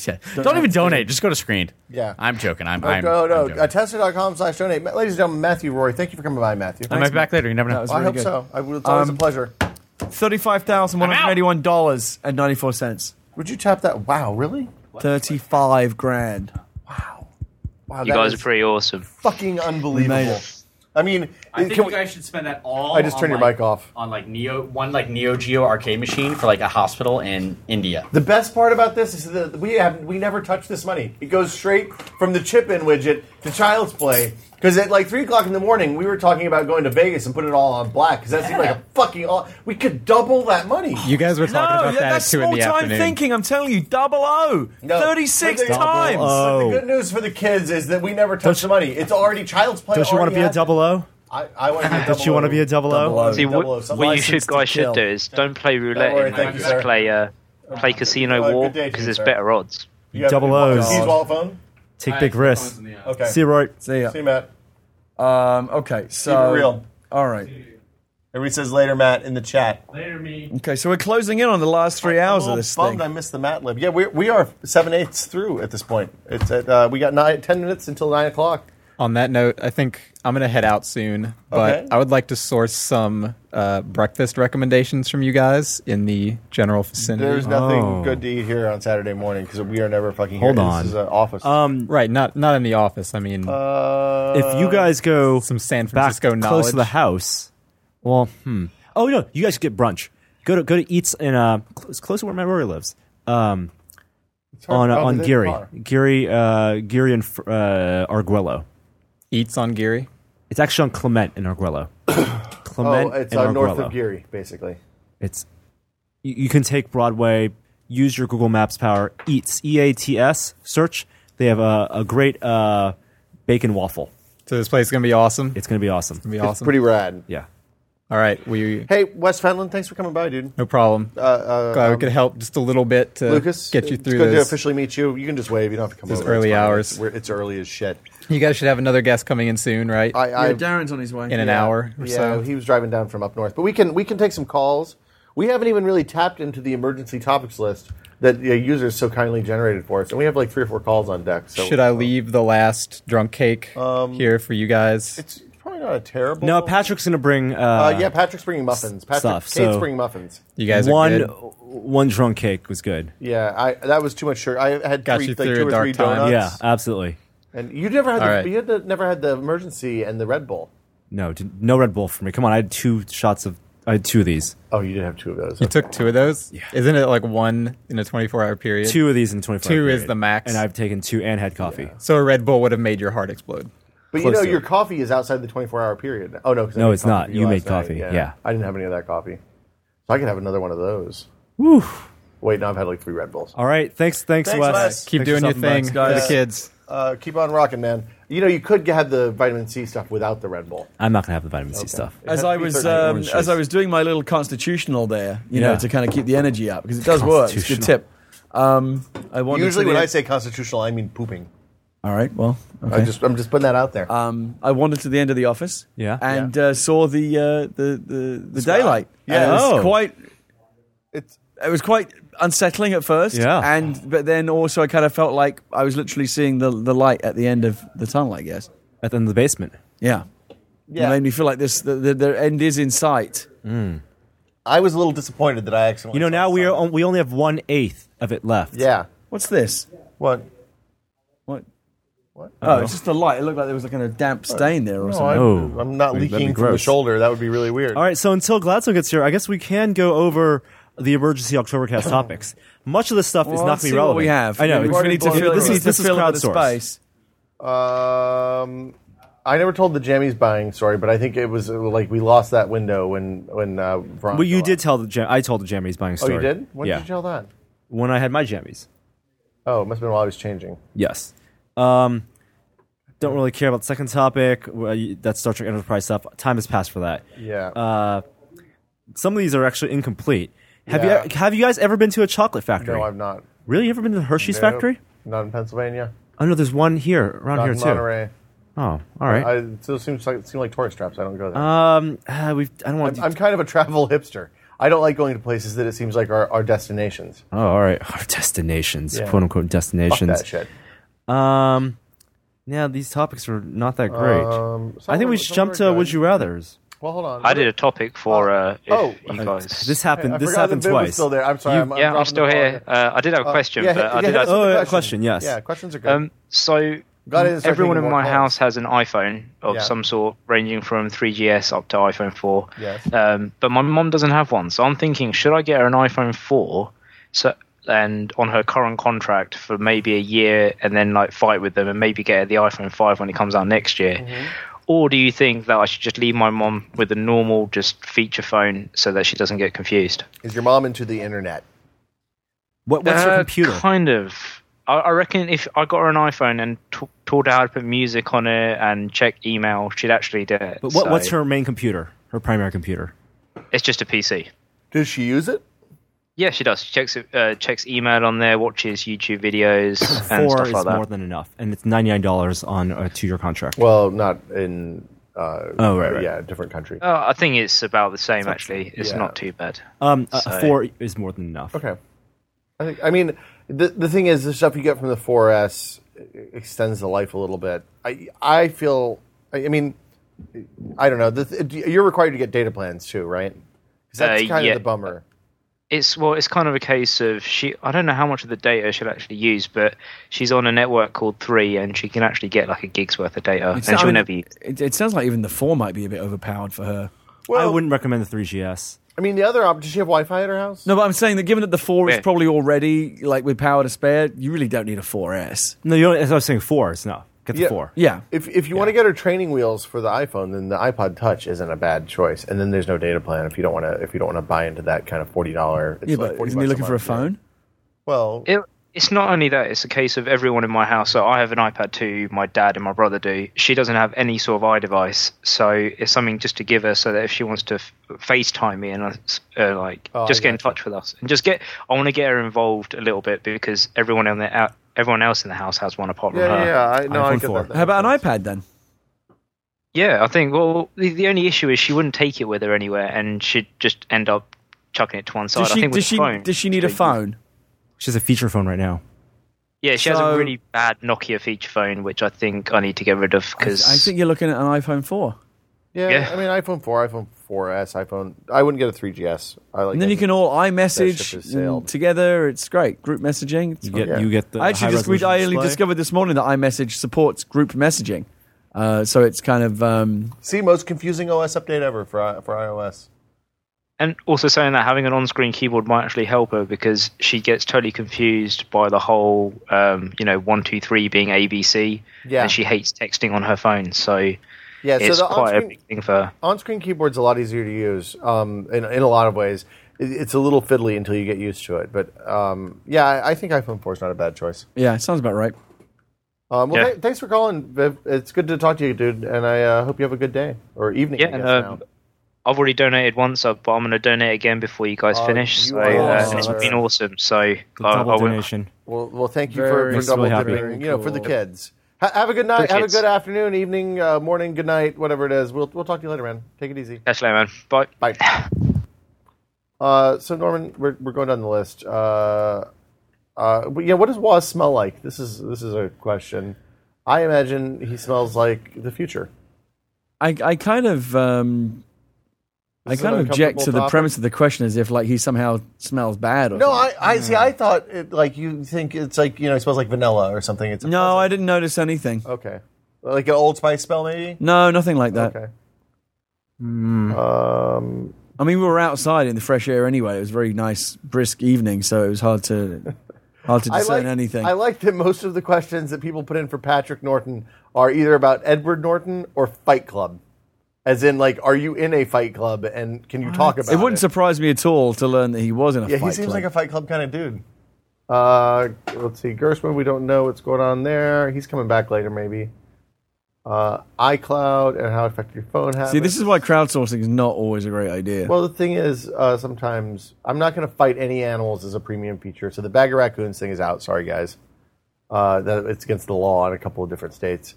Speaker 6: Yeah. Don't even donate. Just go to screened.
Speaker 1: Yeah.
Speaker 6: I'm joking. I'm.
Speaker 1: Oh,
Speaker 6: I'm
Speaker 1: no,
Speaker 6: I'm
Speaker 1: no.
Speaker 6: joking.
Speaker 1: Uh, Tester.com slash donate. Ma- Ladies and gentlemen, Matthew Rory, thank you for coming by, Matthew.
Speaker 6: I might be back later. You never know.
Speaker 4: was
Speaker 1: I
Speaker 4: really
Speaker 1: hope
Speaker 4: good.
Speaker 1: so. I will, it's always a
Speaker 4: Um,
Speaker 1: pleasure.
Speaker 4: Thirty-five thousand one hundred eighty-one dollars and ninety-four cents.
Speaker 1: Would you tap that? Wow, really?
Speaker 4: Thirty-five grand.
Speaker 1: Wow,
Speaker 9: You
Speaker 1: that
Speaker 9: guys
Speaker 1: is
Speaker 9: are pretty awesome.
Speaker 1: fucking
Speaker 4: made
Speaker 1: unbelievable.
Speaker 4: it.
Speaker 1: I mean,
Speaker 6: I
Speaker 1: it-
Speaker 6: think
Speaker 1: can
Speaker 6: you
Speaker 1: we-
Speaker 6: guys should spend that all.
Speaker 1: I just
Speaker 6: on,
Speaker 1: turned your
Speaker 6: like-
Speaker 1: mic off.
Speaker 6: On like Neo, one like Neo Geo arcade machine for like a hospital in India.
Speaker 1: the best part about this is that we have we never touch this money. It goes straight from the chip in widget to child's play. Because at like three o'clock in the morning, we were talking about going to Vegas and putting it all on black. Because that seemed like a fucking. All, we could double that money.
Speaker 5: You guys were talking
Speaker 4: No,
Speaker 5: about that at
Speaker 4: that's
Speaker 5: two in the
Speaker 4: small-time
Speaker 5: afternoon.
Speaker 4: thinking. I'm telling you, double O.
Speaker 1: No.
Speaker 4: Thirty-six
Speaker 1: Double
Speaker 4: times.
Speaker 2: O.
Speaker 1: But
Speaker 2: Oh.
Speaker 1: the good news for the kids is that we never touch the money. It's already child's play.
Speaker 2: Don't you want
Speaker 1: already
Speaker 2: to be a
Speaker 1: happened.
Speaker 2: double O?
Speaker 1: I, I want to be a double.
Speaker 2: Don't you want to be a double
Speaker 4: Double O.
Speaker 2: O?
Speaker 9: See, what,
Speaker 1: Double O, some
Speaker 9: what you
Speaker 1: license
Speaker 9: should guys
Speaker 4: to
Speaker 9: should
Speaker 4: kill.
Speaker 9: do is don't play roulette.
Speaker 1: worry,
Speaker 9: in
Speaker 1: thank
Speaker 9: Vegas.
Speaker 1: you, sir.
Speaker 9: Play uh, play casino
Speaker 1: Oh, good
Speaker 9: war
Speaker 1: day to you,
Speaker 9: because there's
Speaker 1: sir.
Speaker 9: better odds.
Speaker 1: You have
Speaker 2: double
Speaker 1: a-
Speaker 2: O's.
Speaker 1: Use wallet phone.
Speaker 2: Take big risks.
Speaker 1: Okay.
Speaker 2: See you, Rory.
Speaker 4: See ya.
Speaker 1: See you, Matt.
Speaker 4: Um, okay, so
Speaker 1: Keep it real.
Speaker 4: All right.
Speaker 1: Everybody says later, Matt, in the chat.
Speaker 4: Okay, so we're closing in on the last three
Speaker 1: I'm a
Speaker 4: hours
Speaker 1: little
Speaker 4: of this
Speaker 1: bummed
Speaker 4: thing.
Speaker 1: I missed the mat lib. Yeah, we, we are seven eighths through at this point. It's at, uh, we got nine, ten minutes until nine o'clock.
Speaker 5: On that note, I think I'm going to head out soon, but
Speaker 1: Okay.
Speaker 5: I would like to source some uh, breakfast recommendations from you guys in the general vicinity.
Speaker 1: There's nothing
Speaker 2: Oh.
Speaker 1: good to eat here on Saturday morning because we are never fucking
Speaker 2: Hold
Speaker 1: here.
Speaker 2: on.
Speaker 1: This is uh, an office.
Speaker 2: Um,
Speaker 5: right, not not in the office. I mean,
Speaker 1: Uh,
Speaker 2: if you guys go
Speaker 5: some San
Speaker 2: back
Speaker 5: Francisco knowledge.
Speaker 2: close to the house, well, hmm. Oh no, you guys get brunch. Go to go to eats in uh close, close to where my Rory lives. Um,
Speaker 1: it's
Speaker 2: on
Speaker 1: hard
Speaker 2: uh,
Speaker 1: to find
Speaker 2: on
Speaker 1: the
Speaker 2: Geary,
Speaker 1: bar.
Speaker 2: Geary, uh, Geary and Fr- uh, Arguello.
Speaker 5: Eats on Geary.
Speaker 2: It's actually on Clement and Arguello.
Speaker 1: Oh,
Speaker 2: Clement
Speaker 1: it's
Speaker 2: and
Speaker 1: uh, north
Speaker 2: Arguello.
Speaker 1: of Geary, basically.
Speaker 2: It's you, you can take Broadway, use your Google Maps power. Eats E A T S search. They have a, a great uh, bacon waffle.
Speaker 5: So this place is going to be awesome. It's
Speaker 2: It's gonna be awesome.
Speaker 5: going to be
Speaker 1: It's
Speaker 5: awesome.
Speaker 1: pretty rad.
Speaker 2: Yeah.
Speaker 5: All right, we
Speaker 1: Hey, Wes Fenland, thanks for coming by, dude.
Speaker 5: no problem.
Speaker 1: Uh, uh,
Speaker 5: Glad we
Speaker 1: um,
Speaker 5: could help just a little bit to
Speaker 1: Lucas,
Speaker 5: get you
Speaker 1: it's
Speaker 5: through
Speaker 1: good to
Speaker 5: this.
Speaker 1: officially meet you. You can just wave. You don't have to come
Speaker 5: Those
Speaker 1: over. It's
Speaker 5: early
Speaker 1: fine.
Speaker 5: hours.
Speaker 1: It's, we're- it's early as shit.
Speaker 5: You guys should have another guest coming in soon, right?
Speaker 1: I, I
Speaker 4: yeah, Darren's on his way.
Speaker 5: in an
Speaker 1: yeah,
Speaker 5: hour or
Speaker 1: yeah,
Speaker 5: so.
Speaker 1: he was driving down from up north, but we can we can take some calls. We haven't even really tapped into the emergency topics list that the users so kindly generated for us, and we have like three or four calls on deck. So
Speaker 5: Should I leave the last drunk cake here for you guys?
Speaker 1: Um, It's probably not a terrible.
Speaker 2: No, Patrick's gonna bring. Uh,
Speaker 1: Uh, yeah, Patrick's bringing muffins. Patrick,
Speaker 2: stuff,
Speaker 1: Kate's
Speaker 2: so-
Speaker 1: bringing muffins.
Speaker 5: You guys are
Speaker 2: one
Speaker 5: good.
Speaker 2: one drunk cake was good.
Speaker 1: Yeah, I that was too much sugar. I had
Speaker 5: Got
Speaker 1: three,
Speaker 5: you
Speaker 1: like
Speaker 5: through
Speaker 1: two
Speaker 5: a
Speaker 1: or
Speaker 5: dark
Speaker 1: three
Speaker 5: time.
Speaker 1: donuts,
Speaker 2: Yeah, absolutely.
Speaker 1: and you never had the,
Speaker 5: All right.
Speaker 1: you had the, never had the emergency and the Red Bull.
Speaker 2: No, d- no Red Bull for me. Come on, I had two shots of. I had two of these.
Speaker 1: Oh, you did have two of those.
Speaker 5: You took two of those. Isn't it like one in a 24-hour period?
Speaker 2: Two of these in twenty four.
Speaker 5: Two is the max.
Speaker 2: and I've taken two and had coffee.
Speaker 5: So a Red Bull would have made your heart explode.
Speaker 1: But you know,
Speaker 2: to
Speaker 1: your
Speaker 2: it.
Speaker 1: coffee is outside the 24 hour period. Oh, no. 'cause I
Speaker 2: No,
Speaker 1: made
Speaker 2: it's
Speaker 1: coffee
Speaker 2: not.
Speaker 1: for
Speaker 2: You
Speaker 1: last
Speaker 2: made coffee, yeah.
Speaker 1: I didn't have any of that coffee. So I could have another one of those. Wait, no, I've had like three Red Bulls.
Speaker 2: All right, thanks, thanks,
Speaker 1: Thanks,
Speaker 2: Wes.
Speaker 1: Wes.
Speaker 5: Keep
Speaker 2: Thanks
Speaker 5: doing
Speaker 2: for
Speaker 5: your
Speaker 2: stopping by.
Speaker 5: thing for the kids.
Speaker 1: Uh, keep on rocking, man. You know, you could have the vitamin C stuff without the Red Bull.
Speaker 2: I'm not gonna have the vitamin C stuff.
Speaker 1: It
Speaker 4: As
Speaker 1: has
Speaker 4: I
Speaker 1: to be
Speaker 4: was
Speaker 1: certain
Speaker 4: um,
Speaker 1: orange
Speaker 4: as I
Speaker 1: juice.
Speaker 4: was doing my little constitutional there, you know,
Speaker 2: Yeah.
Speaker 4: to kind of keep the energy up because Uh, it does work. It's a good tip. Um, I wandered
Speaker 1: usually
Speaker 4: to the
Speaker 1: when I say constitutional, I mean pooping.
Speaker 4: all right, well, uh, okay.
Speaker 1: I just I'm just putting that out there.
Speaker 4: um, I wandered to the end of the office,
Speaker 2: Yeah.
Speaker 4: and Uh, saw the uh, the the, the
Speaker 1: sky.
Speaker 4: daylight.
Speaker 1: Yeah.
Speaker 4: And it was
Speaker 2: Oh.
Speaker 4: quite
Speaker 1: it's
Speaker 4: it was quite unsettling at first.
Speaker 2: Yeah.
Speaker 4: and but then also I kind of felt like I was literally seeing the the light at the end of the tunnel. I guess.
Speaker 2: At the end of the basement.
Speaker 4: Yeah. It
Speaker 1: yeah.
Speaker 4: made me feel like this. The, the, the end is in sight.
Speaker 1: I was a little disappointed that I actually.
Speaker 2: Hmm. You know, now we are on, we only have one eighth of it left.
Speaker 1: Yeah.
Speaker 4: What's this?
Speaker 1: What?
Speaker 4: What?
Speaker 1: What? Oh,
Speaker 4: Oh, it's just the light. It looked like there was like a damp stain there or
Speaker 1: No,
Speaker 4: something.
Speaker 1: I'm, I'm not
Speaker 2: That'd be
Speaker 1: leaking from the
Speaker 2: gross.
Speaker 1: shoulder. That would be really weird.
Speaker 2: All right, so until Gladstone gets here, I guess we can go over the emergency Octobercast topics. Much of this stuff is
Speaker 4: Well,
Speaker 2: not
Speaker 4: let's
Speaker 2: going to
Speaker 4: see
Speaker 2: be
Speaker 4: what
Speaker 2: relevant.
Speaker 4: we have.
Speaker 2: I know.
Speaker 4: We've
Speaker 2: it's-
Speaker 4: already
Speaker 2: it's a-
Speaker 4: got to
Speaker 2: this
Speaker 4: fill-
Speaker 2: is this is
Speaker 4: fill out
Speaker 2: crowd
Speaker 4: the
Speaker 2: source.
Speaker 4: space.
Speaker 1: Um, I never told the jammies buying story, but I think it was uh, like we lost that window when when. Uh, Veronica
Speaker 2: Well, you
Speaker 1: left.
Speaker 2: did tell the jam- I told the jammies buying
Speaker 1: Oh,
Speaker 2: story.
Speaker 1: you did. When
Speaker 2: yeah.
Speaker 1: did you tell that?
Speaker 2: When I had my jammies.
Speaker 1: Oh, it must have been while I was changing.
Speaker 2: Yes. Um, don't really care about the second topic. Well, you- That's Star Trek Enterprise stuff. Time has passed for that.
Speaker 1: Yeah.
Speaker 2: Uh, some of these are actually incomplete. Have
Speaker 1: Yeah.
Speaker 2: you e, have you guys ever been to a chocolate factory?
Speaker 1: no, I've not.
Speaker 2: really, you ever been to the Hershey's
Speaker 1: Nope.
Speaker 2: factory?
Speaker 1: Not in Pennsylvania.
Speaker 2: I know there's one here around
Speaker 1: Not
Speaker 2: here
Speaker 1: in
Speaker 2: too.
Speaker 1: Monterey.
Speaker 2: Oh, all right.
Speaker 1: I, it still seems like it seems like tourist traps. I don't go there.
Speaker 2: Um, uh, we've. I don't want.
Speaker 1: I'm,
Speaker 2: to
Speaker 1: I'm kind of a travel hipster. I don't like going to places that it seems like are, are destinations.
Speaker 2: oh, all right. Our destinations,
Speaker 1: Yeah.
Speaker 2: quote unquote
Speaker 1: Fuck
Speaker 2: destinations.
Speaker 1: that shit.
Speaker 2: Um, yeah, these topics are not that great.
Speaker 1: Um,
Speaker 2: I think we should jump to Would You Rather's.
Speaker 1: Well, hold on.
Speaker 9: I did a topic for uh, if
Speaker 1: Oh.
Speaker 9: you guys.
Speaker 2: This
Speaker 1: Hey,
Speaker 2: happened.
Speaker 1: I
Speaker 2: this
Speaker 1: forgot
Speaker 2: happened
Speaker 1: that Viv was
Speaker 2: twice.
Speaker 1: still there. I'm sorry.
Speaker 2: You-
Speaker 1: I'm,
Speaker 9: yeah, I'm
Speaker 1: dropping
Speaker 9: still
Speaker 1: the ball
Speaker 9: here. Uh, I did have a
Speaker 1: Uh,
Speaker 9: question,
Speaker 1: yeah,
Speaker 9: but
Speaker 1: hit-
Speaker 9: I
Speaker 1: yeah,
Speaker 9: did.
Speaker 1: hit us
Speaker 9: have-
Speaker 1: with the
Speaker 2: Oh, yeah, question, yes.
Speaker 1: Yeah, questions are good.
Speaker 9: um, so
Speaker 1: Glad I didn't start
Speaker 9: everyone
Speaker 1: taking
Speaker 9: in
Speaker 1: more
Speaker 9: my
Speaker 1: calls.
Speaker 9: house has an iPhone of
Speaker 1: Yeah.
Speaker 9: some sort, ranging from 3GS up to iPhone 4.
Speaker 1: Yes.
Speaker 9: Um, but my mom doesn't have one, so I'm thinking, should I get her an iPhone 4? So and on her current contract for maybe a year, and then like fight with them, and maybe get her the iPhone 5 when it comes out next year.
Speaker 6: Mm-hmm.
Speaker 9: Or do you think that I should just leave my mom with a normal, just feature phone, so that she doesn't get confused?
Speaker 1: Is your mom into the internet?
Speaker 2: What, what's your
Speaker 9: Uh,
Speaker 2: computer?
Speaker 9: Kind of. I, I reckon if I got her an iPhone and t- taught her how to put music on it and check email, she'd actually do it.
Speaker 2: but what,
Speaker 9: So,
Speaker 2: what's her main computer? Her primary computer.
Speaker 9: It's just a PC.
Speaker 1: Does she use it?
Speaker 9: Yeah, she does. She checks it- uh, checks email on there, watches YouTube videos and
Speaker 2: Four
Speaker 9: stuff
Speaker 2: is
Speaker 9: like that.
Speaker 2: more than enough, and it's ninety nine dollars on a two year contract.
Speaker 1: Well, not in. Uh,
Speaker 2: Oh, right, right.
Speaker 1: Yeah, different country.
Speaker 9: Oh, I think it's about the same actually. It's
Speaker 1: yeah.
Speaker 9: not too bad.
Speaker 2: Um, a- a
Speaker 9: so-
Speaker 2: four is more than enough.
Speaker 1: Okay. I think. I mean, the the thing is, the stuff you get from the 4S extends the life a little bit. I I feel. I, I mean, I don't know. The, you're required to get data plans too, right? 'Cause that's
Speaker 9: Uh,
Speaker 1: kind
Speaker 9: yeah.
Speaker 1: of the bummer.
Speaker 9: It's well, it's kind of a case of she. I don't know how much of the data she'll actually use, but she's on a network called Three, and she can actually get like a gig's worth of data,
Speaker 4: It's-
Speaker 9: and
Speaker 4: I
Speaker 9: she'll
Speaker 4: mean,
Speaker 9: never use.
Speaker 4: It, it sounds like even the four might be a bit overpowered for her.
Speaker 2: I wouldn't recommend the 3GS.
Speaker 1: I mean, the other option. Does she have Wi-Fi at her house?
Speaker 4: No, but I'm saying that given that the four
Speaker 9: Yeah.
Speaker 4: is probably already like with power to spare, you really don't need a 4S.
Speaker 2: No, you only, as I was saying, four is enough. Get the
Speaker 1: Yeah.
Speaker 2: four.
Speaker 4: Yeah.
Speaker 1: If if you want to get her training wheels for the iPhone, then the iPod Touch isn't a bad choice. And then there's no data plan if you don't want to if you don't want to buy into that kind of forty dollar.
Speaker 4: Yeah, but isn't he looking for a phone?
Speaker 1: Well,
Speaker 9: It, it's not only that; it's a case of everyone in my house. So I have an iPad too. My dad and my brother do. She doesn't have any sort of iDevice, so it's something just to give her, so that if she wants to f- FaceTime me and uh, s- uh, like
Speaker 1: Oh, I
Speaker 9: just get in
Speaker 1: gotcha.
Speaker 9: touch with us and just get. I want to get her involved a little bit because everyone in the out, everyone else in the house has one apart from
Speaker 1: yeah,
Speaker 9: her.
Speaker 1: yeah, yeah. I, no, I
Speaker 2: iPhone
Speaker 1: get
Speaker 2: 4.
Speaker 1: that.
Speaker 4: How about an iPad then?
Speaker 9: Yeah, I think. Well, the, the only issue is she wouldn't take it with her anywhere, and she'd just end up chucking it to one side.
Speaker 4: Does
Speaker 9: I
Speaker 4: she
Speaker 9: think with
Speaker 4: does
Speaker 9: the
Speaker 4: she
Speaker 9: phone,
Speaker 4: does she need a
Speaker 9: she'd-
Speaker 4: phone?
Speaker 2: She has a feature phone right now.
Speaker 9: Yeah, she has
Speaker 4: So-
Speaker 9: a really bad Nokia feature phone, which I think I need to get rid of
Speaker 4: I,
Speaker 9: because
Speaker 4: I think you're looking at an iPhone 4.
Speaker 1: Yeah,
Speaker 9: Yeah.
Speaker 1: I mean, iPhone four, iPhone 4S, iPhone. I wouldn't get a 3GS. I like.
Speaker 4: And then you can all
Speaker 1: ship has
Speaker 4: iMessage
Speaker 1: sailed.
Speaker 4: and together. It's great. Group messaging. It's
Speaker 2: You get
Speaker 1: Yeah.
Speaker 2: you get the.
Speaker 4: I actually just we,
Speaker 2: high-resolution
Speaker 4: I only
Speaker 2: display.
Speaker 4: discovered this morning that iMessage supports group messaging. Uh, so it's kind of um,
Speaker 1: see most confusing OS update ever for i- for iOS.
Speaker 9: And also saying that having an on-screen keyboard might actually help her because she gets totally confused by the whole, um, you know, one two three being ABC,
Speaker 1: Yeah.
Speaker 9: and she hates texting on her phone. So
Speaker 1: Yeah,
Speaker 9: it's
Speaker 1: so the
Speaker 9: quite a
Speaker 1: on-screen,
Speaker 9: big thing for her.
Speaker 1: on-screen keyboard's a lot easier to use um, in in a lot of ways. It, it's a little fiddly until you get used to it, but um, yeah, I, I think iPhone four is not a bad choice.
Speaker 4: yeah, sounds about right.
Speaker 1: Um, well,
Speaker 9: Yeah.
Speaker 1: th- thanks for calling, Viv. It's good to talk to you, dude, and I uh, hope you have a good day or evening.
Speaker 9: Yeah,
Speaker 1: I guess,
Speaker 9: and
Speaker 1: now.
Speaker 9: um, I've already donated once, uh, but I'm going to donate again before you guys
Speaker 1: Oh,
Speaker 9: finish.
Speaker 1: you
Speaker 9: so
Speaker 1: are
Speaker 9: uh,
Speaker 1: awesome.
Speaker 9: it's been awesome. So I,
Speaker 2: The
Speaker 9: uh, I
Speaker 2: double
Speaker 9: will-
Speaker 2: donation.
Speaker 1: Well, well, thank you
Speaker 4: Very-
Speaker 1: for, for
Speaker 4: Makes
Speaker 2: me
Speaker 1: double
Speaker 2: happy.
Speaker 1: dipping. You know, for the
Speaker 4: Cool.
Speaker 1: kids. Ha- have a good night.
Speaker 9: For
Speaker 1: Have a
Speaker 9: kids.
Speaker 1: good afternoon, evening, uh, morning, good night, whatever it is. We'll we'll talk to you later, man. Take it easy.
Speaker 9: Catch you later, man. Bye.
Speaker 1: Bye. Uh, so Norman, we're, we're going down the list. Uh, uh, but yeah, what does Waz smell like? This is this is a question. I imagine he smells like the future.
Speaker 4: I, I kind of um, I
Speaker 1: This is
Speaker 4: kind
Speaker 1: an
Speaker 4: of object to
Speaker 1: uncomfortable
Speaker 4: the
Speaker 1: topic.
Speaker 4: premise of the question as if like he somehow smells bad. Or
Speaker 1: No, I,
Speaker 4: something.
Speaker 1: I see. I thought it, like you think it's like you know it smells like vanilla or something. It's a
Speaker 4: no, I didn't notice anything.
Speaker 1: okay, like an Old Spice smell maybe.
Speaker 4: No, nothing like that.
Speaker 1: Okay.
Speaker 4: Mm.
Speaker 1: Um,
Speaker 4: I mean, we were outside in the fresh air anyway. It was a very nice, brisk evening, so it was hard to hard to
Speaker 1: I
Speaker 4: discern
Speaker 1: like
Speaker 4: anything.
Speaker 1: I like that most of the questions that people put in for Patrick Norton are either about Edward Norton or Fight Club, as in like, are you in a Fight Club and can you talk about
Speaker 4: it wouldn't surprise me at all to learn that he was in a
Speaker 1: Yeah,
Speaker 4: fight
Speaker 1: he seems
Speaker 4: club.
Speaker 1: like a Fight Club kind of dude. Uh, let's see, Gershwin. We don't know what's going on there. He's coming back later, maybe. Uh, iCloud and how it affected your phone habits.
Speaker 4: See, this is why crowdsourcing is not always a great idea.
Speaker 1: Well, the thing is, uh, sometimes I'm not going to fight any animals as a premium feature. So the bag of raccoons thing is out. Sorry, guys. Uh, that it's against the law in a couple of different states.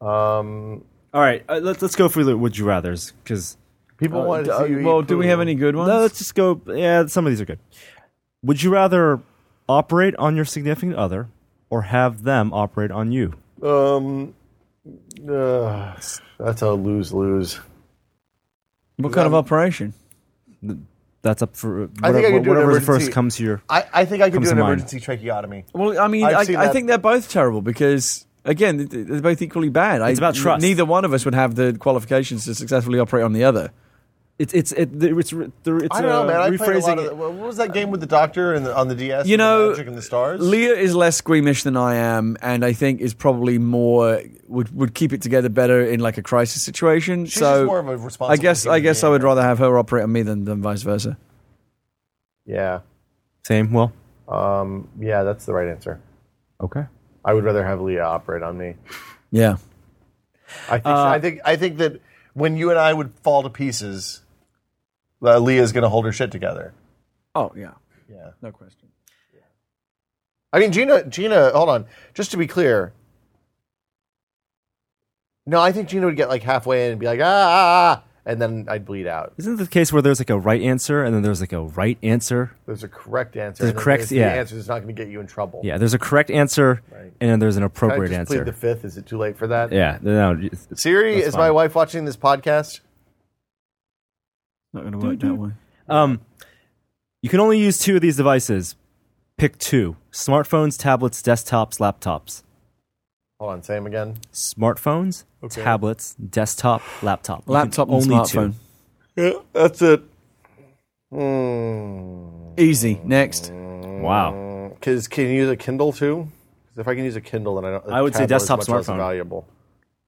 Speaker 1: Um,
Speaker 2: All right, uh, let's let's go through the would you rather's because
Speaker 1: people want to
Speaker 4: Uh,
Speaker 1: see you.
Speaker 4: well,
Speaker 1: eat
Speaker 4: do we
Speaker 1: poo.
Speaker 4: have any good ones?
Speaker 2: no, let's just go. Yeah, some of these are good. Would you rather operate on your significant other or have them operate on you?
Speaker 1: Um, uh, that's a lose lose.
Speaker 4: what
Speaker 1: um,
Speaker 4: kind of operation?
Speaker 2: That's up for whatever,
Speaker 1: I could do an
Speaker 2: whatever's
Speaker 1: emergency-
Speaker 2: first comes to your.
Speaker 1: I, I think I could
Speaker 2: Comes
Speaker 1: do
Speaker 2: to
Speaker 1: an
Speaker 2: mind.
Speaker 1: emergency tracheotomy.
Speaker 4: Well, I mean,
Speaker 1: I've
Speaker 4: I,
Speaker 1: seen
Speaker 4: I
Speaker 1: that.
Speaker 4: think they're both terrible because again, th- th- they're both equally bad.
Speaker 2: It's
Speaker 4: I,
Speaker 2: about trust.
Speaker 4: Neither one of us would have the qualifications to successfully operate on the other.
Speaker 2: It's it's it, it's re- there- it's
Speaker 1: I don't know,
Speaker 2: uh,
Speaker 1: man. I played a
Speaker 2: rephrasing
Speaker 1: lot of.
Speaker 2: it.
Speaker 1: The, what was that game with the doctor and the, on the DS?
Speaker 4: You
Speaker 1: with the
Speaker 4: know,
Speaker 1: Magic and the stars.
Speaker 4: Leah is less squeamish than I am, and I think is probably more would would keep it together better in like a crisis situation.
Speaker 1: She's
Speaker 4: so
Speaker 1: just more of a responsible.
Speaker 4: I guess I
Speaker 1: human
Speaker 4: guess I
Speaker 1: being.
Speaker 4: would rather have her operate on me than, than vice versa.
Speaker 1: Yeah.
Speaker 2: Same. Well,
Speaker 1: Um. Yeah, that's the right answer.
Speaker 2: okay.
Speaker 1: I would rather have Leah operate on me.
Speaker 4: Yeah.
Speaker 1: I think,
Speaker 2: Uh,
Speaker 1: I think I think that when you and I would fall to pieces, uh, Leah's going to hold her shit together.
Speaker 4: Oh yeah.
Speaker 1: Yeah.
Speaker 4: No question.
Speaker 1: I mean, Gina. Gina, hold on. Just to be clear. No, I think Gina would get like halfway in and be like, ah, ah, ah and then I'd bleed out.
Speaker 2: Isn't it the case where there's like a right answer and then there's like a right answer?
Speaker 1: There's a correct answer.
Speaker 2: The
Speaker 1: and if
Speaker 2: correct-
Speaker 1: it's
Speaker 2: yeah.
Speaker 1: The answer is not going to get you in trouble.
Speaker 2: Yeah, there's a correct answer and then there's an
Speaker 1: Can I
Speaker 2: appropriate
Speaker 1: just
Speaker 2: answer.
Speaker 1: plead the fifth. Is it too late for that?
Speaker 2: yeah, no, no,
Speaker 1: Siri,
Speaker 2: That's
Speaker 1: is my
Speaker 2: fine.
Speaker 1: wife watching this podcast?
Speaker 4: Not going to work that way.
Speaker 2: Um, you can only use two of these devices. Pick two: smartphones, tablets, desktops, laptops.
Speaker 1: Hold on, same again.
Speaker 2: Smartphones, tablets, desktop, laptop. You
Speaker 4: Laptop
Speaker 2: can
Speaker 4: and smartphone.
Speaker 1: that's it. Hmm.
Speaker 4: Easy. Next.
Speaker 2: Two. Wow.
Speaker 1: Because can you use a Kindle too? 'Cause if I can use a Kindle, then I don't.
Speaker 2: I would say
Speaker 1: tablet is
Speaker 2: desktop
Speaker 1: much less
Speaker 2: smartphone.
Speaker 1: valuable.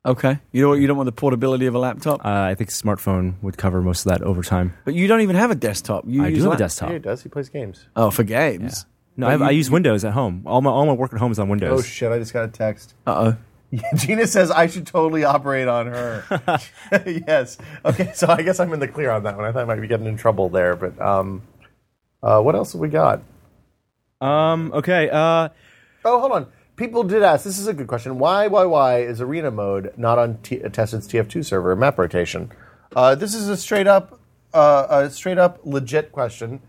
Speaker 4: Okay. You don't you don't want the portability of a laptop,
Speaker 2: Uh, I think smartphone would cover most of that over time.
Speaker 4: but you don't even have a desktop. You
Speaker 2: I do
Speaker 4: use
Speaker 2: have a
Speaker 4: lap-
Speaker 2: desktop.
Speaker 1: Yeah, he does. He plays games.
Speaker 4: Oh, for games.
Speaker 2: No, I, have, I use Windows at home. All my all my work at home is on Windows.
Speaker 1: Oh shit! I just got a text.
Speaker 4: Uh oh.
Speaker 1: Gina says I should totally operate on her. yes. Okay. So I guess I'm in the clear on that one. I thought I might be getting in trouble there, but um, uh, what else have we got?
Speaker 2: Um. Okay. Uh.
Speaker 1: Oh, hold on. People did ask. This is a good question. Why, why, why is arena mode not on T- Tested's TF2 server map rotation? Uh, this is a straight up, uh, a straight up legit question.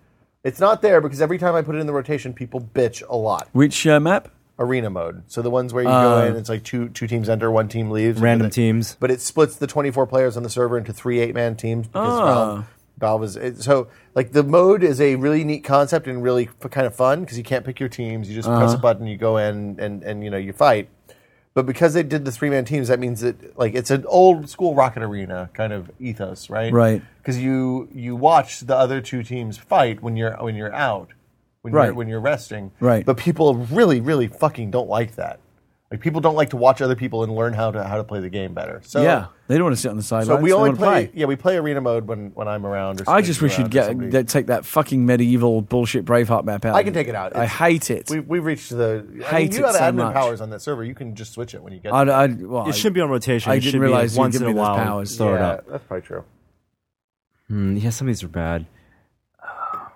Speaker 1: It's not there because every time I put it in the rotation, people bitch a lot.
Speaker 4: Which uh, map?
Speaker 1: Arena mode. So the ones where you go
Speaker 2: Um,
Speaker 1: in, it's like two two teams enter, one team leaves.
Speaker 2: Random
Speaker 1: But it-
Speaker 2: teams.
Speaker 1: But it splits the twenty four players on the server into three eight man teams because
Speaker 4: Ah.
Speaker 1: Valve, Valve is it, so like the mode is a really neat concept and really f- kind of fun because you can't pick your teams. You just
Speaker 4: Uh-huh.
Speaker 1: press a button, you go in, and and you know you fight. But because they did the three man teams, that means that like it's an old school Rocket Arena kind of ethos, right?
Speaker 4: Right.
Speaker 1: Because you you watch the other two teams fight when you're when you're out, when
Speaker 4: Right.
Speaker 1: you're when you're resting,
Speaker 4: Right.
Speaker 1: But people really really fucking don't like that. Like people don't like to watch other people and learn how to how to play the game better. So
Speaker 4: yeah, they don't want to sit on the sidelines.
Speaker 1: So we
Speaker 4: They
Speaker 1: only
Speaker 4: wanna
Speaker 1: play, Yeah, we play arena mode when, when I'm around. Or
Speaker 4: I
Speaker 1: somebody's
Speaker 4: just wish you'd
Speaker 1: around or
Speaker 4: get
Speaker 1: somebody-
Speaker 4: that, take that fucking medieval bullshit Braveheart map out.
Speaker 1: I can take it out.
Speaker 4: I
Speaker 1: It's-
Speaker 4: hate it.
Speaker 1: We we reached the. I mean,
Speaker 4: Hate
Speaker 1: you
Speaker 4: it
Speaker 1: got
Speaker 4: so
Speaker 1: admin
Speaker 4: much.
Speaker 1: powers on that server. You can just switch it when you get.
Speaker 4: I, I, well,
Speaker 2: It shouldn't be on rotation.
Speaker 4: I
Speaker 2: it
Speaker 4: didn't
Speaker 2: should
Speaker 4: realize
Speaker 2: be
Speaker 4: you
Speaker 2: once
Speaker 4: give
Speaker 2: in a
Speaker 4: me those
Speaker 2: while.
Speaker 4: powers.
Speaker 2: Throw it
Speaker 1: yeah,
Speaker 2: up.
Speaker 1: that's probably true.
Speaker 2: Hmm, yeah, some of these are bad.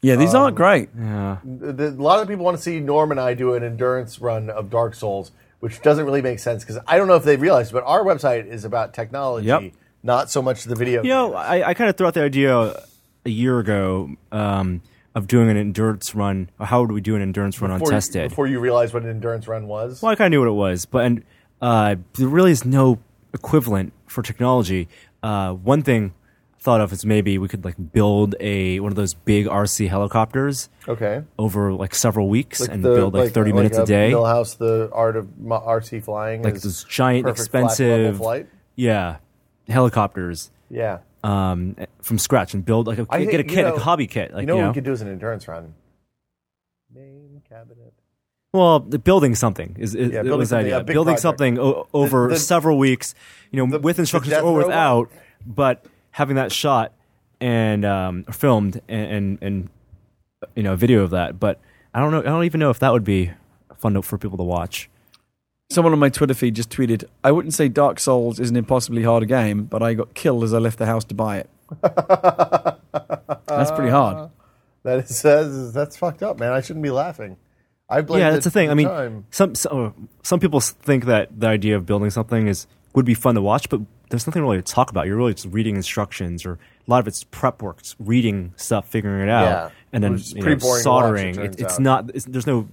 Speaker 4: yeah, these
Speaker 1: Um,
Speaker 4: aren't great.
Speaker 1: The- the- a lot of people want to see Norm and I do an endurance run of Dark Souls, which doesn't really make sense because I don't know if they realize, but our website is about technology,
Speaker 2: Yep.
Speaker 1: not so much the video.
Speaker 2: You know, I, I kind of threw out the idea a year ago um, of doing an endurance run. Or how would we do an endurance run
Speaker 1: before
Speaker 2: on test
Speaker 1: you,
Speaker 2: day?
Speaker 1: before you realize what an endurance run was.
Speaker 2: Well, I kind of knew what it was, but and uh, there really is no equivalent for technology. Uh, one thing I thought of is maybe we could like build a one of those big RC helicopters
Speaker 1: Okay.
Speaker 2: over like several weeks
Speaker 1: Like
Speaker 2: and
Speaker 1: the-
Speaker 2: build like, thirty
Speaker 1: like
Speaker 2: minutes a, day,
Speaker 1: Millhouse, the art of m- RC flying,
Speaker 2: like
Speaker 1: is
Speaker 2: those giant,
Speaker 1: perfect flat level
Speaker 2: expensive,
Speaker 1: flight.
Speaker 2: yeah, helicopters
Speaker 1: Yeah,
Speaker 2: um, from scratch and build like a,
Speaker 1: I
Speaker 2: get a
Speaker 1: think, you
Speaker 2: kit, like
Speaker 1: know-
Speaker 2: a hobby kit, like
Speaker 1: you know what we could do as an endurance run. Main cabinet.
Speaker 2: Well, the building something is, is
Speaker 1: Yeah,
Speaker 2: it
Speaker 1: building
Speaker 2: was the
Speaker 1: something,
Speaker 2: idea.
Speaker 1: yeah, big
Speaker 2: building
Speaker 1: project.
Speaker 2: something o- over
Speaker 1: The- the-
Speaker 2: several weeks, you know,
Speaker 1: the-
Speaker 2: with
Speaker 1: the
Speaker 2: instructions
Speaker 1: death
Speaker 2: or
Speaker 1: robot?
Speaker 2: without, but having that shot and um, filmed and, and and you know, a video of that. But I don't know. I don't even know if that would be fun to, for people to watch.
Speaker 4: Someone on my Twitter feed just tweeted, "I wouldn't say Dark Souls is an impossibly hard game, but I got killed as I left the house to buy it." That's pretty hard.
Speaker 1: Uh, That is that's, that's fucked up, man. I shouldn't be laughing. I blame.
Speaker 2: yeah, that's the thing. I mean,
Speaker 1: time.
Speaker 2: some some some people s- think that the idea of building something is would be fun to watch, but there's nothing really to talk about. You're really just reading instructions, or a lot of it's prep work, it's reading stuff, figuring it out,
Speaker 1: Yeah.
Speaker 2: and then
Speaker 1: Which is
Speaker 2: you know,
Speaker 1: pretty boring to watch, it
Speaker 2: soldering.
Speaker 1: turns
Speaker 2: it's
Speaker 1: out.
Speaker 2: not. It's, there's no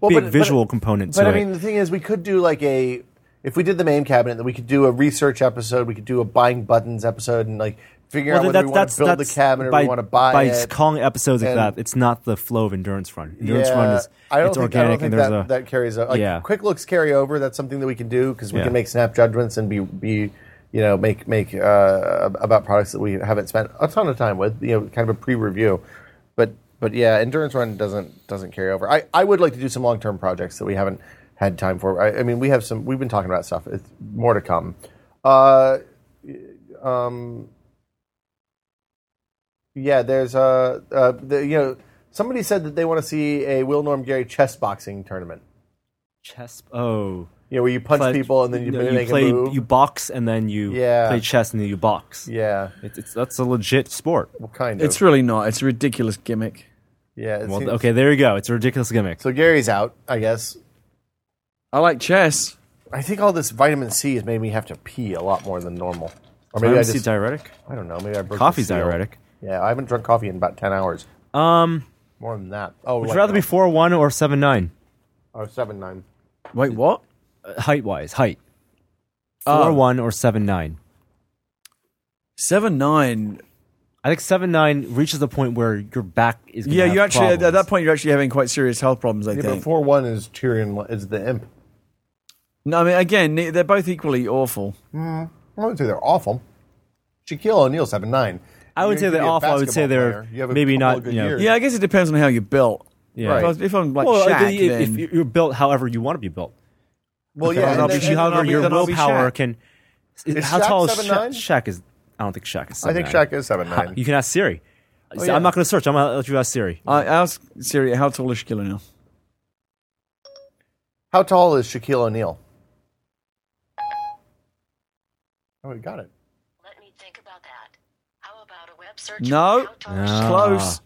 Speaker 1: Well,
Speaker 2: big
Speaker 1: but- but-
Speaker 2: visual component
Speaker 1: But
Speaker 2: to
Speaker 1: I mean,
Speaker 2: it.
Speaker 1: the thing is, we could do like a if we did the main cabinet, then we could do a research episode. We could do a buying buttons episode, and like figure out
Speaker 2: Well,
Speaker 1: whether we want to build the cabinet or
Speaker 2: by-
Speaker 1: we want to buy
Speaker 2: by
Speaker 1: it.
Speaker 2: calling episodes like
Speaker 1: and-
Speaker 2: that. It's not the flow of endurance run. Endurance run is
Speaker 1: I don't
Speaker 2: it's
Speaker 1: think, I don't
Speaker 2: organic
Speaker 1: think
Speaker 2: and there's
Speaker 1: that,
Speaker 2: a
Speaker 1: that carries over. Like,
Speaker 2: Yeah.
Speaker 1: Quick looks carry over. That's something that we can do because we
Speaker 2: Yeah.
Speaker 1: can make snap judgments and be be you know make make uh, about products that we haven't spent a ton of time with. You know, kind of a pre-review. But but yeah, endurance run doesn't doesn't carry over. I, I would like to do some long term projects that we haven't had time for. I, I mean, we have some. We've been talking about stuff. It's more to come. Uh, um, Yeah, there's a uh, the, you know somebody said that they want to see a Will Norm Gary chess boxing tournament.
Speaker 2: chess. Oh.
Speaker 1: You know, where you punch
Speaker 2: But,
Speaker 1: people and then you,
Speaker 2: know,
Speaker 1: make
Speaker 2: play,
Speaker 1: a move.
Speaker 2: You box and then you
Speaker 1: Yeah.
Speaker 2: play chess and then you box.
Speaker 1: yeah,
Speaker 2: It's, it's, that's a legit sport.
Speaker 1: well, kind of.
Speaker 4: It's really not. It's a ridiculous gimmick.
Speaker 1: yeah. it
Speaker 2: Well,
Speaker 1: seems-
Speaker 2: okay, there you go. It's a ridiculous gimmick.
Speaker 1: So Gary's out, I guess.
Speaker 4: I like chess.
Speaker 1: I think all this vitamin C has made me have to pee a lot more than normal. Or maybe
Speaker 2: Vitamin
Speaker 1: I
Speaker 2: C
Speaker 1: just
Speaker 2: diuretic.
Speaker 1: I don't know. Maybe I broke
Speaker 2: Coffee's
Speaker 1: the seal.
Speaker 2: diuretic.
Speaker 1: Yeah, I haven't drunk coffee in about ten hours.
Speaker 2: Um,
Speaker 1: More than that. Oh,
Speaker 2: would you rather be four one or seven nine?
Speaker 1: or seven nine?
Speaker 4: Wait, what? Uh,
Speaker 2: Height wise, height. Four one or seven nine.
Speaker 4: Seven nine.
Speaker 2: I think seven nine reaches the point where your back is. Gonna
Speaker 4: Yeah,
Speaker 2: have
Speaker 4: you actually at that
Speaker 2: problems.
Speaker 4: point you're actually having quite serious health problems. I
Speaker 1: Yeah, but
Speaker 4: think.
Speaker 1: four one is Tyrion is the imp.
Speaker 4: No, I mean again, ne- they're both equally awful.
Speaker 6: Mm-hmm.
Speaker 1: I wouldn't say they're awful. Shaquille O'Neal seven nine.
Speaker 2: I would say they're awful. I would say they're maybe not, you know,
Speaker 4: Yeah, I guess it depends on how you're built.
Speaker 2: Yeah.
Speaker 4: If, I was- if I'm like
Speaker 2: Well,
Speaker 4: Shaq,
Speaker 2: if- if,
Speaker 4: then-
Speaker 2: if you're built however you want to be built,
Speaker 1: Well,
Speaker 2: Then
Speaker 1: yeah, and
Speaker 2: I'll
Speaker 1: then-
Speaker 2: be-
Speaker 1: and then
Speaker 2: however
Speaker 1: I'll be-
Speaker 2: your
Speaker 1: then I'll be
Speaker 2: willpower
Speaker 1: Shaq.
Speaker 2: can. how
Speaker 1: Shaq
Speaker 2: tall is
Speaker 1: 7'9"?
Speaker 2: Shaq? Shaq is. I don't think Shaq is.
Speaker 1: I think
Speaker 2: 7'9".
Speaker 1: Shaq is 7'9".
Speaker 2: You can ask Siri.
Speaker 1: yeah.
Speaker 2: I'm not going to search. I'm going to let you ask Siri.
Speaker 4: I ask Siri, how tall is Shaquille O'Neal?
Speaker 1: How tall is Shaquille O'Neal? Oh, we got it.
Speaker 8: Let me think about that. How about a web search?
Speaker 4: No.
Speaker 8: for how tall is she?
Speaker 2: Ah.
Speaker 4: Close.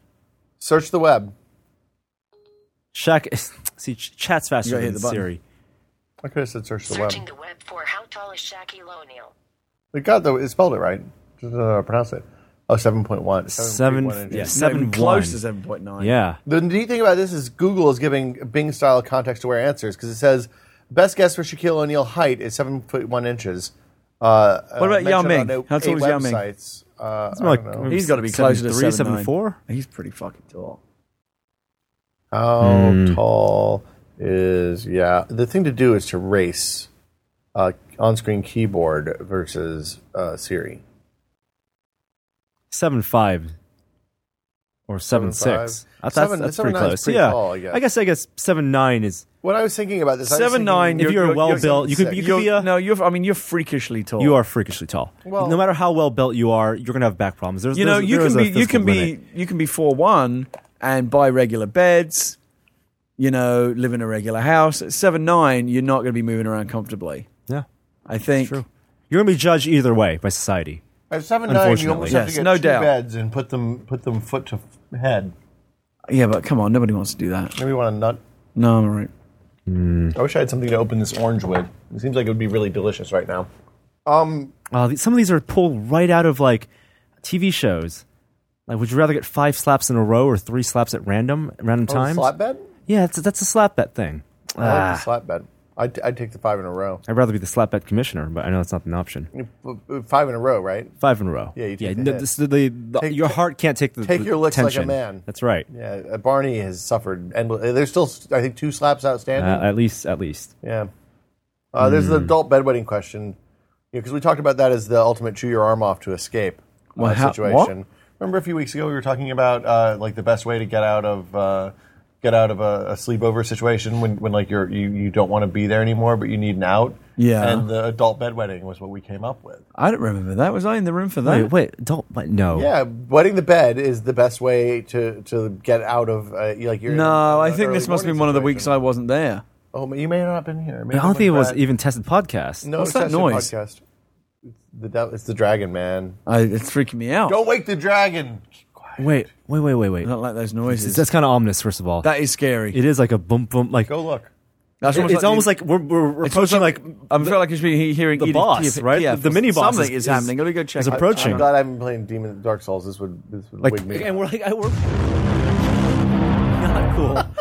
Speaker 1: Search the web.
Speaker 2: Shaq. Is, see, Ch- chat's
Speaker 4: Ah, You
Speaker 2: faster
Speaker 4: gotta hit
Speaker 2: than
Speaker 4: the button.
Speaker 2: Siri.
Speaker 1: I could have said search the web.
Speaker 8: Searching the web for how tall is Shaquille O'Neal.
Speaker 1: We got the. It spelled it right. Just uh, pronounce it. Oh, 7.1.
Speaker 2: Seven.
Speaker 1: 7.1 inches.
Speaker 2: Yeah,
Speaker 4: No,
Speaker 2: seven
Speaker 4: close
Speaker 2: one.
Speaker 4: to seven point nine.
Speaker 2: Yeah.
Speaker 1: The neat thing about this is Google is giving Bing style context aware answers because it says best guess for Shaquille O'Neal height is seven foot one inches. Uh,
Speaker 4: What about Yao Ming? How tall is Yao Ming?
Speaker 1: Ming? Uh, I
Speaker 2: like-
Speaker 1: don't know.
Speaker 4: He's got to be
Speaker 2: Seven
Speaker 4: closer to
Speaker 2: three,
Speaker 4: seven,
Speaker 2: seven
Speaker 4: nine.
Speaker 2: four?
Speaker 4: He's pretty fucking tall.
Speaker 1: How
Speaker 4: Hmm.
Speaker 1: tall is yeah? The thing to do is to race uh, on-screen keyboard versus uh, Siri
Speaker 2: Seven five. or seven,
Speaker 1: Seven,
Speaker 2: six.
Speaker 1: five.
Speaker 2: I thought
Speaker 1: Seven-
Speaker 2: that's, that's
Speaker 1: seven,
Speaker 2: pretty
Speaker 1: nine's
Speaker 2: close.
Speaker 1: pretty
Speaker 2: yeah,
Speaker 1: tall, I guess.
Speaker 2: I guess I guess seven nine is
Speaker 1: When I was thinking about this, I was
Speaker 4: Seven,
Speaker 1: thinking-
Speaker 4: nine,
Speaker 2: if you're, well built,
Speaker 1: seven,
Speaker 2: you could
Speaker 1: six.
Speaker 2: you could be
Speaker 4: You're-
Speaker 2: a
Speaker 4: no, you're. I mean, you're freakishly tall.
Speaker 2: you are freakishly tall.
Speaker 1: Well-
Speaker 2: no matter how well built you are, you're gonna have back problems. There's,
Speaker 4: You know,
Speaker 2: there's-
Speaker 4: you
Speaker 2: there
Speaker 4: can
Speaker 2: is a
Speaker 4: be. You
Speaker 2: physical
Speaker 4: can be.
Speaker 2: limit.
Speaker 4: You can be four one and buy regular beds. You know, live in a regular house. At seven nine, you're not going to be moving around comfortably.
Speaker 2: Yeah,
Speaker 4: I think.
Speaker 2: true. You're gonna be judged either way by society.
Speaker 1: At seven nine, you
Speaker 2: Unfortunately.
Speaker 1: almost have
Speaker 4: Yes,
Speaker 1: to get
Speaker 4: no
Speaker 1: two
Speaker 4: doubt.
Speaker 1: beds and put them put them foot to f- head.
Speaker 4: Yeah, but come on, nobody wants to do that.
Speaker 1: Maybe you want a nut.
Speaker 4: No, I'm all right.
Speaker 2: Hmm.
Speaker 1: I wish I had something to open this orange with. It seems like it would be really delicious right now. Um,
Speaker 2: Uh, th- some of these are pulled right out of like TV shows. Like, would you rather get five slaps in a row or three slaps at random random
Speaker 1: Oh,
Speaker 2: times?
Speaker 1: slap bed?
Speaker 2: Yeah, that's, that's a slap bet thing.
Speaker 1: I like
Speaker 2: Ah,
Speaker 1: the slap bed. I'd, I'd take the five in a row.
Speaker 2: I'd rather be the slap bet commissioner, but I know that's not an option.
Speaker 1: Five in a row, right?
Speaker 2: Five in a row.
Speaker 1: Yeah, you take
Speaker 2: yeah.
Speaker 1: the
Speaker 2: no,
Speaker 1: hit.
Speaker 2: this- the- the- the-
Speaker 1: Take-
Speaker 2: your heart can't take the
Speaker 1: take
Speaker 2: the
Speaker 1: your licks like a
Speaker 2: tension.
Speaker 1: man.
Speaker 2: That's right.
Speaker 1: Yeah, uh, Barney has suffered, and there's still, I think, two slaps outstanding.
Speaker 2: Uh, at least, at least.
Speaker 1: yeah. Uh, There's the adult bedwetting question, because we talked about that as the ultimate chew your arm off to escape uh,
Speaker 4: Well, how- what?
Speaker 1: situation. Remember a few weeks ago we were talking about uh, like the best way to get out of uh, get out of a, a sleepover situation when, when like you're you, you don't want to be there anymore, but you need an out.
Speaker 4: Yeah.
Speaker 1: and the adult bedwetting was what we came up with.
Speaker 4: I don't remember that. Was I in the room for that?
Speaker 2: Wait, wait, don't. Wait,
Speaker 4: Oh.
Speaker 2: no.
Speaker 1: Yeah, wetting the bed is the best way to, to get out of uh, like you're.
Speaker 4: No, I think this must have been one of the weeks I wasn't there.
Speaker 1: Oh, you may not have been here.
Speaker 2: I don't think it was even tested podcast.
Speaker 1: No,
Speaker 4: What's
Speaker 1: it's
Speaker 4: that
Speaker 1: actually a
Speaker 4: noise?
Speaker 1: Podcast. It's the dev- it's the dragon, man.
Speaker 4: I, it's freaking me out.
Speaker 1: Don't wake the dragon.
Speaker 2: Wait, wait, wait, wait, wait.
Speaker 4: I don't like those
Speaker 2: That's-
Speaker 4: noises.
Speaker 2: That's kind of ominous. First of all,
Speaker 4: that is scary.
Speaker 2: it is like a boom, boom. Like
Speaker 1: Go look.
Speaker 4: That's
Speaker 2: it's almost like we're we're, we're approaching like
Speaker 4: I feel like it's been hearing
Speaker 2: the
Speaker 4: Edith
Speaker 2: boss,
Speaker 4: Piaf-
Speaker 2: right?
Speaker 4: Piaf
Speaker 2: The- the
Speaker 4: or
Speaker 2: mini boss
Speaker 4: Something
Speaker 2: is-
Speaker 4: is,
Speaker 2: is-
Speaker 4: happening. Let me go check.
Speaker 2: is approaching.
Speaker 1: I'm glad I haven't playing Demon Dark Souls. This would this would
Speaker 2: like
Speaker 1: wig me.
Speaker 2: and we're like I- we're not cool.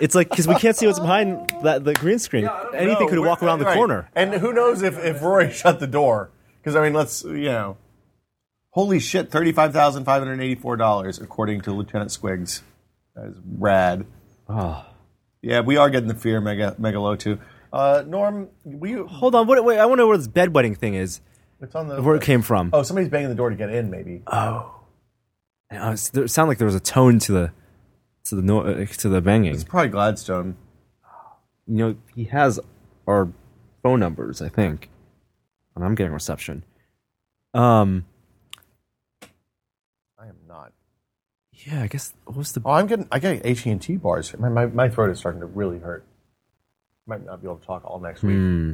Speaker 2: it's like because we can't see what's behind that the green screen. Anything
Speaker 1: No,
Speaker 2: could
Speaker 1: we're-
Speaker 2: walk around the
Speaker 1: right.
Speaker 2: corner.
Speaker 1: And who knows if, if Rory shut the door? Because I mean, let's you know. Holy shit! Thirty-five thousand five hundred eighty-four dollars, according to Lieutenant Squigs. That is rad.
Speaker 2: Ah.
Speaker 1: Yeah, we are getting the fear mega mega low too. Uh, Norm, we
Speaker 2: Hold on, what, wait. I want to know where this bedwetting thing is.
Speaker 1: it's on the
Speaker 2: Where it came from. Oh.
Speaker 1: Oh, somebody's banging the door to get in. Maybe
Speaker 2: Uh, it's- there, it sounded like there was a tone to the to the no, uh, to the banging.
Speaker 1: it's probably Gladstone.
Speaker 2: You know, he has our phone numbers, I think, and I'm getting reception. Um.
Speaker 1: I am not.
Speaker 2: Yeah, I guess what was the
Speaker 1: Oh, I'm getting I get AT and T bars. My, my my throat is starting to really hurt. Might not be able to talk all next week.
Speaker 2: hmm.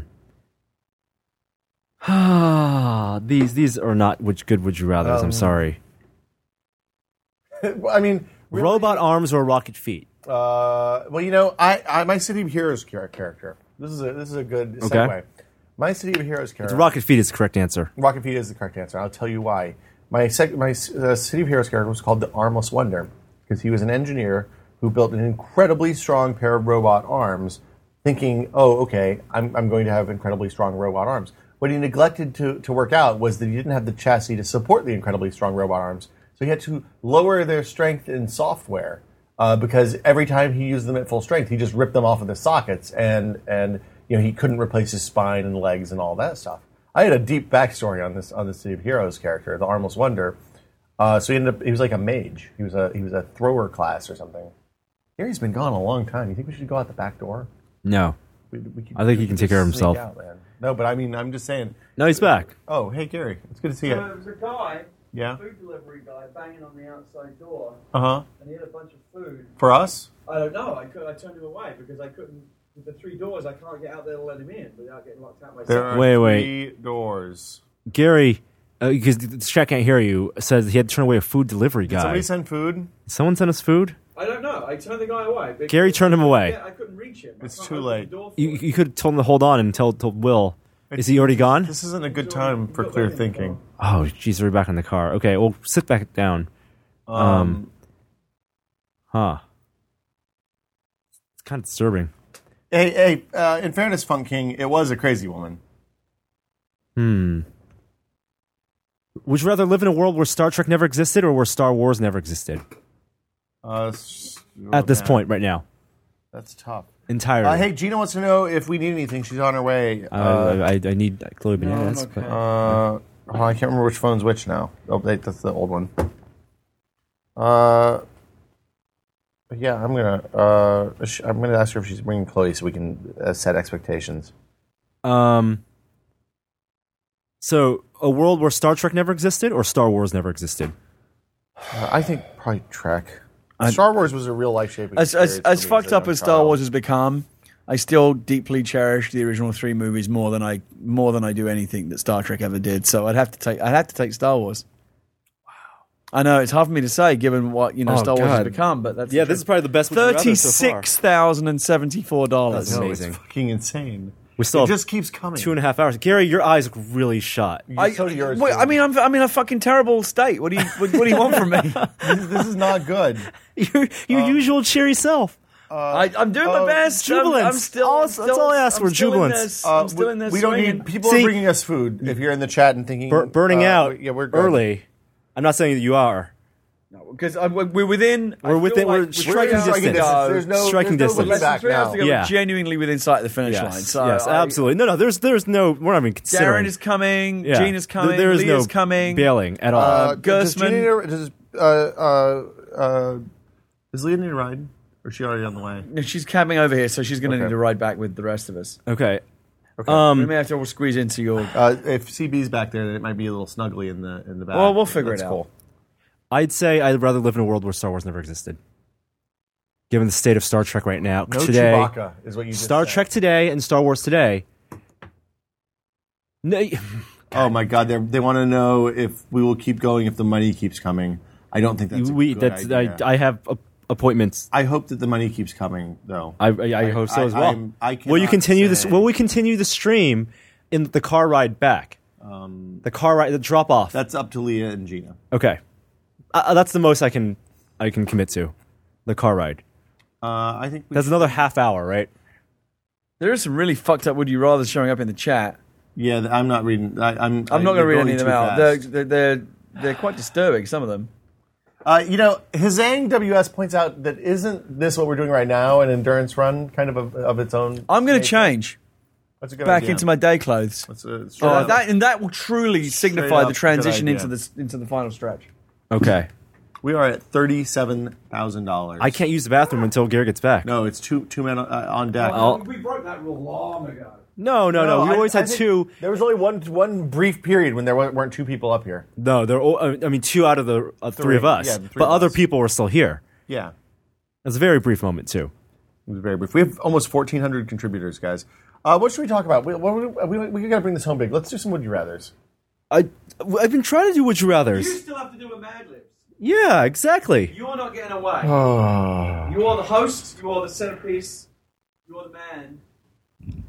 Speaker 2: Ah, these these are not which good would you rather. I'm
Speaker 1: Um,
Speaker 2: sorry. Hmm.
Speaker 1: I mean, really,
Speaker 2: Robot arms or rocket feet?
Speaker 1: Uh, well, you know, I, I my City of Heroes char- character. This is a this is a good
Speaker 2: Okay.
Speaker 1: segue. My City of Heroes character.
Speaker 2: The rocket feet is the correct answer.
Speaker 1: Rocket Feet is the correct answer. I'll tell you why. My sec- my uh, City of Heroes character was called the Armless Wonder because he was an engineer who built an incredibly strong pair of robot arms, thinking, "Oh, okay, I'm I'm going to have incredibly strong robot arms." What he neglected to to work out was that he didn't have the chassis to support the incredibly strong robot arms, so he had to lower their strength in software uh, because every time he used them at full strength, he just ripped them off of the sockets, and and you know he couldn't replace his spine and legs and all that stuff. I had a deep backstory on this on the City of Heroes character, the Armless Wonder. Uh, so he ended up he was like a mage. He was a he was a thrower class or something. Gary's been gone a long time. You think we should go out the back door?
Speaker 2: No,
Speaker 1: We, we could-
Speaker 2: I think he
Speaker 1: we
Speaker 2: can
Speaker 1: could
Speaker 2: take care of
Speaker 1: sneak
Speaker 2: himself.
Speaker 1: out, man. No, but I mean, I'm just saying.
Speaker 2: no, he's back.
Speaker 1: Oh, hey Gary, it's good to see
Speaker 10: There
Speaker 1: you.
Speaker 10: was a guy,
Speaker 1: Yeah.
Speaker 10: food delivery guy, banging on the outside door,
Speaker 1: Uh huh.
Speaker 10: and he had a bunch of food.
Speaker 1: For us.
Speaker 10: I don't know. I could, I turned him away because I couldn't. With the three doors, I can't get out there to let him in without getting locked out myself.
Speaker 1: There are
Speaker 2: Wait, wait.
Speaker 1: three doors.
Speaker 2: Gary, uh, because the chat can't hear you, says he had to turn away a food delivery
Speaker 1: Did
Speaker 2: guy.
Speaker 1: somebody send food?
Speaker 2: Someone sent us food.
Speaker 10: I don't know. I turned the guy away. Because
Speaker 2: Gary turned him away.
Speaker 10: Yeah, I couldn't reach him. I
Speaker 1: It's
Speaker 10: can't
Speaker 1: too
Speaker 10: open
Speaker 1: late.
Speaker 10: The door for
Speaker 2: You,
Speaker 10: him.
Speaker 2: you could have told him to hold on and tell told Will. Is he already gone?
Speaker 1: This isn't a good time for clear thinking.
Speaker 2: Oh, jeez, we're back in the car. Okay, well, sit back down.
Speaker 1: Um,
Speaker 2: Huh. It's kind of disturbing.
Speaker 1: hey, hey. Uh, in fairness, Funk King, it was a crazy woman.
Speaker 2: Hmm. Would you rather live in a world where Star Trek never existed or where Star Wars never existed?
Speaker 1: Uh, s-
Speaker 2: At this
Speaker 1: man,
Speaker 2: point, right now,
Speaker 1: that's tough.
Speaker 2: entirely.
Speaker 1: Uh, hey, Gina wants to know if we need anything. She's on her way. Uh,
Speaker 2: Uh, I, I need Chloe Bananas. but-
Speaker 1: uh, hold on, I can't remember which phone's which now. Oh, wait, that's the old one. Uh, but yeah, I'm gonna uh, sh- I'm gonna ask her if she's bringing Chloe so we can uh, set expectations.
Speaker 2: Um, so a world where Star Trek never existed or Star Wars never existed.
Speaker 1: I think probably Trek. Star Wars was a real life shaping.
Speaker 4: As, as,
Speaker 1: experience
Speaker 4: as
Speaker 1: for me
Speaker 4: fucked
Speaker 1: a
Speaker 4: up
Speaker 1: young
Speaker 4: as Star
Speaker 1: child.
Speaker 4: Wars has become, I still deeply cherish the original three movies more than I more than I do anything that Star Trek ever did. So I'd have to take I'd have to take Star Wars. Wow, I know it's hard for me to say given what you know
Speaker 5: Oh,
Speaker 4: Star Wars has
Speaker 5: God.
Speaker 4: become, but that's
Speaker 2: Yeah, this is probably the best we've ever done so far.
Speaker 4: Thirty-six thousand and seventy-four dollars.
Speaker 2: That's amazing.
Speaker 1: fucking insane.
Speaker 2: We still
Speaker 1: it
Speaker 2: have
Speaker 1: just keeps coming.
Speaker 2: two and a half hours. Gary, your eyes look really shot.
Speaker 1: You- so do yours,
Speaker 4: Wait,
Speaker 1: too.
Speaker 4: I mean, I'm, I'm in a fucking terrible state. What do you what, what do you want from me?
Speaker 1: this, this is not good.
Speaker 2: your your usual cheery self.
Speaker 4: I, I'm doing my
Speaker 1: uh,
Speaker 4: best. I'm- I'm,
Speaker 2: jubilance.
Speaker 4: still,
Speaker 2: All-
Speaker 4: I'm
Speaker 2: that's
Speaker 4: still.
Speaker 2: all I asked
Speaker 4: I'm
Speaker 2: were
Speaker 4: still in
Speaker 2: jubilance.
Speaker 4: this-
Speaker 1: Uh,
Speaker 4: I'm still in
Speaker 1: we,
Speaker 4: this
Speaker 1: we don't
Speaker 4: swinging.
Speaker 1: need people
Speaker 2: See-
Speaker 1: are bringing us food. If you're in the chat and thinking
Speaker 2: Bur- burning
Speaker 1: uh,
Speaker 2: out
Speaker 1: yeah, we're good.
Speaker 2: early. I'm not saying that you are.
Speaker 4: because we're within. I
Speaker 2: We're
Speaker 4: feel
Speaker 2: within- we're
Speaker 4: we
Speaker 2: striking
Speaker 4: have to
Speaker 2: distance.
Speaker 4: go
Speaker 1: There's no
Speaker 2: Striking
Speaker 1: there's no
Speaker 2: distance.
Speaker 1: looking
Speaker 4: Less than
Speaker 1: back
Speaker 4: three hours
Speaker 1: now.
Speaker 4: to go.
Speaker 2: Yeah.
Speaker 4: We're genuinely within sight of the finish line.
Speaker 2: Yes,
Speaker 4: So
Speaker 2: yes,
Speaker 4: I-
Speaker 2: absolutely. No, no, there's there's no. We're not even
Speaker 4: Darren
Speaker 2: considering.
Speaker 4: is coming.
Speaker 2: Yeah.
Speaker 4: Gene is
Speaker 2: There-
Speaker 4: coming.
Speaker 2: there is
Speaker 4: Leah's
Speaker 2: no
Speaker 4: coming.
Speaker 2: bailing at all.
Speaker 1: Uh, does
Speaker 4: Gersman.
Speaker 1: Gina need a- Does uh, uh, uh, does Leah need a ride? Or is she already on the way?
Speaker 4: No, She's coming over here, so she's going to need to ride back with the rest of us.
Speaker 2: okay. Um,
Speaker 4: we may have to all squeeze into your.
Speaker 1: Uh, if CB's back there, then it might be a little snuggly in the in the back.
Speaker 4: Well, we'll figure
Speaker 1: That's
Speaker 4: it out.
Speaker 1: Cool.
Speaker 2: I'd say I'd rather live in a world where Star Wars never existed. Given the state of Star Trek right now,
Speaker 1: No
Speaker 2: today,
Speaker 1: Chewbacca is what you just
Speaker 2: Star
Speaker 1: said.
Speaker 2: Trek today and Star Wars today. No,
Speaker 1: Oh my God! They they want to know if we will keep going if the money keeps coming. I don't think that's a
Speaker 2: we
Speaker 1: good
Speaker 2: that's I,
Speaker 1: idea.
Speaker 2: I have a, appointments.
Speaker 1: I hope that the money keeps coming though.
Speaker 2: I, I, I hope so
Speaker 1: I-
Speaker 2: as well.
Speaker 1: I'm- I
Speaker 2: will you
Speaker 1: cannot
Speaker 2: continue this?
Speaker 1: say.
Speaker 2: Will we continue the stream in the car ride back?
Speaker 4: Um,
Speaker 2: the car ride, the drop off.
Speaker 1: that's up to Leah and Gina.
Speaker 2: okay, uh, that's the most I can I can commit to. The car ride.
Speaker 1: Uh, I think we,
Speaker 2: That's another half hour, right?
Speaker 4: There is some really fucked up. Would you rather showing up in the chat?
Speaker 1: yeah. th- I'm not reading. I, I'm
Speaker 4: I'm not
Speaker 1: going to
Speaker 4: read any of them out. They're,
Speaker 1: The,
Speaker 4: they're they're they're quite disturbing. Some of them.
Speaker 1: uh, you know, Hazang WS points out that isn't this what we're doing right now? An endurance run, kind of of, of its own.
Speaker 4: I'm going to change
Speaker 1: That's a good
Speaker 4: back
Speaker 1: idea.
Speaker 4: into my day clothes.
Speaker 1: That's a- straight
Speaker 4: Uh,
Speaker 1: up.
Speaker 4: that and that will truly signify
Speaker 1: up,
Speaker 4: the
Speaker 1: good
Speaker 4: transition
Speaker 1: idea.
Speaker 4: into the into the final stretch.
Speaker 2: Okay.
Speaker 1: we are at thirty-seven thousand dollars.
Speaker 2: I can't use the bathroom until Gary gets back.
Speaker 1: No, it's two two men uh, on deck.
Speaker 10: we broke that rule long ago.
Speaker 2: no, no. no, We
Speaker 1: I-
Speaker 2: always
Speaker 1: I
Speaker 2: had
Speaker 1: think
Speaker 2: two.
Speaker 1: There was only one one brief period when there wa- weren't two people up here.
Speaker 2: No, they're. All, I mean, two out of the uh, three,
Speaker 1: Three,
Speaker 2: of us,
Speaker 1: yeah, the three
Speaker 2: but
Speaker 1: of
Speaker 2: other
Speaker 1: us.
Speaker 2: people were still here.
Speaker 1: Yeah, it
Speaker 2: That's a very brief moment too.
Speaker 1: was very brief. We have almost fourteen hundred contributors, guys. Uh, what should we talk about? We what, we, we, we got to bring this home big. Let's do some would you rather's.
Speaker 2: I I've been trying to do would you rather's.
Speaker 10: You still have to do a Mad Libs.
Speaker 2: yeah, exactly.
Speaker 10: You're not getting away.
Speaker 2: Oh.
Speaker 4: Oh.
Speaker 10: You are the host. You are the centerpiece. You are the man.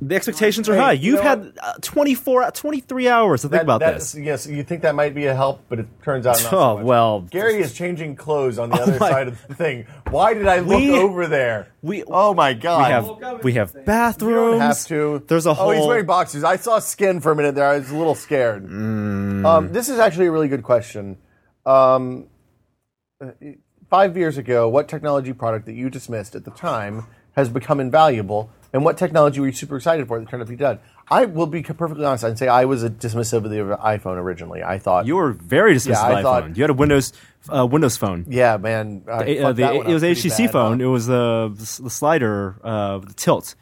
Speaker 2: The expectations are
Speaker 1: Hey,
Speaker 2: high.
Speaker 1: you
Speaker 2: You've
Speaker 1: know
Speaker 2: had uh, 24, 23 hours to think about this.
Speaker 1: Yes, you think that might be a help, but it turns out. Not so
Speaker 2: Oh
Speaker 1: much.
Speaker 2: well,
Speaker 1: Gary is changing clothes on the
Speaker 2: Oh
Speaker 1: other
Speaker 2: my-
Speaker 1: side of the thing. Why did I look
Speaker 2: We-
Speaker 1: over there?
Speaker 2: we-
Speaker 1: oh my
Speaker 2: we
Speaker 1: god.
Speaker 2: have we have
Speaker 1: You
Speaker 2: bathrooms.
Speaker 1: don't have to.
Speaker 2: There's a whole.
Speaker 1: Oh, he's wearing boxers. I saw skin for a minute there. I was a little scared.
Speaker 2: Mm.
Speaker 1: Um, this is actually a really good question. Um, uh, five years ago, what technology product that you dismissed at the time has become invaluable, and what technology were you super excited for that turned out to be done? I will be perfectly honest and say I was a dismissive of the iPhone originally. I thought,
Speaker 2: you were very dismissive.
Speaker 1: Yeah, I
Speaker 2: iPhone.
Speaker 1: thought-
Speaker 2: you had a Windows uh, Windows phone.
Speaker 1: yeah, man, I
Speaker 2: Uh,
Speaker 1: fucked
Speaker 2: the-
Speaker 1: that one
Speaker 2: it was
Speaker 1: up pretty
Speaker 2: HTC
Speaker 1: bad,
Speaker 2: phone.
Speaker 1: huh?
Speaker 2: It was uh, the s- the slider, uh, the tilt.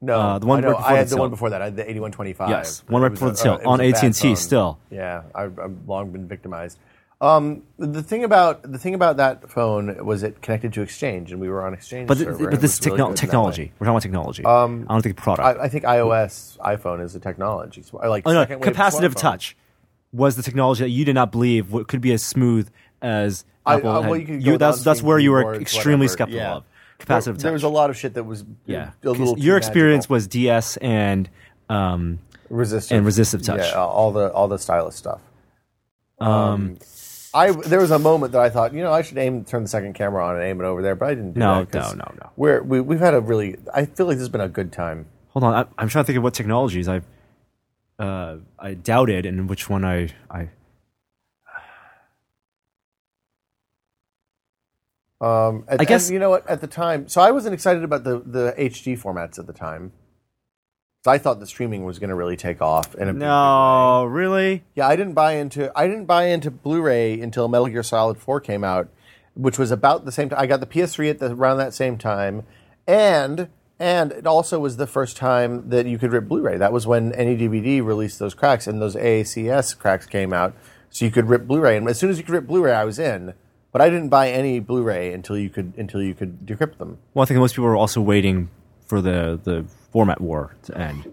Speaker 1: No,
Speaker 2: uh, the one
Speaker 1: I, know,
Speaker 2: right before
Speaker 1: I had
Speaker 2: the
Speaker 1: the, one
Speaker 2: tilt.
Speaker 1: before that. I had the eighty-one twenty-five.
Speaker 2: Yes, one right
Speaker 1: It was
Speaker 2: before
Speaker 1: a-
Speaker 2: the tilt
Speaker 1: uh, it was
Speaker 2: on
Speaker 1: a bad
Speaker 2: AT&T
Speaker 1: phone.
Speaker 2: still.
Speaker 1: Yeah, I've, I've long been victimized. Um, the thing about the thing about that phone was it connected to Exchange, and we were on Exchange.
Speaker 2: But, th-
Speaker 1: server, and
Speaker 2: but
Speaker 1: it
Speaker 2: this
Speaker 1: was really
Speaker 2: techno-
Speaker 1: good in that way.
Speaker 2: technology. We're talking about technology. Um, I don't think product.
Speaker 1: I, I think iOS iPhone is a technology. So I like
Speaker 2: Oh, no,
Speaker 1: second wave
Speaker 2: capacitive
Speaker 1: smartphone.
Speaker 2: touch was the technology that you did not believe what could be as smooth as
Speaker 1: I-
Speaker 2: Apple.
Speaker 1: uh,
Speaker 2: had.
Speaker 1: well, you could go
Speaker 2: that's that's
Speaker 1: downstream
Speaker 2: where you were
Speaker 1: keyboards,
Speaker 2: extremely
Speaker 1: whatever.
Speaker 2: skeptical
Speaker 1: Yeah.
Speaker 2: of capacitive
Speaker 1: there,
Speaker 2: touch.
Speaker 1: There was a lot of shit that was
Speaker 2: yeah,
Speaker 1: a little
Speaker 2: 'Cause
Speaker 1: too
Speaker 2: your experience
Speaker 1: magical.
Speaker 2: was DS and um,
Speaker 1: resistive
Speaker 2: and resistive touch.
Speaker 1: Yeah, all the all the stylus stuff. Um, I there was a moment that I thought, you know, I should aim turn the second camera on and aim it over there, but I didn't. Do
Speaker 2: No,
Speaker 1: that 'cause
Speaker 2: no, no, no.
Speaker 1: We're, we we've had a really. I feel like this has been a good time.
Speaker 2: hold on, I, I'm trying to think of what technologies I uh, I doubted and which one I I
Speaker 1: Um, at,
Speaker 2: I guess-
Speaker 1: and you know what at the time. So I wasn't excited about the the HD formats at the time. So I thought the streaming was going to really take off. And
Speaker 2: no really
Speaker 1: yeah, I didn't buy into I didn't buy into Blu-ray until Metal Gear Solid Four came out, which was about the same time. I got the PS3 at the, around that same time, and and it also was the first time that you could rip Blu-ray. That was when E NEDVD released those cracks, and those AACS cracks came out, so you could rip Blu-ray. And as soon as you could rip Blu-ray, I was in. But I didn't buy any Blu-ray until you could until you could decrypt them.
Speaker 2: Well, I think most people are also waiting for the the format war to end.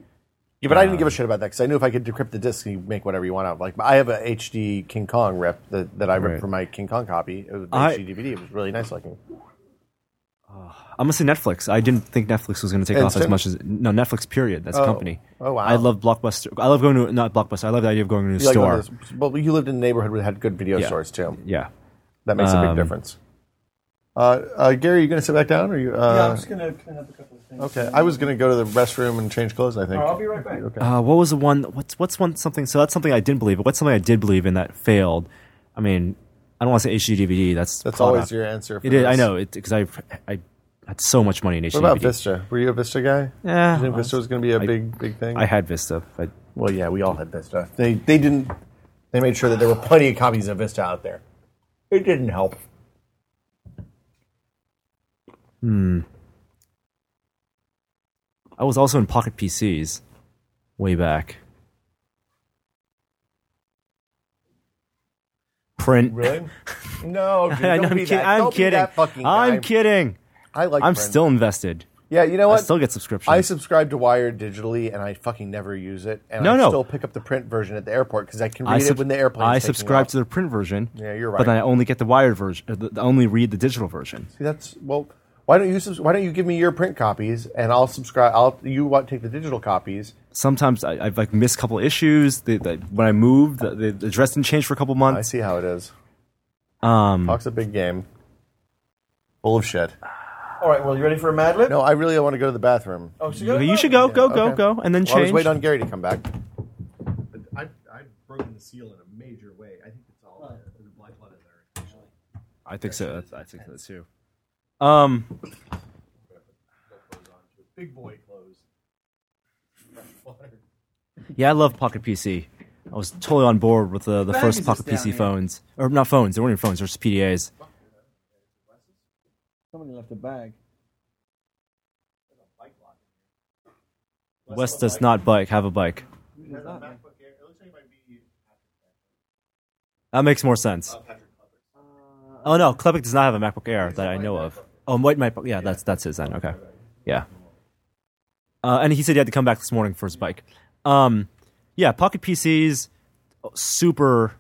Speaker 1: Yeah, but I
Speaker 2: Um,
Speaker 1: didn't give a shit about that because I knew if I could decrypt the disc, you make whatever you want out. of it. Like I have a HD King Kong rep that, that I ripped
Speaker 2: Right.
Speaker 1: from my King Kong copy. It was an
Speaker 2: I-
Speaker 1: HD DVD. It was really nice looking.
Speaker 2: I'm gonna say Netflix. I didn't think Netflix was gonna take
Speaker 1: And
Speaker 2: off as
Speaker 1: Cinema-
Speaker 2: much as no Netflix. Period. That's
Speaker 1: Oh.
Speaker 2: a company.
Speaker 1: Oh, wow.
Speaker 2: I love Blockbuster. I love going to not Blockbuster. I love the idea of going to a
Speaker 1: You like one
Speaker 2: store.
Speaker 1: of those- well, you lived in a neighborhood that had good video
Speaker 2: Yeah.
Speaker 1: stores too.
Speaker 2: yeah.
Speaker 1: That makes a big
Speaker 2: Um,
Speaker 1: difference. Uh, uh, Gary, you going to sit back down, or you? Uh,
Speaker 10: yeah, I'm just gonna clean up a couple of things.
Speaker 1: okay, I was going to go to the restroom and change clothes. I think.
Speaker 10: Alright, I'll be right back.
Speaker 1: Okay.
Speaker 2: Uh, what was the one? What's what's one something? So that's something I didn't believe. But what's something I did believe in that failed? I mean, I don't want to say HD DVD. That's
Speaker 1: That's
Speaker 2: caught
Speaker 1: always
Speaker 2: up.
Speaker 1: your answer for
Speaker 2: it is. I
Speaker 1: this.
Speaker 2: know it because I I had so much money in HD.
Speaker 1: What about Vista? Were you a Vista guy?
Speaker 2: Yeah,
Speaker 1: You think
Speaker 2: well,
Speaker 1: Vista was going to be a
Speaker 2: I-
Speaker 1: big, big thing.
Speaker 2: I had Vista, but
Speaker 1: well, yeah, we all had Vista. They, they didn't. They made sure that there were plenty of copies of Vista out there. It didn't help.
Speaker 2: Hmm. I was also in Pocket PCs way back. Print.
Speaker 1: Really? No, dude,
Speaker 2: I
Speaker 1: don't
Speaker 2: know, I'm,
Speaker 1: be
Speaker 2: kid-
Speaker 1: that.
Speaker 2: I'm
Speaker 1: don't be
Speaker 2: kidding.
Speaker 1: that fucking guy.
Speaker 2: I'm kidding.
Speaker 1: I like.
Speaker 2: I'm
Speaker 1: Brent.
Speaker 2: still invested.
Speaker 1: Yeah, you know
Speaker 2: I
Speaker 1: what?
Speaker 2: still get subscriptions.
Speaker 1: I subscribe to Wired digitally, and I fucking never use it. And
Speaker 2: No,
Speaker 1: I
Speaker 2: no.
Speaker 1: still pick up the print version at the airport because I can read
Speaker 2: I sub-
Speaker 1: it when the airplane.
Speaker 2: I subscribe to the print version.
Speaker 1: Yeah, you're right.
Speaker 2: But then I only get the wired version. uh, the- I only read the digital version.
Speaker 1: See, that's well. Why don't you subs- Why don't you give me your print copies, and I'll subscribe. I'll you want take the digital copies.
Speaker 2: Sometimes I, I've like missed a couple issues. They, they, when I moved, the, the the address didn't change for a couple
Speaker 1: I
Speaker 2: months.
Speaker 1: see how it is.
Speaker 2: Um,
Speaker 1: Talks a big game. Full of shit.
Speaker 10: All right. Well, you ready for a Mad Lib?
Speaker 1: No, I really want to go to the bathroom.
Speaker 10: Oh, so
Speaker 2: you,
Speaker 10: go to
Speaker 2: you
Speaker 10: the
Speaker 2: should
Speaker 10: bathroom.
Speaker 2: go, go, go,
Speaker 1: okay.
Speaker 2: go, and then
Speaker 1: Well, I was
Speaker 2: change.
Speaker 1: waiting on Gary to come back.
Speaker 10: I've, I've broken the seal in a major way. I think it's all there. There's a black letter there. Actually.
Speaker 2: I think so. That's, I think so too. Um,
Speaker 10: Big boy clothes.
Speaker 2: Yeah, I love Pocket PC. I was totally on board with the, the first
Speaker 3: is
Speaker 2: Pocket
Speaker 3: this down
Speaker 2: PC
Speaker 3: here?
Speaker 2: phones. Or not phones, they weren't even phones, they're just PDAs.
Speaker 3: Somebody left a bag.
Speaker 2: West does not bike, have a bike. That makes more sense. Oh no, Klepek does not have a MacBook Air that I know of. Oh, White MacBook. Yeah, that's that's his then. Okay, yeah. Uh, and he said he had to come back this morning for his bike. Um, yeah, Pocket PCs, super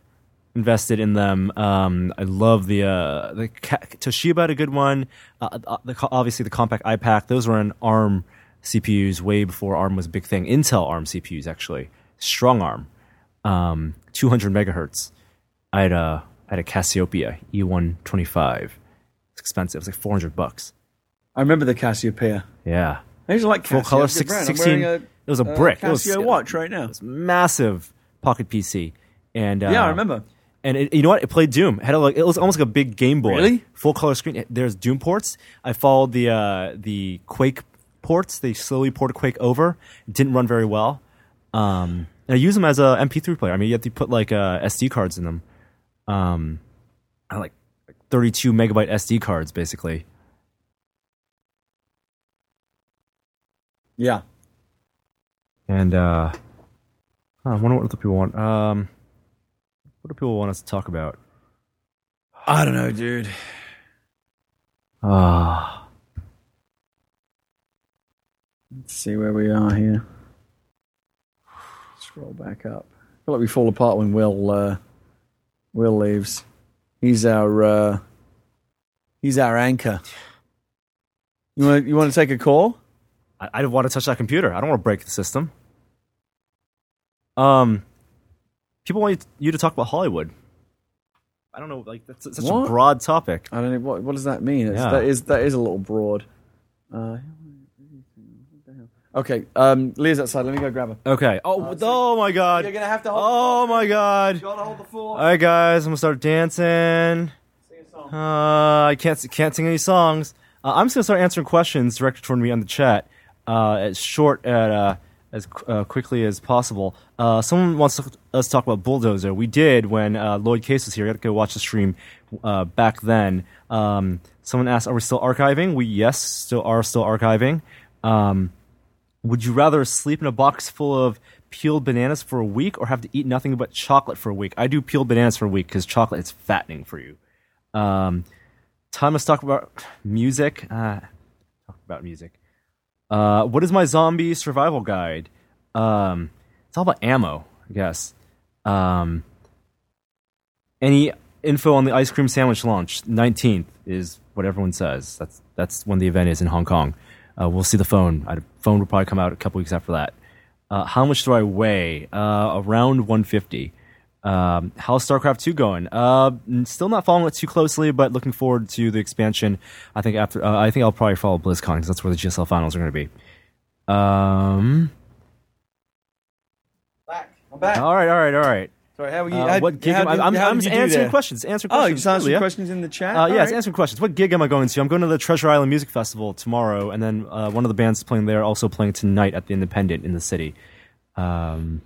Speaker 2: invested in them. Um, I love the uh, the Ca- Toshiba had a good one. Uh, uh, the, co- obviously the Compact iPac. Those were in ARM CPUs way before ARM was a big thing. Intel ARM CPUs actually, strong ARM, um, 200 megahertz. I had a I had a Cassiopeia E125. It's expensive. It's like 400 bucks.
Speaker 3: I remember the Cassiopeia.
Speaker 2: Yeah,
Speaker 3: I used to like Casio.
Speaker 2: full color
Speaker 3: It's a good
Speaker 2: six,
Speaker 3: brand. I'm
Speaker 2: 16.
Speaker 3: wearing
Speaker 2: it was a brick.
Speaker 3: Casio
Speaker 2: it was
Speaker 3: watch right now.
Speaker 2: It's massive pocket PC. And uh,
Speaker 3: Yeah, I remember.
Speaker 2: And it, you know what? It played Doom. It had a, like it was almost like a big Game Boy.
Speaker 3: Really?
Speaker 2: Full color screen. It- There's Doom ports. I followed the uh, the Quake ports. They slowly ported Quake over. It didn't run very well. Um, and I use them as a MP3 player. I mean, you have to put like uh, SD cards in them. Um, I like 32 megabyte SD cards basically.
Speaker 3: Yeah.
Speaker 2: And uh, I wonder what other people want. Um, what do people want us to talk about?
Speaker 3: I don't know, dude.
Speaker 2: Ah,
Speaker 3: Let's see where we are here. Scroll back up. I feel like we fall apart when Will uh, Will leaves. He's our uh, he's our anchor. You want you want to take a call?
Speaker 2: I, I don't want to touch that computer. I don't want to break the system. Um, people want you- you to talk about Hollywood. I don't know, like that's such
Speaker 3: What?
Speaker 2: a broad topic.
Speaker 3: I don't know what what does that mean. It's,
Speaker 2: Yeah.
Speaker 3: That is that is a little broad. Uh, okay, um, Leah's outside. Let me go grab her.
Speaker 2: Okay. Oh, what- oh my God.
Speaker 3: You're gonna have to hold.
Speaker 2: oh my God.
Speaker 10: Gotta hold the
Speaker 2: All
Speaker 10: floor.
Speaker 2: right, guys, I'm gonna start dancing.
Speaker 10: Sing a song.
Speaker 2: Uh, I can't can't sing any songs. Uh, I'm just gonna start answering questions directed toward me on the chat. Uh, it's short at uh, as uh, quickly as possible. Uh, someone wants to, us to talk about Bulldozer. We did when uh, Lloyd Case was here. You got to go watch the stream uh, back then. Um, someone asked, "Are we still archiving?" We yes, still are still archiving. Um, would you rather sleep in a box full of peeled bananas for a week or have to eat nothing but chocolate for a week? I do peeled bananas for a week because chocolate is fattening for you. Um, time us talk about music. Uh, talk about music. Uh, what is my zombie survival guide? Um, it's all about ammo, I guess. Um, any info on the ice cream sandwich launch? Nineteenth is what everyone says. That's that's when the event is in Hong Kong. Uh, we'll see the phone. I, phone will probably come out a couple weeks after that. Uh, how much do I weigh? Uh, around 150. Um, how's StarCraft 2 going? Uh, n- still not following it too closely, but looking forward to the expansion. I think after uh, I think I'll probably follow BlizzCon because that's where the GSL finals are going to be. Um,
Speaker 10: Back. I'm back.
Speaker 2: all right, all right, all right.
Speaker 4: Sorry, how are you?
Speaker 2: Uh,
Speaker 4: how,
Speaker 2: what gig
Speaker 4: how
Speaker 2: am I,
Speaker 4: did-
Speaker 2: I'm,
Speaker 4: how
Speaker 2: I'm
Speaker 4: did you do
Speaker 2: answering
Speaker 4: there?
Speaker 2: questions. Answering
Speaker 4: Oh,
Speaker 2: questions.
Speaker 4: you just answered
Speaker 2: yeah.
Speaker 4: questions in the chat.
Speaker 2: Uh, yeah, it's
Speaker 4: Alright.
Speaker 2: answering questions. What gig am I going to? I'm going to the Treasure Island Music Festival tomorrow, and then uh, one of the bands playing there also playing tonight at the Independent in the city. Um,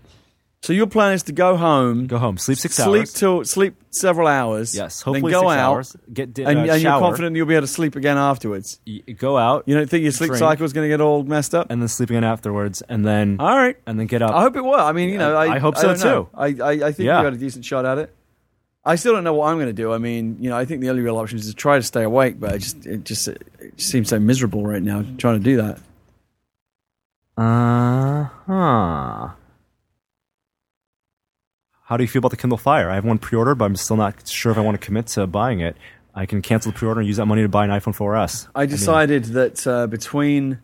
Speaker 4: So your plan is to go home,
Speaker 2: go home, sleep six
Speaker 4: sleep
Speaker 2: hours.
Speaker 4: till sleep several hours.
Speaker 2: Yes,
Speaker 4: then
Speaker 2: hopefully
Speaker 4: go
Speaker 2: six
Speaker 4: out,
Speaker 2: hours. Get di-
Speaker 4: and,
Speaker 2: uh,
Speaker 4: and you're
Speaker 2: shower.
Speaker 4: confident you'll be able to sleep again afterwards.
Speaker 2: y- go out
Speaker 4: You don't think your sleep
Speaker 2: Drink.
Speaker 4: cycle is going to get all messed up?
Speaker 2: and then sleep again afterwards, and then
Speaker 4: all right.
Speaker 2: and then get up.
Speaker 4: I hope it will. I mean, you know,
Speaker 2: I-
Speaker 4: I,
Speaker 2: I hope so,
Speaker 4: don't know.
Speaker 2: too.
Speaker 4: I, I, I think
Speaker 2: Yeah.
Speaker 4: you got a decent shot at it. I still don't know what I'm going to do. I mean, you know, I think the only real option is to try to stay awake, but I just it just it seems so miserable right now trying to do that.
Speaker 2: Uh huh. Uh-huh. How do you feel about the Kindle Fire? I have one pre-ordered, but I'm still not sure if I want to commit to buying it. I can cancel the pre-order and use that money to buy an iPhone 4S.
Speaker 4: I decided that uh, between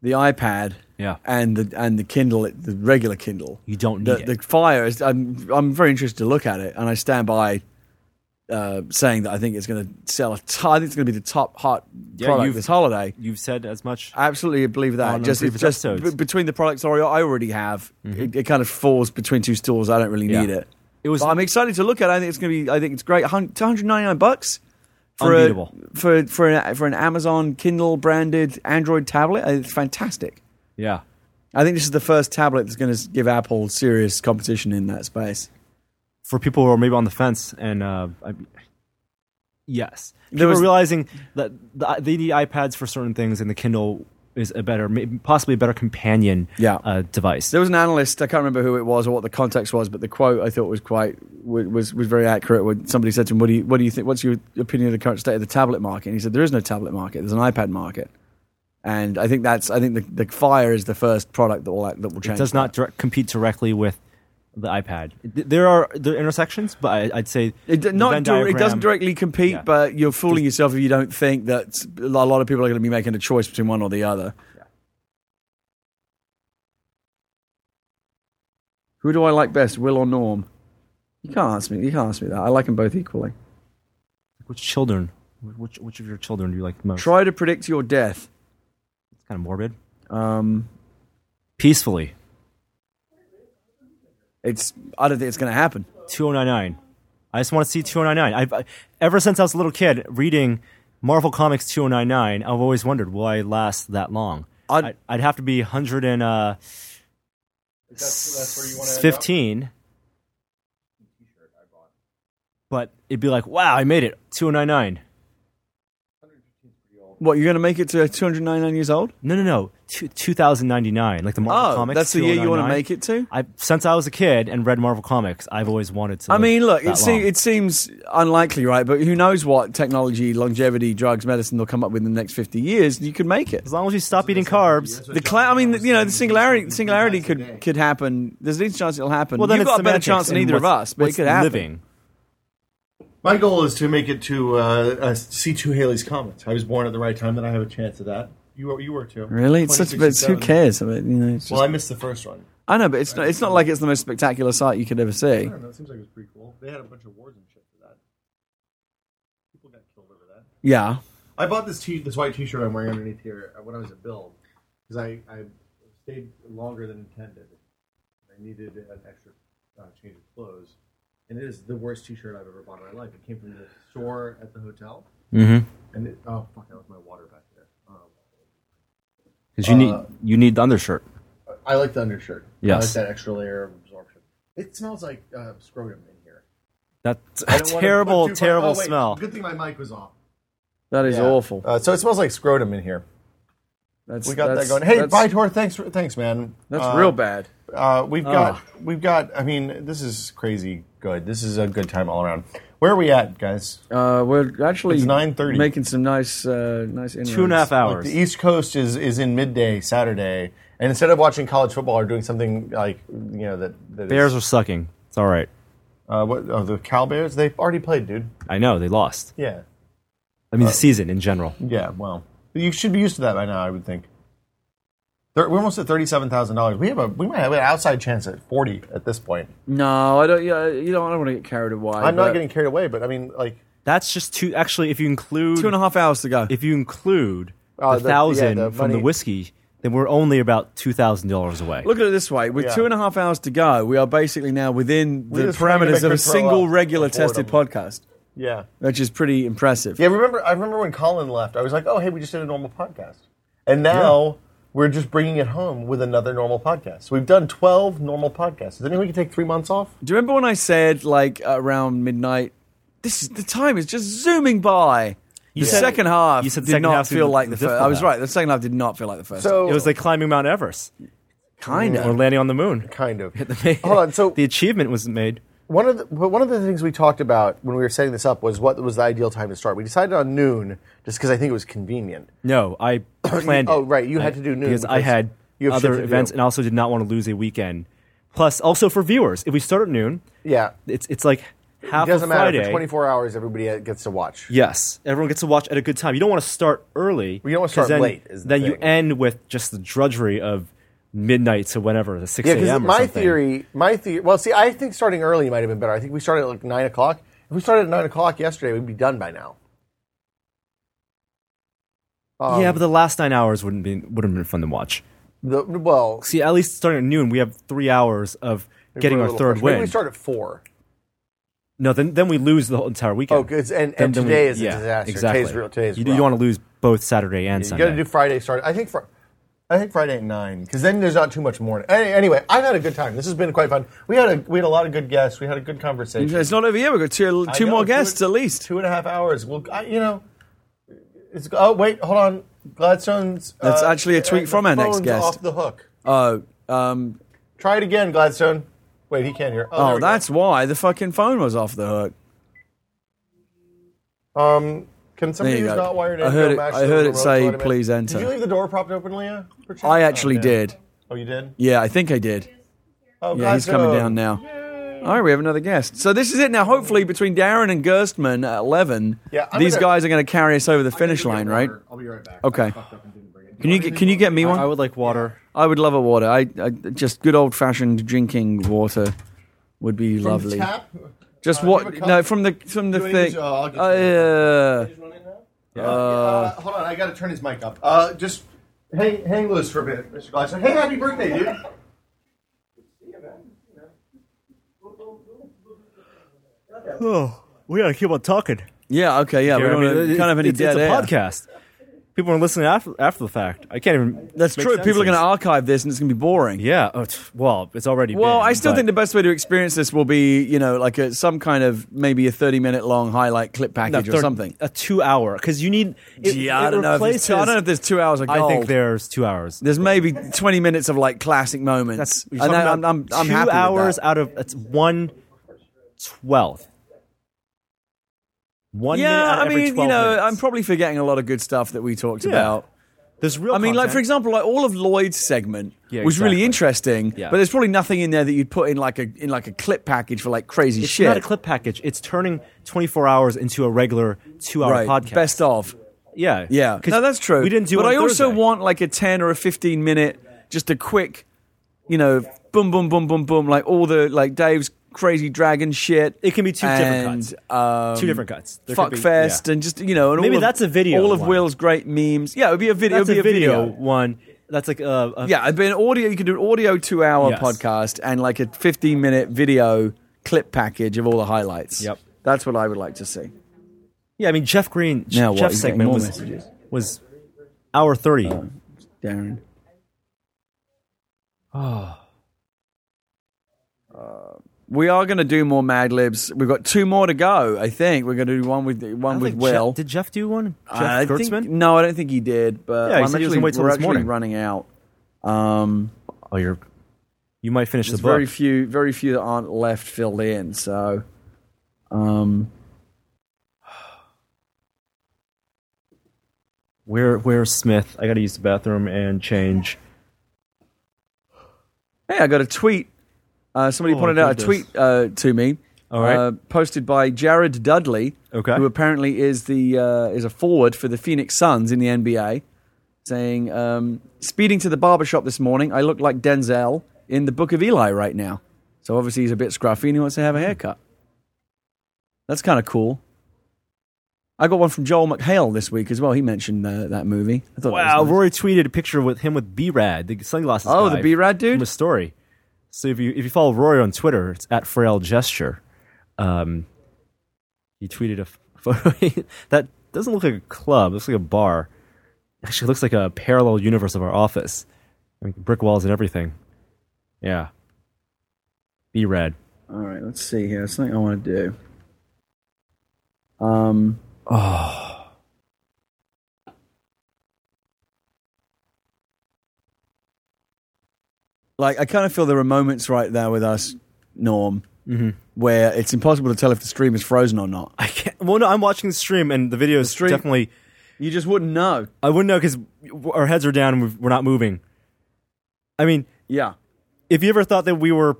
Speaker 4: the iPad
Speaker 2: Yeah.
Speaker 4: and the and the Kindle, the regular Kindle,
Speaker 2: You don't need
Speaker 4: the,
Speaker 2: it.
Speaker 4: the fire is I'm, I'm very interested to look at it and i stand by uh, saying that i think it's going to sell a ton i think it's going to be the top hot
Speaker 2: Yeah,
Speaker 4: product
Speaker 2: you've-
Speaker 4: this holiday
Speaker 2: You've said as much.
Speaker 4: I absolutely believe that
Speaker 2: On the
Speaker 4: just it's
Speaker 2: previous
Speaker 4: just
Speaker 2: episodes. Mm-hmm.
Speaker 4: b- between the products i already have it, it kind of falls between two stools i don't really
Speaker 2: Yeah.
Speaker 4: need it
Speaker 2: It was
Speaker 4: but i'm excited to look at it i think it's going to be i think it's great Hun- 299 bucks for a,
Speaker 2: Unbeatable.
Speaker 4: for for an, for an amazon kindle branded android tablet it's fantastic
Speaker 2: yeah.
Speaker 4: I think this is the first tablet that's going to give Apple serious competition in that space.
Speaker 2: for people who are maybe on the fence and uh, I, yes people
Speaker 4: was-
Speaker 2: are realizing that the, they need ipads for certain things and the kindle is a better may- possibly a better companion
Speaker 4: Yeah.
Speaker 2: uh, device
Speaker 4: There was an analyst. I can't remember who it was or what the context was, but the quote I thought was quite wa- was was very accurate. When somebody said to him, "What do you what do you think? What's your opinion of the current state of the tablet market?" And he said, "There is no tablet market. There's an iPad market." And I think that's I think the, the Fire is the first product that will act- that will change.
Speaker 2: it does
Speaker 4: that.
Speaker 2: not direct, compete directly with the ipad Th- there are there are intersections but I, i'd say
Speaker 4: It, d-
Speaker 2: the
Speaker 4: not
Speaker 2: Venn
Speaker 4: dir- it doesn't
Speaker 2: diagram-
Speaker 4: directly compete,
Speaker 2: Yeah.
Speaker 4: but you're fooling yourself if you don't think that a lot of people are going to be making a choice between one or the other. Who do I like best, Will or Norm? You can't ask me. You can't ask me that. I like them both equally.
Speaker 2: which children which which of your children do you like the most
Speaker 4: Try to predict your death.
Speaker 2: it's kind of morbid
Speaker 4: Um,
Speaker 2: peacefully
Speaker 4: it's. I don't think it's going to happen.
Speaker 2: 2099. I just want to see 2099. I've I, ever since I was a little kid reading Marvel Comics 2099. I've always wondered will I last that long.
Speaker 4: I'd-
Speaker 2: I'd, I'd, have to be 100 and uh,
Speaker 10: That's where you want to.
Speaker 2: 15. But it'd be like, wow, I made it 2099.
Speaker 4: What you're going to make it to 299 years old?
Speaker 2: No, no, no, two, 2099. Like the Marvel
Speaker 4: oh,
Speaker 2: Comics.
Speaker 4: that's the year you want to
Speaker 2: 2099.
Speaker 4: make it to.
Speaker 2: I since I was a kid and read Marvel Comics, I've always wanted to.
Speaker 4: I
Speaker 2: live
Speaker 4: mean, look,
Speaker 2: that
Speaker 4: it, se-
Speaker 2: long.
Speaker 4: it seems unlikely, right? But who knows what technology, longevity, drugs, medicine they'll come up with in the next 50 years. You could make it.
Speaker 2: as long as you stop eating carbs.
Speaker 4: The cla- I mean, you know, the singularity, singularity could, could happen. There's a decent chance it'll happen.
Speaker 2: Well, then
Speaker 4: You've
Speaker 2: it's
Speaker 4: got a better
Speaker 2: semantics
Speaker 4: chance than
Speaker 2: and
Speaker 4: either of
Speaker 2: what's-
Speaker 4: us, but it
Speaker 2: what's
Speaker 4: could happen.
Speaker 2: Living.
Speaker 1: My goal is to make it to uh, uh, see two Haley's comments. I was born at the right time, and I have a chance of that. You were, you were too.
Speaker 4: Really? It's such a
Speaker 1: 26
Speaker 4: bit. Who
Speaker 1: and seven.
Speaker 4: cares? I mean, you know, it's just,
Speaker 1: Well, I missed the first one.
Speaker 4: I know, but it's not, it's not like it's the most spectacular sight you could ever
Speaker 1: I
Speaker 4: see.
Speaker 1: don't know. It seems like it was pretty cool. They had a bunch of awards and shit for that. People got killed over that.
Speaker 4: Yeah.
Speaker 1: I bought this t- this white T-shirt I'm wearing underneath here uh, when I was at Build because I, I stayed longer than intended. I needed an extra uh, change of clothes, and it is the worst T-shirt I've ever bought in my life. It came from the store at the hotel,
Speaker 2: Mm-hmm.
Speaker 1: and it, oh fuck, I left my water back there. Um,
Speaker 10: Uh,
Speaker 2: Because you need you need the undershirt.
Speaker 6: I like the undershirt. I like
Speaker 2: Yes.
Speaker 6: that extra layer of absorption. It smells like uh, scrotum in here.
Speaker 2: That's
Speaker 6: I
Speaker 2: a
Speaker 6: don't wanna put
Speaker 2: terrible,
Speaker 6: too far-
Speaker 2: terrible
Speaker 6: oh, wait,
Speaker 2: smell.
Speaker 6: Good thing my mic was off.
Speaker 4: That is
Speaker 1: Yeah.
Speaker 4: awful.
Speaker 1: Uh, so it smells like scrotum in here.
Speaker 4: That's,
Speaker 1: we got
Speaker 4: that's-
Speaker 1: that going. Hey,
Speaker 4: that's-
Speaker 1: Vitor, thanks, for- thanks, man.
Speaker 4: That's
Speaker 1: Uh,
Speaker 4: real bad.
Speaker 1: Uh, we've
Speaker 4: Ugh.
Speaker 1: got, we've got. I mean, this is crazy good. This is a good time all around. Where are we at, guys?
Speaker 4: Uh, we're actually
Speaker 1: It's 9:30.
Speaker 4: making some nice, uh, nice inroads.
Speaker 1: Look, the e- East Coast is is in midday Saturday, and instead of watching college football or doing something like you know that, that is-
Speaker 2: Bears are sucking. It's all right.
Speaker 1: uh, what oh, the Cal Bears they already played, dude.
Speaker 2: I know they lost.
Speaker 1: Yeah,
Speaker 2: I
Speaker 10: Uh,
Speaker 2: mean the season in general.
Speaker 1: yeah. Well, you should be used to that by now, I would think. Thir- We're almost at thirty-seven thousand dollars. We have a we might have an outside chance at forty at this point.
Speaker 4: No, I don't. Yeah, you don't. I don't want to get carried away.
Speaker 1: I'm not
Speaker 4: but-
Speaker 1: getting carried away, but I mean, like
Speaker 2: That's just two. Actually, if you include
Speaker 4: Two and a half hours to go.
Speaker 2: if you include
Speaker 1: Oh,
Speaker 2: the
Speaker 1: the- yeah,
Speaker 2: thousand
Speaker 1: the
Speaker 2: from the
Speaker 1: money.
Speaker 2: whiskey, then we're only about two thousand dollars away.
Speaker 4: Look at it this way: with
Speaker 1: Yeah.
Speaker 4: two and a half hours to go, we are basically now within
Speaker 1: We
Speaker 4: the
Speaker 1: just wanted to
Speaker 4: parameters
Speaker 1: make
Speaker 4: of a
Speaker 1: her throw
Speaker 4: single
Speaker 1: up.
Speaker 4: regular
Speaker 1: Boredom.
Speaker 4: tested podcast,
Speaker 1: yeah,
Speaker 4: which is pretty impressive.
Speaker 1: yeah. Remember, I remember when Colin left. I was like, oh hey, we just did a normal podcast, and now. We're just bringing it home with another normal podcast. So we've done 12 normal podcasts. Does anyone can take three months off?
Speaker 4: Do you remember when I said like around midnight? This is the time is just zooming by. the
Speaker 2: said-
Speaker 4: second half
Speaker 2: you said the
Speaker 4: did
Speaker 2: second
Speaker 4: not
Speaker 2: half
Speaker 4: feel
Speaker 2: didn't-
Speaker 4: like the
Speaker 2: didn't
Speaker 4: first.
Speaker 2: feel
Speaker 4: I was
Speaker 2: that.
Speaker 4: right. The second half did not feel like the first. half.
Speaker 1: So
Speaker 2: It was like climbing Mount Everest,
Speaker 4: kind
Speaker 2: or
Speaker 4: of.
Speaker 2: landing on the moon.
Speaker 1: kind of. Hold on. So
Speaker 2: The achievement was made.
Speaker 1: one of the but one of the things we talked about when we were setting this up was what was the ideal time to start. We decided on noon just because I think it was convenient.
Speaker 2: No, I planned.
Speaker 1: oh,
Speaker 2: it.
Speaker 1: right, you had
Speaker 2: I-
Speaker 1: to do noon
Speaker 2: because I
Speaker 1: because
Speaker 2: had
Speaker 1: you have shit to
Speaker 2: other
Speaker 1: do.
Speaker 2: events, and also did not want to lose a weekend. Plus, also for viewers, if we start at noon,
Speaker 1: Yeah,
Speaker 2: it's it's like half
Speaker 1: it doesn't
Speaker 2: of
Speaker 1: matter.
Speaker 2: Friday.
Speaker 1: For 24 hours, everybody gets to watch.
Speaker 2: Yes, everyone gets to watch at a good time. You don't want to start early.
Speaker 1: Well, you don't want to
Speaker 2: 'cause
Speaker 1: start
Speaker 2: then,
Speaker 1: late, is the
Speaker 2: then you
Speaker 1: thing.
Speaker 2: end with just the drudgery of midnight to whenever the six
Speaker 1: Yeah,
Speaker 2: a.m.
Speaker 1: because
Speaker 2: or
Speaker 1: my
Speaker 2: something.
Speaker 1: theory, my theory. Well, see, I think starting early might have been better. I think we started at like nine o'clock. If we started at nine o'clock yesterday, we'd be done by now. Um,
Speaker 2: yeah, but the last nine hours wouldn't be would have been fun to watch.
Speaker 1: the, well,
Speaker 2: See, at least starting at noon, we have three hours of getting
Speaker 1: we're a
Speaker 2: our
Speaker 1: little
Speaker 2: third
Speaker 1: fresh.
Speaker 2: win.
Speaker 1: Maybe we start at four.
Speaker 2: no, then then we lose the whole entire weekend.
Speaker 1: Oh, 'cause- and-
Speaker 2: Then-
Speaker 1: and
Speaker 2: then
Speaker 1: today is a disaster.
Speaker 2: Exactly.
Speaker 1: Today's real- today's
Speaker 2: you, you
Speaker 1: rough.
Speaker 2: want to lose both Saturday and
Speaker 1: You
Speaker 2: Sunday.
Speaker 1: got to do Friday start. I think for, I think Friday at nine because then there's not too much morning. Any- Anyway, I've had a good time. This has been quite fun. We had a we had a lot of good guests. We had a good conversation.
Speaker 11: It's not over yet. We've got two,
Speaker 1: I
Speaker 11: two
Speaker 1: know,
Speaker 11: more guests at least.
Speaker 1: Two and a half hours. Well, I, you know, it's oh wait, hold on. Gladstone's.
Speaker 4: That's actually a tweet
Speaker 1: uh,
Speaker 4: from our next
Speaker 1: phone's
Speaker 4: guest.
Speaker 1: Off the hook.
Speaker 4: Oh, um,
Speaker 1: Try it again, Gladstone. Wait, he can't hear. Oh, there
Speaker 4: oh,
Speaker 1: we go.
Speaker 4: that's why the fucking phone was off the hook.
Speaker 1: um. Can somebody
Speaker 4: you
Speaker 1: who's
Speaker 4: go.
Speaker 1: not wired in
Speaker 4: I heard
Speaker 1: go
Speaker 4: it-
Speaker 1: mash
Speaker 4: I
Speaker 1: the
Speaker 4: heard it
Speaker 1: remote
Speaker 4: say,
Speaker 1: to let him in?
Speaker 4: "Please enter."
Speaker 1: Did you leave the door propped open, Leah? per chance?
Speaker 4: I actually
Speaker 1: Oh, damn.
Speaker 4: did.
Speaker 1: Oh, you did.
Speaker 4: Yeah, I think I did.
Speaker 1: Oh,
Speaker 4: Yeah, he's coming
Speaker 1: Gladstone.
Speaker 4: down now. All right, we have another guest. So this is it now. Hopefully, between Darren and Gerstmann at eleven,
Speaker 1: Yeah, I'm
Speaker 4: these
Speaker 1: gonna-
Speaker 4: guys are going to carry us over the finish line, right?
Speaker 6: I'll be right back.
Speaker 4: Okay.
Speaker 6: I fucked up and didn't bring it.
Speaker 4: Can you get, can you get me one?
Speaker 2: I would like water.
Speaker 4: I would love a water. I, I just good old fashioned drinking water would be lovely.
Speaker 6: Tap.
Speaker 4: Just
Speaker 6: Uh, do
Speaker 4: what?
Speaker 6: you have a
Speaker 4: No,
Speaker 6: cup?
Speaker 4: from the from the
Speaker 6: Do you want
Speaker 4: thing.
Speaker 6: to use- oh, I'll get
Speaker 4: Uh,
Speaker 6: Just run in now?
Speaker 4: uh,
Speaker 6: Uh, hold on, I gotta turn his mic up. Uh, just hang, hang loose for a bit, Mr. Glasser. Hey, happy birthday, dude.
Speaker 2: Oh, we gotta keep on talking.
Speaker 4: yeah. Okay. Yeah. We
Speaker 2: Yeah,
Speaker 4: don't
Speaker 2: I mean,
Speaker 4: wanna-
Speaker 2: it-
Speaker 4: kind of any
Speaker 2: it's,
Speaker 4: dead
Speaker 2: it's a
Speaker 4: air.
Speaker 2: podcast. People are listening after after the fact. I can't even.
Speaker 4: That's
Speaker 2: make
Speaker 4: true. People are
Speaker 2: senses.
Speaker 4: going to archive this, and it's going to be boring.
Speaker 2: Yeah. Oh, t- well, it's already.
Speaker 4: Well,
Speaker 2: been,
Speaker 4: I still
Speaker 2: but-
Speaker 4: think the best way to experience this will be, you know, like a, some kind of maybe a thirty-minute long highlight clip
Speaker 2: No,
Speaker 4: package or
Speaker 2: thir-
Speaker 4: something.
Speaker 2: A two hour because you need. It,
Speaker 4: Gee, I
Speaker 2: it
Speaker 4: don't know. If it's
Speaker 2: replaces-
Speaker 4: two, I don't know if there's two hours of
Speaker 2: I
Speaker 4: gold.
Speaker 2: think there's two hours.
Speaker 4: "Oh." there's maybe twenty minutes of like classic moments.
Speaker 2: That's
Speaker 4: and
Speaker 2: you're talking
Speaker 4: I,
Speaker 2: about
Speaker 4: I'm, I'm, I'm
Speaker 2: two
Speaker 4: happy with
Speaker 2: hours
Speaker 4: that.
Speaker 2: out of it's one twelfth. One minute
Speaker 4: Yeah,
Speaker 2: out
Speaker 4: I
Speaker 2: of every
Speaker 4: mean, you
Speaker 2: 12
Speaker 4: know,
Speaker 2: minutes.
Speaker 4: I'm probably forgetting a lot of good stuff that we talked
Speaker 2: Yeah.
Speaker 4: about.
Speaker 2: There's real.
Speaker 4: I mean, like for
Speaker 2: content.
Speaker 4: example, like all of Lloyd's segment
Speaker 2: Yeah,
Speaker 4: was really
Speaker 2: exactly.
Speaker 4: interesting,
Speaker 2: Yeah.
Speaker 4: but there's probably nothing in there that you'd put in like a in like a clip package for like crazy
Speaker 2: it's
Speaker 4: shit.
Speaker 2: not a clip package. It's turning 24 hours into a regular two hour
Speaker 4: right?
Speaker 2: podcast.
Speaker 4: Best of.
Speaker 2: yeah,
Speaker 4: Yeah,
Speaker 2: Uh, 'Cause
Speaker 4: no, that's true.
Speaker 2: We didn't do.
Speaker 4: but
Speaker 2: on
Speaker 4: I also
Speaker 2: Thursday.
Speaker 4: want like a ten or a fifteen minute, just a quick, you know, boom, boom, boom, boom, boom, like all the like Dave's crazy dragon shit.
Speaker 2: It can be two
Speaker 4: and,
Speaker 2: different
Speaker 4: Um,
Speaker 2: Two different cuts. There could
Speaker 4: Fuck
Speaker 2: be-
Speaker 4: fest
Speaker 2: yeah.
Speaker 4: and just you know, and
Speaker 2: Maybe
Speaker 4: all of-
Speaker 2: that's a video
Speaker 4: All of
Speaker 2: one.
Speaker 4: Will's great memes. Yeah, it would be a video.
Speaker 2: That's
Speaker 4: it'd be
Speaker 2: a video, one. That's like a, a
Speaker 4: Yeah, it'd be an audio. You could do an audio two hour
Speaker 2: Yes.
Speaker 4: podcast and like a fifteen minute video clip package of all the highlights.
Speaker 2: Yep.
Speaker 4: that's what I would like to see.
Speaker 2: Yeah, I mean Jeff Green.
Speaker 4: Now what?
Speaker 2: Jeff's
Speaker 4: He's getting
Speaker 2: segment
Speaker 4: more
Speaker 2: was
Speaker 4: messages. Uh,
Speaker 2: was hour thirty.
Speaker 4: Darren,
Speaker 12: Oh.
Speaker 4: Uh, We are going to do more Mad Libs. We've got two more to go. I think we're going to do one with one with
Speaker 2: think Jeff-
Speaker 4: Will.
Speaker 2: did Jeff do one? Jeff
Speaker 4: I think-
Speaker 2: Gertzman?
Speaker 4: no, I don't think he did. But uh,
Speaker 2: Yeah, he
Speaker 4: I'm
Speaker 2: said he was
Speaker 4: actually-
Speaker 2: gonna wait till
Speaker 4: we're
Speaker 2: this
Speaker 4: actually
Speaker 2: morning.
Speaker 4: running out. Um,
Speaker 2: oh, you're. You might finish the
Speaker 4: There's
Speaker 2: book.
Speaker 4: very few, very few that aren't left filled in. So, um,
Speaker 2: Where where's Smith? I gotta use the bathroom and change.
Speaker 4: Hey, I got a tweet. Uh, somebody
Speaker 2: Oh,
Speaker 4: pointed
Speaker 2: I
Speaker 4: out a
Speaker 2: heard
Speaker 4: tweet uh, to me.
Speaker 2: All right.
Speaker 4: Uh, posted by Jared Dudley,
Speaker 2: Okay.
Speaker 4: who apparently is the uh, is a forward for the Phoenix Suns in the NBA, saying, um, "Speeding to the barbershop this morning, I look like Denzel in the Book of Eli right now." So obviously he's a bit scruffy and he wants to have a haircut. That's kind of cool. I got one from Joel McHale this week as well. He mentioned uh, that movie. I thought that was
Speaker 2: Wow,
Speaker 4: nice.
Speaker 2: Rory tweeted a picture with him with B Rad, the sunglasses.
Speaker 4: Oh,
Speaker 2: guy
Speaker 4: the B-Rad dude?
Speaker 2: From a story. So if you if you follow Rory on Twitter, it's at Frail Gesture. Um, he tweeted a photo that doesn't look like a club. Looks like a bar. Actually, looks like a parallel universe of our office. I mean, brick walls and everything. Yeah. B Rad.
Speaker 4: All right, let's see here. Something I want to do. Um. Oh. Like I kind of feel there are moments right there with us, Norm,
Speaker 2: Mhm.
Speaker 4: where it's impossible to tell if the stream is frozen or not.
Speaker 2: I can't. Well, no, I'm watching the stream, and the video is
Speaker 4: stream-
Speaker 2: definitely.
Speaker 4: You just wouldn't know.
Speaker 2: I wouldn't know because our heads are down and we've- we're not moving. I mean,
Speaker 4: Yeah.
Speaker 2: if you ever thought that we were,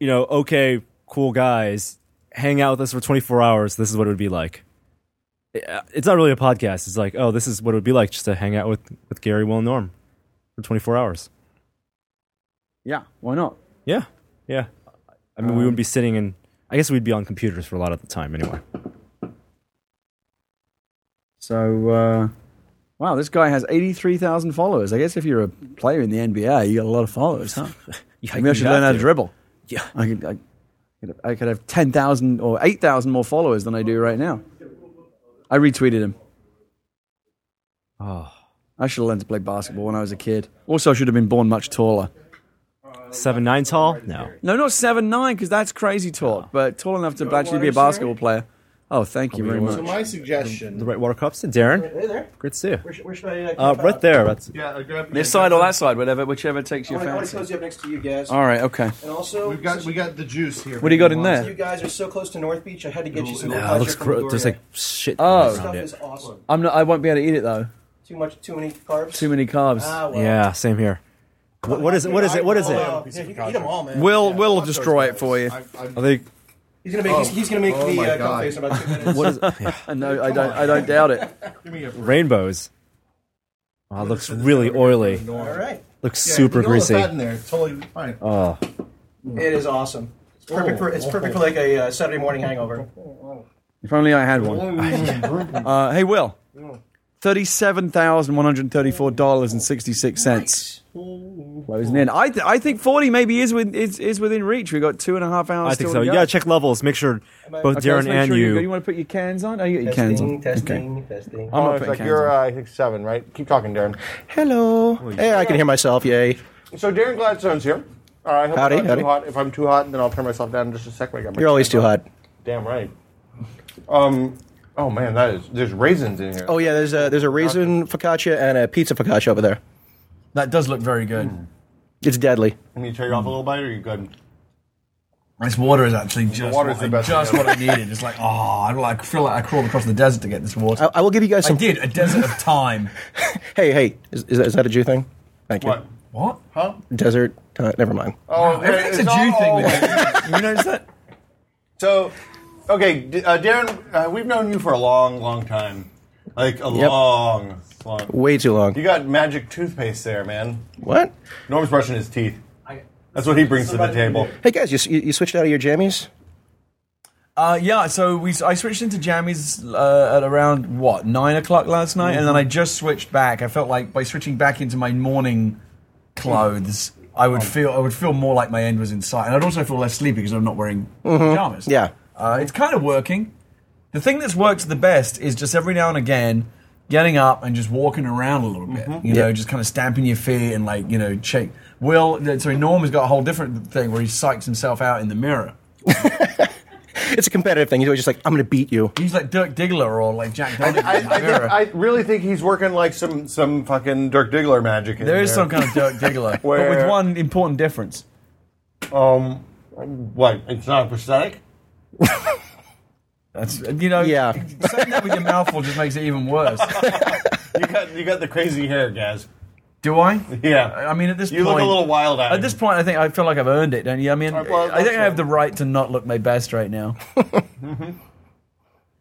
Speaker 2: you know, okay, cool guys, hang out with us for 24 hours, this is what it would be like. Yeah, It's not really a podcast. It's like, oh, this is what it would be like just to hang out with, with Gary, Will, and Norm for 24 hours.
Speaker 4: Yeah. Why not?
Speaker 2: Yeah. Yeah. I mean, we wouldn't be sitting in, I guess we'd be on computers for a lot of the time anyway.
Speaker 4: So, uh, wow, this guy has eighty-three thousand followers. I guess if you're a player in the NBA, you got a lot of followers, huh?
Speaker 2: Yeah,
Speaker 4: Maybe I
Speaker 2: you
Speaker 4: should
Speaker 2: have
Speaker 4: learn how to
Speaker 2: to.
Speaker 4: dribble.
Speaker 2: Yeah.
Speaker 4: I could, I, could- I could have 10,000 or 8,000 more followers than I do right now. I retweeted him.
Speaker 2: Oh.
Speaker 4: I should have learned to play basketball when I was a kid. Also, I should have been born much taller.
Speaker 2: Seven, nine tall? No. Oh.
Speaker 4: No, not seven nine because that's crazy talk, but tall enough to actually be a basketball player. Oh, thank you very
Speaker 1: So
Speaker 4: much.
Speaker 1: my suggestion.
Speaker 2: The right water cups to Darren.
Speaker 1: Hey there.
Speaker 2: Good to see you.
Speaker 1: Where should, where should I? Uh,
Speaker 2: Uh,
Speaker 1: keep
Speaker 2: right
Speaker 1: up?
Speaker 2: there. That's,
Speaker 1: Yeah, I'll grab
Speaker 4: This side or that side, whatever, whichever takes
Speaker 1: I
Speaker 4: your
Speaker 1: want to
Speaker 4: fancy.
Speaker 1: cozy up next to you guys.
Speaker 4: All right, okay.
Speaker 1: And also, we've got we got the juice here.
Speaker 4: What do you got in there?
Speaker 1: You guys are so close to North Beach. I had to get you some.
Speaker 2: no,
Speaker 1: pleasure
Speaker 2: it looks
Speaker 1: from
Speaker 2: gross. There's
Speaker 1: Midoriya.
Speaker 2: like shit
Speaker 4: Oh.
Speaker 2: around
Speaker 1: stuff
Speaker 2: it.
Speaker 1: is awesome.
Speaker 4: I'm not, I won't be able to eat it though.
Speaker 1: Too much, too many carbs.
Speaker 4: Too many carbs.
Speaker 1: Ah, well.
Speaker 2: Yeah, same here. What, what is it? What is it? What is it?
Speaker 1: Oh, yeah, you can eat them all, man.
Speaker 12: Will will destroy it for you.
Speaker 2: Are they?
Speaker 1: He's gonna make. he's, he's gonna make Oh the my uh, God. cum face in about two minutes.
Speaker 2: What is it?
Speaker 4: no, I don't. I don't doubt it.
Speaker 2: rainbows. Wow, it looks really oily.
Speaker 1: all right.
Speaker 2: Looks
Speaker 1: Yeah,
Speaker 2: super
Speaker 1: you can get all the
Speaker 2: greasy.
Speaker 1: Fat in there. It's totally fine.
Speaker 2: Oh,
Speaker 1: It is awesome. It's perfect for it's perfect for like a uh, Saturday morning hangover.
Speaker 4: If only I had one. Uh, hey, Will. Thirty-seven thousand one hundred thirty-four dollars and sixty-six cents. Closing in. I th- I think forty maybe is with is, is within reach. We got two and a half hours.
Speaker 2: I think so.
Speaker 4: still to
Speaker 2: You
Speaker 4: go.
Speaker 2: gotta check levels. Make sure both
Speaker 4: Okay, let's
Speaker 2: Darren
Speaker 4: make
Speaker 2: and
Speaker 4: sure
Speaker 2: you.
Speaker 4: You, want to put your cans on? Oh, you got your cans
Speaker 1: Testing,
Speaker 4: on.
Speaker 1: testing, testing.
Speaker 4: I'm not
Speaker 1: Oh,
Speaker 4: putting cans
Speaker 1: you're,
Speaker 4: on.
Speaker 1: uh, I think seven, right? Keep talking, Darren. Hello. Hey, I can hear myself. Yay. So Darren Gladstone's here. All right. I hope
Speaker 10: Howdy,
Speaker 1: I'm not
Speaker 10: howdy.
Speaker 1: Too hot. If I'm too hot, then I'll turn myself down in just a second. I got my
Speaker 10: You're always too hot.
Speaker 1: Damn right. Um. Oh man, that is. There's raisins in here.
Speaker 10: Oh yeah, there's a there's a raisin focaccia and a pizza focaccia over there.
Speaker 4: That does look very good.
Speaker 1: Hmm.
Speaker 10: It's deadly.
Speaker 1: Can you take off a little bite, or are you good?
Speaker 10: This water is actually just
Speaker 1: water's
Speaker 10: what,
Speaker 1: the
Speaker 10: I-
Speaker 1: best
Speaker 10: just
Speaker 1: thing
Speaker 10: what I needed. It's like, oh, I'm like, I feel like I crawled across the desert to get this water. I, will give you guys some. I did a desert of time. hey, hey, is, is, that, is that a Jew thing? Thank you.
Speaker 1: What?
Speaker 4: What?
Speaker 1: Huh?
Speaker 10: Desert. Uh, never mind.
Speaker 1: Oh,
Speaker 4: everything's
Speaker 1: it's
Speaker 4: a Jew
Speaker 1: all-
Speaker 4: thing
Speaker 1: oh,
Speaker 4: now.
Speaker 1: my God.
Speaker 4: You notice that?
Speaker 1: So, okay, D- uh, Darren, uh, we've known you for a long, long time. Like a
Speaker 10: Yep.
Speaker 1: long, long.
Speaker 10: Way too long.
Speaker 1: You got magic toothpaste there, man.
Speaker 10: What?
Speaker 1: Norm's brushing his teeth. That's what he brings to the table.
Speaker 10: Hey guys, you, s- you, you switched out of your jammies?
Speaker 4: Uh, yeah, so we I switched into jammies uh, at around what nine o'clock last night, and then I just switched back. I felt like by switching back into my morning clothes, I would feel I would feel more like my end was in sight, and I'd also feel less sleepy because I'm not wearing pajamas.
Speaker 10: Yeah.
Speaker 4: uh, it's kind of working. The thing that's worked the best is just every now and again getting up and just walking around a little bit. You know, just kind of stamping your feet and like you know, shake, Will, sorry, Norm has got a whole different thing where he psychs himself out in the mirror.
Speaker 10: it's a competitive thing. He's always just like, I'm going to beat you.
Speaker 4: He's like Dirk Diggler or like Jack Donaghy
Speaker 1: I,
Speaker 4: in the
Speaker 1: I,
Speaker 4: mirror.
Speaker 1: think, I really think he's working like some some fucking Dirk Diggler magic. In
Speaker 4: there is
Speaker 1: there.
Speaker 4: some kind of Dirk Diggler, but
Speaker 1: Where-
Speaker 4: with one important difference.
Speaker 1: Um, what? It's not a prosthetic.
Speaker 4: That's you know.
Speaker 10: Yeah.
Speaker 4: Saying that with your mouthful just makes it even worse.
Speaker 1: you got you got the crazy hair, guys.
Speaker 4: Do I?
Speaker 1: Yeah.
Speaker 4: I mean, at this
Speaker 1: You
Speaker 4: point,
Speaker 1: look a little wild eyed.
Speaker 4: At this point, I think I feel like I've earned it, don't you? I mean,
Speaker 1: well,
Speaker 4: I think
Speaker 1: that's
Speaker 4: I have the right to not look my best right now.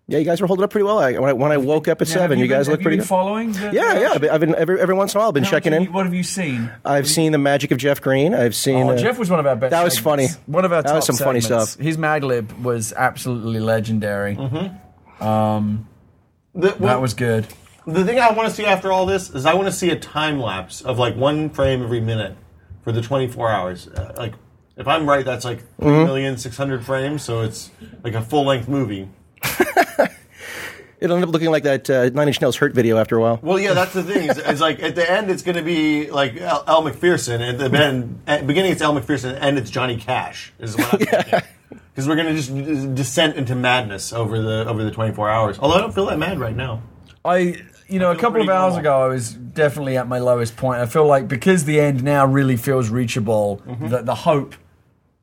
Speaker 10: Yeah, you guys were holding up pretty well. I, when, I, when I woke up at
Speaker 4: Yeah, have
Speaker 10: seven, you,
Speaker 4: you been-
Speaker 10: guys
Speaker 4: have
Speaker 10: looked
Speaker 4: you
Speaker 10: pretty
Speaker 4: been
Speaker 10: good.
Speaker 4: following the-
Speaker 10: Yeah, yeah. I've been, I've been every, every once in a while. I've been checking in.
Speaker 4: What have you seen?
Speaker 10: I've seen the magic of Jeff Green. I've seen.
Speaker 4: Oh,
Speaker 10: uh,
Speaker 4: Jeff was one of our best.
Speaker 10: That was
Speaker 4: segments.
Speaker 10: funny.
Speaker 4: One of our
Speaker 10: That
Speaker 4: top
Speaker 10: was some funny
Speaker 4: segments.
Speaker 10: stuff.
Speaker 4: His Mad Lib was absolutely legendary. Um,
Speaker 1: Mm-hmm. well-
Speaker 4: that was good.
Speaker 1: The thing I want to see after all this is I want to see a time lapse of like one frame every minute for the 24 hours. Uh, like, if I'm right, that's like
Speaker 10: Mhm.
Speaker 1: 3,600,000 frames, so it's like a full length movie.
Speaker 10: It'll end up looking like that uh, Nine Inch Nails hurt video after a while.
Speaker 1: Well, yeah, that's the thing. Is, it's like at the end, it's going to be like Al, Al McPherson. At the ben, at beginning, it's Al McPherson, and it's Johnny Cash. Is what I'm thinking. Because we're going to just descent into madness over the over the 24 hours. Although I don't feel that mad right now.
Speaker 4: I, you know, a couple of hours ago, I was definitely at my lowest point. I feel like because the end now really feels reachable, the, the hope,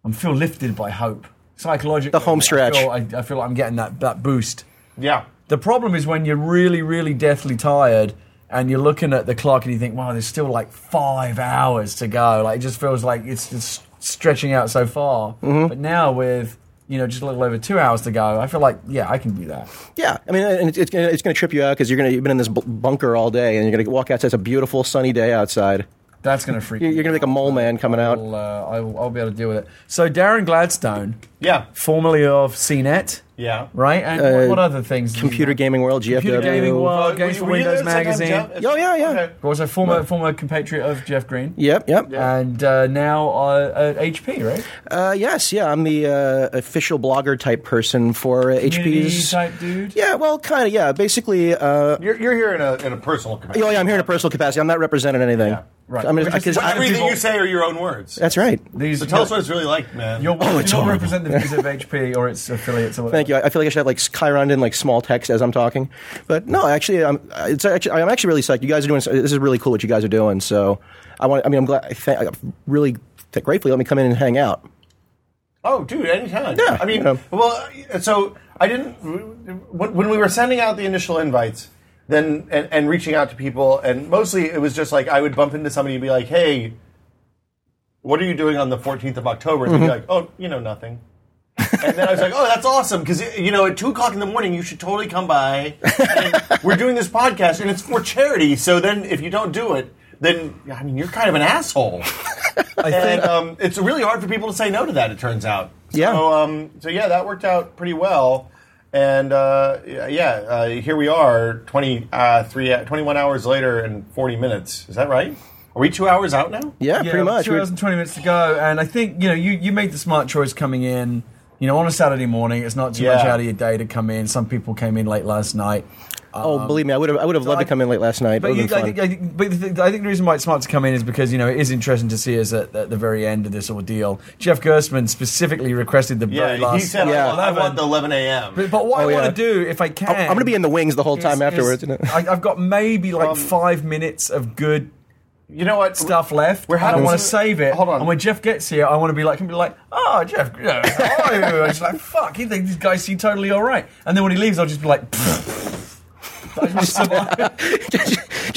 Speaker 4: I feel lifted by hope. Psychologically, the home
Speaker 10: stretch.
Speaker 4: I feel, I, I feel like I'm getting that, that boost.
Speaker 1: Yeah.
Speaker 4: The problem is when you're really, really deathly tired and you're looking at the clock and you think, wow, there's still like five hours to go. Like it just feels like it's just stretching out so far. But now with, you know, just a little over two hours to go, I feel like, yeah, I can do that.
Speaker 10: Yeah, I mean, and it's, it's, gonna- it's going to trip you out because you're going to you've been in this b- bunker all day, and you're going to walk outside. It's a beautiful sunny day outside.
Speaker 4: That's going to freak.
Speaker 10: You're, you're going to be like a mole man coming out.
Speaker 4: I'll, uh, I'll, I'll be able to deal with it. So Darren Gladstone,
Speaker 1: yeah,
Speaker 4: formerly of CNET,
Speaker 1: Yeah.
Speaker 4: right, and
Speaker 10: Uh,
Speaker 4: what- what other things?
Speaker 10: Computer gaming world, GFW.
Speaker 4: Computer gaming world, games
Speaker 1: were
Speaker 4: for
Speaker 1: you
Speaker 4: Windows
Speaker 1: there at the same
Speaker 4: magazine.
Speaker 1: time, Jeff?
Speaker 10: Oh yeah, yeah.
Speaker 4: Was a former former compatriot of Jeff Green.
Speaker 10: Yep, yep.
Speaker 4: And uh, now uh, at HP, right?
Speaker 10: Uh, yes, yeah. I'm the uh, official blogger type person for uh, HP's.
Speaker 4: type dude.
Speaker 10: Yeah, well, kind of. Yeah, basically. Uh,
Speaker 1: You're, you're here in a, in a personal capacity.
Speaker 10: Oh yeah, I'm here in a personal capacity. I'm not representing anything.
Speaker 1: Right.
Speaker 10: I'm gonna- 'cause I-
Speaker 1: everything you say are your own words.
Speaker 10: That's right.
Speaker 1: so tell us what it's really like, man.
Speaker 4: You're,
Speaker 10: Oh, it's
Speaker 4: you're
Speaker 10: horrible.
Speaker 4: representatives of HP or its affiliates or whatever.
Speaker 10: Thank you. I I feel like I should have like Chiron in like small text as I'm talking, but no, actually, I'm it's actually I'm actually really psyched. You guys are doing this is really cool what you guys are doing. So I want. I mean, I'm glad. I thank, I'm really th- gratefully let me come in and hang out.
Speaker 1: Oh, dude, anytime. Yeah, I mean,
Speaker 10: you know.
Speaker 1: well, so I didn't. When when we were sending out the initial invites, then and, and reaching out to people, and mostly it was just like I would bump into somebody and be like, "Hey, what are you doing on the 14th of October?" And they'd be
Speaker 13: Mhm.
Speaker 1: like, "Oh, you know, nothing." and then I was like, "Oh, that's awesome!" Because you know, at two o'clock in the morning, you should totally come by. And we're doing this podcast, and it's for charity. So then, if you don't do it, then I mean, you're kind of an asshole. and um, it's really hard for people to say no to that. It turns out.
Speaker 10: Yeah.
Speaker 1: So, um, so yeah, that worked out pretty well. And uh, yeah, uh, here we are, 20, uh, three, 21 hours later and 40 minutes. Is that right? Are we two hours out now?
Speaker 4: Two hours and twenty minutes to go, and I think you know you you made the smart choice coming in. You know, on a Saturday morning, it's not too much
Speaker 10: Yeah.
Speaker 4: out of your day to come in. Some people came in late last night. Um,
Speaker 10: oh, believe me, I would have I would have loved to come in late last night. It
Speaker 4: But,
Speaker 10: would
Speaker 4: you, I,
Speaker 10: have been fun.
Speaker 4: think, I, think, but the thing- I think the reason why it's smart to come in is because you know it is interesting to see us at, at the very end of this ordeal. Jeff Gerstmann specifically requested the
Speaker 1: Yeah,
Speaker 4: very last.
Speaker 1: he said, I, want, I want the 11 a.m.
Speaker 4: But, but what
Speaker 1: Oh,
Speaker 4: I
Speaker 1: yeah.
Speaker 4: want to do, if I can,
Speaker 1: I'm gonna be in the wings the whole time afterwards, you know?
Speaker 4: I, I've got maybe like five minutes of good,
Speaker 1: Um, you know what
Speaker 4: stuff left.
Speaker 1: We're
Speaker 4: and I
Speaker 1: having
Speaker 4: want to
Speaker 1: some-
Speaker 4: save it. Hold on. And when Jeff gets here, I want to be like, can be like, oh, Jeff, you know, how are you? And it's like, fuck, he thinks these guys seem totally all right. And then when he leaves, I'll just be like.
Speaker 10: just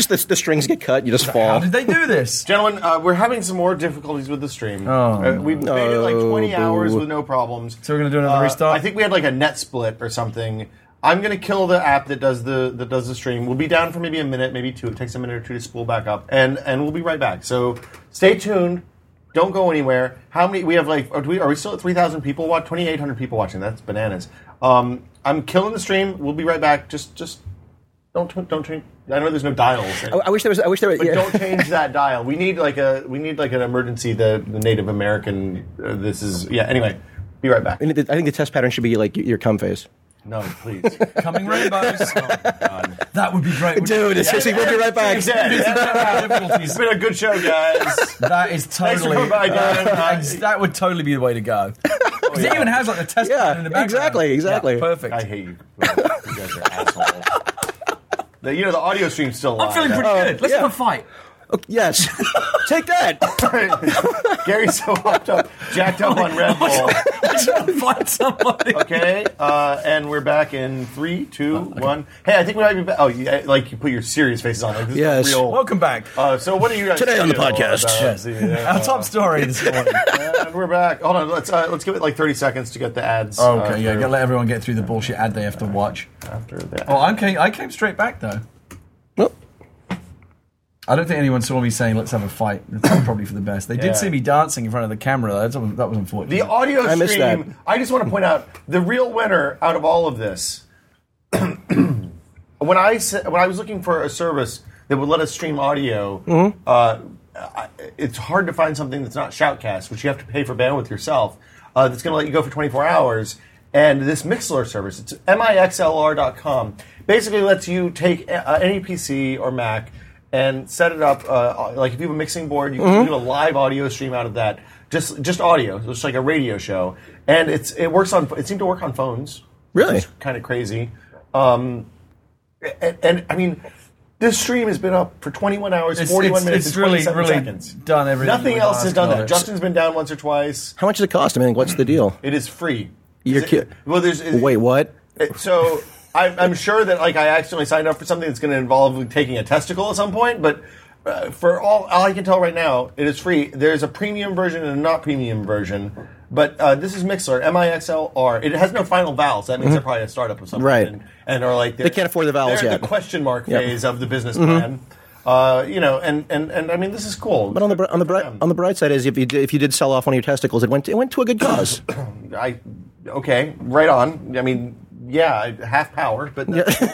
Speaker 10: the, the strings get cut, you just fall.
Speaker 4: did they do this?
Speaker 1: Gentlemen, uh, we're having some more difficulties with the stream.
Speaker 10: Oh,
Speaker 1: Uh, we've made it like 20
Speaker 10: no.
Speaker 1: hours with no problems. Uh,
Speaker 4: So we're going to do another restart?
Speaker 1: I think we had like a net split or something. I'm going to kill the app that does the that does the stream. We'll be down for maybe a minute, maybe two. It takes a minute or two to spool back up, and and we'll be right back. So stay tuned. Don't go anywhere. How many? We have like are we, are we still at 3,000 people watch? 2,800 people watching. That's bananas. Um, I'm killing the stream. We'll be right back. Just just don't tw- don't change. I know there's no dials.
Speaker 10: I, I wish there was. I wish there was.
Speaker 1: But
Speaker 10: yeah.
Speaker 1: don't change that dial. We need like a we need like an emergency. The, the Native American. Uh, this is yeah. Anyway, be right back.
Speaker 10: And it- I think the test pattern should be like your cum face.
Speaker 1: No, please.
Speaker 4: Coming rainbows. That would be great.
Speaker 10: Dude, it's seriously, we'll be right back.
Speaker 1: Exactly. It's been a good show, guys.
Speaker 4: That is
Speaker 1: Thanks for
Speaker 4: totally.
Speaker 1: coming by, Dan.
Speaker 4: I- that would totally be the way to go. 'Cause it even has like the test
Speaker 10: Oh, Yeah,
Speaker 4: in the background.
Speaker 10: exactly, exactly.
Speaker 4: Yeah, perfect.
Speaker 1: I hate you. You guys are assholes. The, you know the audio stream's still live.
Speaker 4: I'm feeling pretty good. Let's
Speaker 10: Oh, yeah. Oh,
Speaker 4: have a fight.
Speaker 10: Yes. Take that.
Speaker 1: Gary's so hopped up, jacked up on Red Bull.
Speaker 4: Let's have a fight somebody. Oh,
Speaker 1: Okay, uh, and we're back in three, two, one. Hey, I think we might be back. Oh, yeah, like you put your serious faces on. Like, this
Speaker 10: Yes.
Speaker 1: Is real.
Speaker 4: Welcome back.
Speaker 1: Uh, so what are you guys
Speaker 10: Today on the
Speaker 1: feel
Speaker 10: podcast.
Speaker 1: about
Speaker 4: Yes.
Speaker 1: the, uh,
Speaker 4: Our top story this morning.
Speaker 1: and we're back. Hold on. Let's uh, let's give it like thirty seconds to get the ads. uh,
Speaker 4: Okay, yeah,
Speaker 1: through
Speaker 4: gotta let everyone get through the bullshit ad they have to watch.
Speaker 1: after that.
Speaker 4: Oh, I came, I came straight back though.
Speaker 10: Well,
Speaker 4: I don't think anyone saw me saying "Let's have a fight." That's probably for the best. They
Speaker 1: Yeah.
Speaker 4: did see me dancing in front of the camera. That's, that was unfortunate.
Speaker 1: The audio
Speaker 10: I missed
Speaker 1: stream.
Speaker 10: that.
Speaker 1: I just want to point out the real winner out of all of this. when I sa- when I was looking for a service that would let us stream audio, uh, I, it's hard to find something that's not Shoutcast, which you have to pay for bandwidth yourself. Uh, that's going to let you go for 24 hours. And this Mixlr service, it's mixlr.com, basically lets you take a- uh, any PC or Mac and set it up. Uh, like if you have a mixing board, you can do a live audio stream out of that. Just just audio, just like a radio show, and it's it works on. It seemed to work on phones.
Speaker 10: Really?
Speaker 1: kind of crazy. Um, and, and I mean, this stream has been up for 21 hours,
Speaker 4: It's-
Speaker 1: 41
Speaker 4: it's-
Speaker 1: Oh, minutes,
Speaker 4: it's
Speaker 1: and
Speaker 4: really,
Speaker 1: 27
Speaker 4: really
Speaker 1: seconds.
Speaker 4: done everything
Speaker 1: Nothing
Speaker 4: we
Speaker 1: else has
Speaker 4: asked
Speaker 1: done
Speaker 4: of
Speaker 1: that.
Speaker 4: it.
Speaker 1: Justin's been down once or twice.
Speaker 10: how much does it cost? I mean, what's the deal?
Speaker 1: It is free.
Speaker 10: You're
Speaker 1: Is it-
Speaker 10: kid-
Speaker 1: Well, there's it-
Speaker 10: Wait, what?
Speaker 1: it- so I'm, I'm sure that like I accidentally signed up for something that's going to involve taking a testicle at some point, but. Uh, for all, all I can tell right now, it is free. There's a premium version and a not premium version, but uh, this is Mixlr, M I X L R. It has no final vowels. That means they're probably a startup or something,
Speaker 10: Mm-hmm. Right.
Speaker 1: And, and are like
Speaker 10: They can't afford the vowels
Speaker 1: they're in
Speaker 10: yet.
Speaker 1: The question mark
Speaker 10: Yep. Mm-hmm.
Speaker 1: phase of the business plan, uh, you know, and, and and I mean this is cool.
Speaker 10: But on the bri- on the bri- on the bright side is if you did, if you did sell off one of your testicles, it went it went to a good cause.
Speaker 1: I okay, right on. I mean, yeah, I- half power, but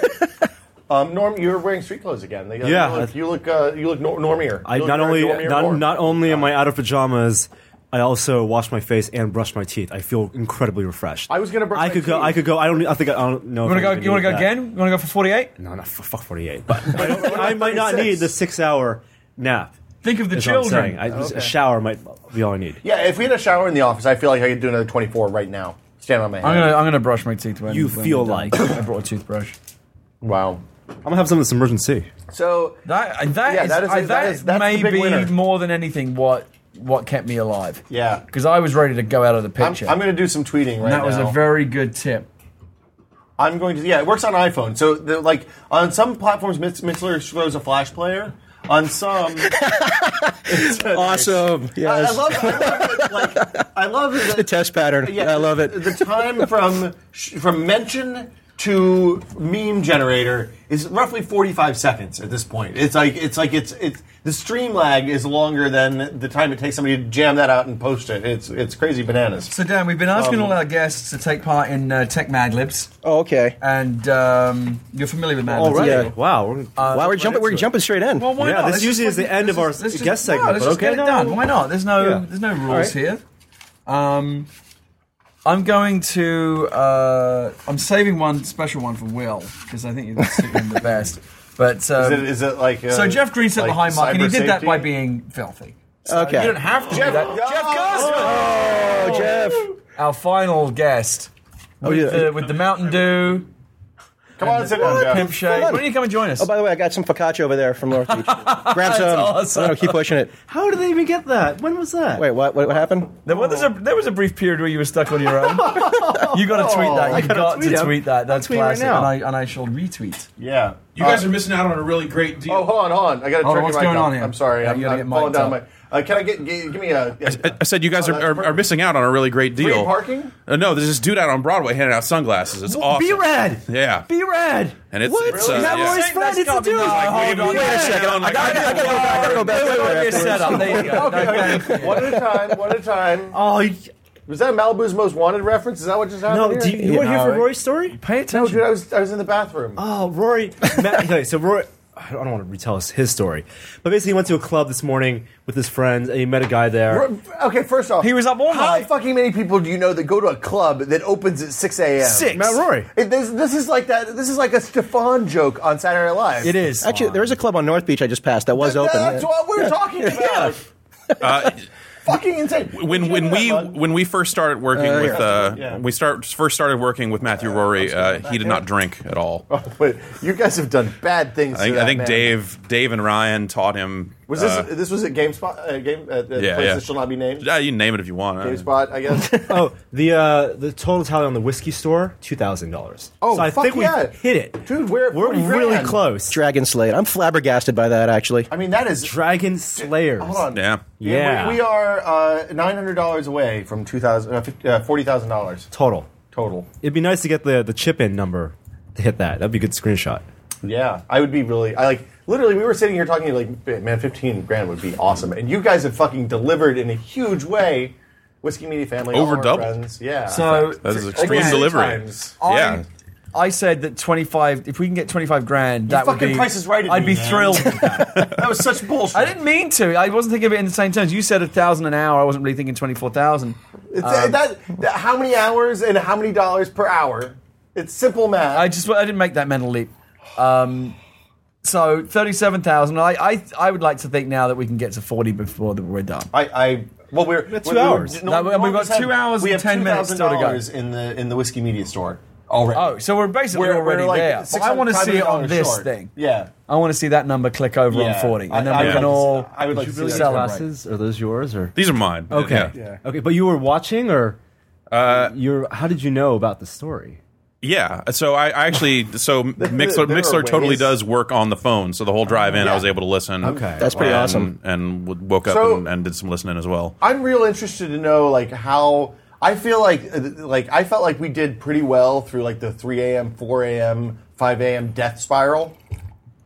Speaker 1: um, Norm, you're wearing street clothes again. They,
Speaker 2: Yeah.
Speaker 1: you look you look, uh, you look nor- normier.
Speaker 2: I
Speaker 1: You look
Speaker 2: not only
Speaker 1: very normier
Speaker 2: not,
Speaker 1: more.
Speaker 2: not only am I out of pajamas, I also wash my face and brush my teeth. I feel incredibly refreshed.
Speaker 1: I was gonna brush
Speaker 2: I
Speaker 1: my
Speaker 2: could go.
Speaker 1: teeth.
Speaker 2: I could go. I don't. I think I don't know.
Speaker 4: you
Speaker 2: want to
Speaker 4: go? You want to go again? You want to go for forty-eight?
Speaker 2: No, not f- fuck forty eight. But I, don't- I might not need the six hour nap.
Speaker 4: Think of the
Speaker 2: is what I'm saying.
Speaker 4: children.
Speaker 2: I,
Speaker 1: Oh,
Speaker 2: A shower might be all I need.
Speaker 1: yeah, if we had a shower in the office, I feel like I could do another 24 right now. Stand on my head.
Speaker 4: I'm gonna I'm gonna brush my teeth when
Speaker 2: You
Speaker 4: when
Speaker 2: feel
Speaker 4: we're done.
Speaker 2: like-
Speaker 4: I brought a toothbrush.
Speaker 1: wow.
Speaker 2: I'm gonna have some of this emergency.
Speaker 1: So
Speaker 4: That and that
Speaker 1: Yeah,
Speaker 4: is-
Speaker 1: that is-
Speaker 4: I-
Speaker 1: that
Speaker 4: that
Speaker 1: is- that's the
Speaker 4: may
Speaker 1: big
Speaker 4: be
Speaker 1: winner.
Speaker 4: more than anything what what kept me alive.
Speaker 1: yeah,
Speaker 4: because I was ready to go out of the
Speaker 1: I'm,
Speaker 4: picture.
Speaker 1: I'm going to do some tweeting right
Speaker 4: and that
Speaker 1: now.
Speaker 4: was a very good tip.
Speaker 1: I'm going to. Yeah, it works on iPhone. So, the, like on some platforms, Mix- Mixlr throws a Flash player. On some,
Speaker 10: awesome.
Speaker 1: I, I
Speaker 10: Yes.
Speaker 1: love. I love it, like, I love it.
Speaker 10: the test pattern.
Speaker 1: Yeah,
Speaker 10: I love it.
Speaker 1: The time from sh- from mention to meme generator is roughly 45 seconds at this point. It's like it's like it's it's the stream lag is longer than the time it takes somebody to jam that out and post it. It's it's crazy bananas.
Speaker 4: So Dan, we've been asking all our guests to take part in uh, Tech Mad Libs,
Speaker 10: Um, Oh, okay.
Speaker 4: and um, you're familiar with Mad Libs.
Speaker 10: Already?
Speaker 4: aren't
Speaker 10: Yeah.
Speaker 4: you?
Speaker 2: Wow. We're,
Speaker 10: Why we're
Speaker 4: right
Speaker 10: jumping? We're
Speaker 4: into it.
Speaker 10: jumping straight in.
Speaker 4: Well, why
Speaker 2: Yeah,
Speaker 4: not?
Speaker 2: this
Speaker 4: Let's
Speaker 2: usually is
Speaker 4: just-
Speaker 2: the end of our
Speaker 4: let's just-
Speaker 2: guest
Speaker 4: no,
Speaker 2: segment,
Speaker 4: let's
Speaker 2: but
Speaker 4: just
Speaker 2: okay,
Speaker 4: get it
Speaker 2: no.
Speaker 4: done. Why not? There's no
Speaker 2: Yeah.
Speaker 4: there's no rules here. Um, I'm going to uh, I'm saving one special one for Will because I think you're him the best. But um,
Speaker 1: Is it, is it like uh,
Speaker 4: so Jeff Green set
Speaker 1: like
Speaker 4: the high mark, and he
Speaker 1: cyber
Speaker 4: did that
Speaker 1: safety?
Speaker 4: by being filthy.
Speaker 10: okay.
Speaker 4: You don't have to. do that. Jeff Gersman,
Speaker 10: oh, Jeff. Oh,
Speaker 4: our final guest with,
Speaker 10: yeah.
Speaker 4: the, with the Mountain Dew.
Speaker 1: Come on, sit down, Jeff.
Speaker 4: Pimp Shade. Why don't you come and join us?
Speaker 10: Oh, by the way, I got some focaccia over there from North Beach. Grab some.
Speaker 4: awesome.
Speaker 10: I don't know, keep pushing it.
Speaker 2: how did they even get that? When was that?
Speaker 10: Wait, what? What, what happened?
Speaker 4: There was, a, there was a brief period where you were stuck on your own. you got to tweet that.
Speaker 2: gotta
Speaker 4: You got
Speaker 2: tweet
Speaker 4: to
Speaker 2: him.
Speaker 4: tweet that. That's
Speaker 2: tweet right
Speaker 4: classic.
Speaker 2: now.
Speaker 4: and, I, and I shall retweet.
Speaker 1: Yeah. Uh,
Speaker 14: You guys are missing out on a really great deal.
Speaker 1: Oh, hold on, hold on. I got to
Speaker 4: Hold on,
Speaker 1: turn
Speaker 4: what's
Speaker 1: your mic
Speaker 4: going
Speaker 1: off.
Speaker 4: on here?
Speaker 1: I'm sorry.
Speaker 4: Yeah,
Speaker 1: I'm,
Speaker 4: you gotta
Speaker 1: I'm
Speaker 4: get
Speaker 1: falling
Speaker 4: mic'd
Speaker 1: down. My,
Speaker 4: up.
Speaker 1: uh, can I get gi- give me a?
Speaker 14: I, I said you guys
Speaker 1: Oh,
Speaker 14: are,
Speaker 1: that's
Speaker 14: are,
Speaker 1: perfect.
Speaker 14: are missing out on a really great deal.
Speaker 1: parking?
Speaker 14: Uh, no, there's this dude out on Broadway handing out sunglasses. It's awesome.
Speaker 2: Be red.
Speaker 14: Yeah.
Speaker 2: Be red.
Speaker 14: and it's,
Speaker 2: What?
Speaker 14: it's uh,
Speaker 2: Matt
Speaker 14: yeah.
Speaker 2: Lauren's
Speaker 4: That's
Speaker 2: friend. It's a
Speaker 4: gotta be
Speaker 2: dude.
Speaker 4: nice.
Speaker 2: Like,
Speaker 4: Hold on.
Speaker 2: wait
Speaker 4: Wait
Speaker 2: a
Speaker 4: a
Speaker 2: second.
Speaker 14: Yeah, I'm like, I-
Speaker 10: I gotta go back. I gotta go back.
Speaker 4: Look
Speaker 10: Wait,
Speaker 4: at
Speaker 10: wait,
Speaker 4: your setup. There you go. No, thank you.
Speaker 1: One at a time. One at a time.
Speaker 2: Oh, you-
Speaker 1: Was that Malibu's most wanted reference? Is that what just happened?
Speaker 2: no.
Speaker 1: here?
Speaker 2: Do you, you were here
Speaker 4: know,
Speaker 2: for
Speaker 4: it-
Speaker 2: Rory's story?
Speaker 4: Pay
Speaker 1: No,
Speaker 4: attention.
Speaker 1: dude, I was I was in the bathroom.
Speaker 2: Oh, Rory. Matt, okay, so Rory.
Speaker 15: I don't want to retell his, his story, but basically he went to a club this morning with his friends and he met a guy there.
Speaker 1: Okay, first off, he
Speaker 4: was up all
Speaker 1: how night. How fucking many people do you know that go to a club that opens at six a.m.?
Speaker 15: Six. Mount Rory.
Speaker 1: It- this, this is like that. This is like a Stefan joke on Saturday Night Live.
Speaker 10: It is. Actually, there is a club on North Beach I just passed that was
Speaker 1: Th-
Speaker 10: open.
Speaker 1: That's what we're talking about.
Speaker 14: Uh,
Speaker 1: Fucking insane.
Speaker 14: when when we when we first started working
Speaker 1: Uh,
Speaker 14: with
Speaker 1: yeah.
Speaker 14: uh,
Speaker 1: Yeah.
Speaker 14: we start first started working with Matthew Rory, uh, he did not drink at all.
Speaker 1: Oh, Wait, you guys have done bad things.
Speaker 14: I think,
Speaker 1: to
Speaker 14: I
Speaker 1: that
Speaker 14: think
Speaker 1: man.
Speaker 14: Dave Dave and Ryan taught him.
Speaker 1: was this.
Speaker 14: uh,
Speaker 1: this was at GameSpot. Uh, game uh, the
Speaker 14: Yeah,
Speaker 1: place
Speaker 14: yeah.
Speaker 1: that shall not be named.
Speaker 14: yeah, you can name it if you want.
Speaker 1: GameSpot, I guess.
Speaker 15: oh, the uh, the total tally on the whiskey store two thousand dollars.
Speaker 1: Oh,
Speaker 15: so I
Speaker 1: fuck
Speaker 15: think
Speaker 1: yeah.
Speaker 15: we hit it.
Speaker 1: Dude, we're,
Speaker 15: We're really close.
Speaker 10: Dragon Slate. I'm flabbergasted by that, actually.
Speaker 1: I mean, that is
Speaker 15: Dragon Slayers.
Speaker 1: Hold on.
Speaker 14: Yeah.
Speaker 1: We, we are uh, nine hundred dollars away from two thousand uh, fif- uh, forty thousand dollars
Speaker 15: total.
Speaker 1: total.
Speaker 15: It'd be nice to get the the chip in number to hit that. That'd be a good screenshot.
Speaker 1: Yeah, I would be really. I like literally. We were sitting here talking like, man, fifteen grand would be awesome, and you guys have fucking delivered in a huge way. Whiskey Media family, all
Speaker 14: Over
Speaker 1: our
Speaker 14: double.
Speaker 1: friends. yeah.
Speaker 14: So- That is extreme
Speaker 1: Like,
Speaker 14: delivery.
Speaker 1: times.
Speaker 14: I- Yeah.
Speaker 4: I said that 25, if we can get 25 grand, that would
Speaker 1: fucking
Speaker 4: be.
Speaker 1: Price is Right at
Speaker 4: I'd
Speaker 1: me,
Speaker 4: be
Speaker 1: man.
Speaker 4: thrilled.
Speaker 1: that was such bullshit.
Speaker 4: I didn't mean to. I wasn't thinking of it in the same terms. You said a thousand an hour. I wasn't really thinking 24,000.
Speaker 1: It's, uh,
Speaker 4: Um,
Speaker 1: that, that- how many hours and how many dollars per hour? It's simple math.
Speaker 4: I just I didn't make that mental leap. Um, so thirty-seven thousand. I, I I would like to think now that we can get to forty before that we're done.
Speaker 1: I, I well, we're
Speaker 4: two
Speaker 1: we were-
Speaker 4: hours.
Speaker 1: no,
Speaker 4: No, we-
Speaker 1: no,
Speaker 4: we've got
Speaker 1: just had-
Speaker 4: two hours
Speaker 1: We
Speaker 4: and
Speaker 1: have
Speaker 4: 10 minutes still to go.
Speaker 1: $2,000 in the in the whiskey media store already.
Speaker 4: Oh, so we're basically
Speaker 1: We're- we're
Speaker 4: already
Speaker 1: like
Speaker 4: there. But I want to see it on
Speaker 1: $600
Speaker 4: this
Speaker 1: short.
Speaker 4: thing.
Speaker 1: Yeah.
Speaker 4: I want to see that number click over on forty, and then
Speaker 1: I- I
Speaker 4: we
Speaker 1: would
Speaker 4: can
Speaker 1: like to see-
Speaker 4: all.
Speaker 1: I would like
Speaker 4: Did
Speaker 1: to
Speaker 4: you
Speaker 1: see
Speaker 4: really
Speaker 1: that
Speaker 4: sell
Speaker 1: too,
Speaker 4: us?
Speaker 1: right.
Speaker 15: Glasses? Are those yours or
Speaker 14: These are mine.
Speaker 15: Okay.
Speaker 14: Yeah.
Speaker 15: Okay, but you were watching or
Speaker 14: uh,
Speaker 15: you're how did you know about the story?
Speaker 14: Yeah, so I, I actually so Mixler
Speaker 15: there are
Speaker 14: Mixler totally
Speaker 15: ways.
Speaker 14: does work on the phone. So the whole drive in,
Speaker 1: Yeah.
Speaker 14: I was able to listen.
Speaker 1: Okay. That's pretty
Speaker 14: and,
Speaker 1: awesome.
Speaker 14: And w- woke up
Speaker 1: So-
Speaker 14: and, and did some listening as well.
Speaker 1: I'm real interested to know like how I feel like uh, like I felt like we did pretty well through like the 3 a.m., 4 a.m., 5 a.m. death spiral,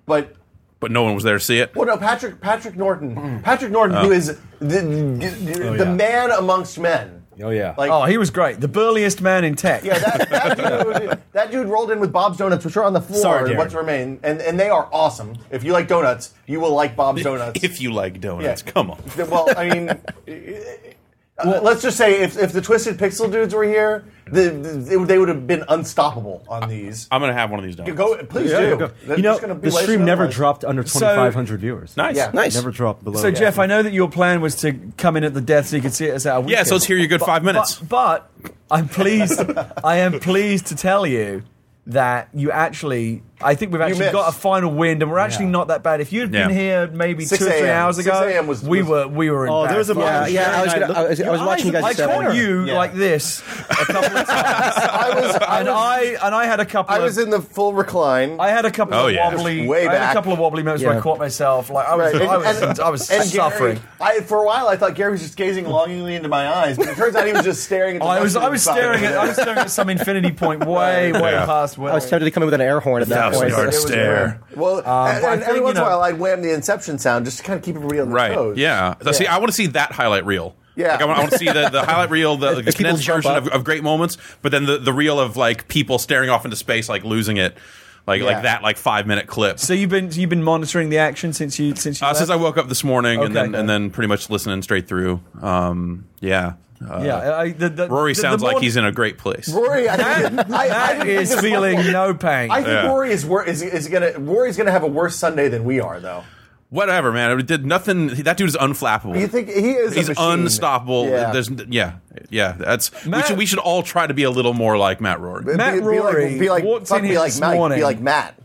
Speaker 1: but
Speaker 14: But no one was there to see it.
Speaker 1: well, no, Patrick Patrick Norton,
Speaker 4: Mm.
Speaker 1: Patrick Norton,
Speaker 14: Oh.
Speaker 1: who is the, the,
Speaker 14: Oh,
Speaker 1: the
Speaker 14: yeah.
Speaker 1: man amongst men.
Speaker 15: Oh yeah.
Speaker 1: Like-
Speaker 4: oh, he was great. The burliest man in tech.
Speaker 1: Yeah, that, that, dude, that dude rolled in with Bob's Donuts, which are on the floor.
Speaker 4: Sorry,
Speaker 1: in
Speaker 4: Darren.
Speaker 1: what's remain, and and they are awesome. If you like donuts, you will like Bob's Donuts.
Speaker 14: If you like donuts, come on.
Speaker 1: Th- Well, I mean, uh, let's just say if, if the Twisted Pixel dudes were here, the, the, they would have been unstoppable on these.
Speaker 14: I'm gonna have one of these donuts.
Speaker 1: Go, please
Speaker 15: Yeah,
Speaker 1: do.
Speaker 15: go.
Speaker 1: They're
Speaker 15: You know,
Speaker 1: just gonna be
Speaker 15: the stream
Speaker 1: wasted
Speaker 15: never
Speaker 1: otherwise.
Speaker 15: dropped under
Speaker 4: So-
Speaker 15: 2,500 viewers.
Speaker 4: Nice. Yeah. Nice.
Speaker 15: Never dropped below.
Speaker 4: So, Jeff, I know that your plan was to come in at the death so you could see it as our weekend.
Speaker 14: Yeah, so let's hear your good
Speaker 4: But-
Speaker 14: five minutes.
Speaker 4: But, but I'm pleased. I am pleased to tell you that you actually. I think we've actually
Speaker 1: missed.
Speaker 4: got a final wind, and we're actually not that bad. If you had been
Speaker 1: Yeah.
Speaker 4: here maybe
Speaker 1: 6
Speaker 4: two or three
Speaker 1: a.m.
Speaker 4: hours
Speaker 1: 6
Speaker 4: ago,
Speaker 1: a.m. was-
Speaker 4: we
Speaker 1: was-
Speaker 4: were we were in.
Speaker 15: Oh, there was a
Speaker 4: bad
Speaker 15: bunch of Yeah, yeah, shit. I was gonna- I was- I was
Speaker 4: Your
Speaker 10: watching you
Speaker 4: eyes-
Speaker 10: guys at
Speaker 4: I caught
Speaker 10: 7.
Speaker 4: you
Speaker 10: Yeah.
Speaker 4: like this a couple of times. I
Speaker 1: was,
Speaker 4: and I and I had a couple.
Speaker 1: I
Speaker 4: of,
Speaker 1: was in the full recline.
Speaker 4: I had a couple
Speaker 1: Oh,
Speaker 4: of
Speaker 1: yeah.
Speaker 4: wobbly.
Speaker 1: Way
Speaker 4: I had
Speaker 1: back.
Speaker 4: a couple of wobbly moments where
Speaker 1: Yeah.
Speaker 4: I caught myself. Like I was,
Speaker 1: Right.
Speaker 4: I was,
Speaker 1: And-
Speaker 4: I was
Speaker 1: and Gary-
Speaker 4: suffering.
Speaker 1: I, for a while, I thought Gary was just gazing longingly into my eyes, but it turns out he was just staring at the
Speaker 4: Oh, I was, I
Speaker 1: mustard
Speaker 4: was
Speaker 1: inside.
Speaker 4: staring at, I was staring at some infinity point way, way
Speaker 10: Yeah.
Speaker 4: past. Where
Speaker 10: I was tempted to come in with an air horn at that
Speaker 14: Thousand
Speaker 10: point.
Speaker 14: yard stare.
Speaker 1: Well,
Speaker 4: I
Speaker 1: and, and
Speaker 4: think,
Speaker 1: every
Speaker 4: you
Speaker 1: once in a
Speaker 4: know-
Speaker 1: while, I'd wham the Inception sound just to kind of keep everybody on their
Speaker 14: Right?
Speaker 1: toes.
Speaker 14: Yeah. See, I want to see that highlight reel.
Speaker 1: Yeah.
Speaker 14: Like, I want, I want to see the, the highlight reel, the, like, the
Speaker 1: people
Speaker 14: condensed
Speaker 1: jump
Speaker 14: version
Speaker 1: up.
Speaker 14: of, of great moments, but then the, the reel of like people staring off into space, like losing it, like
Speaker 4: Yeah.
Speaker 14: like that, like five minute clip.
Speaker 4: So you've been, you've been monitoring the action since you, since you.
Speaker 14: Uh,
Speaker 4: left?
Speaker 14: since I woke up this morning and
Speaker 4: Okay.
Speaker 14: then and then pretty much listening straight through. Um, yeah. Uh,
Speaker 4: yeah, I, the, the,
Speaker 14: Rory
Speaker 4: the- the
Speaker 14: sounds like
Speaker 4: more-
Speaker 14: he's in a great place.
Speaker 1: Rory, I think
Speaker 4: That-
Speaker 1: I, I
Speaker 4: that
Speaker 1: didn't think
Speaker 4: is
Speaker 1: this was
Speaker 4: feeling
Speaker 1: possible.
Speaker 4: no pain.
Speaker 1: I think
Speaker 14: Yeah.
Speaker 1: Rory is, wor- is is gonna Rory's gonna have a worse Sunday than we are, though.
Speaker 14: Whatever, man. It did nothing. That dude is unflappable.
Speaker 1: You think he is? a
Speaker 14: He's
Speaker 1: machine.
Speaker 14: unstoppable.
Speaker 1: Yeah.
Speaker 14: There's, yeah, yeah. That's we should we should all try to be a little more like Matt Rory.
Speaker 1: Be-
Speaker 4: Rory
Speaker 1: be, be like, be like,
Speaker 4: walked
Speaker 1: fuck,
Speaker 4: in
Speaker 1: be
Speaker 4: here
Speaker 1: like
Speaker 4: this
Speaker 1: Mike,
Speaker 4: morning.
Speaker 1: be like Matt.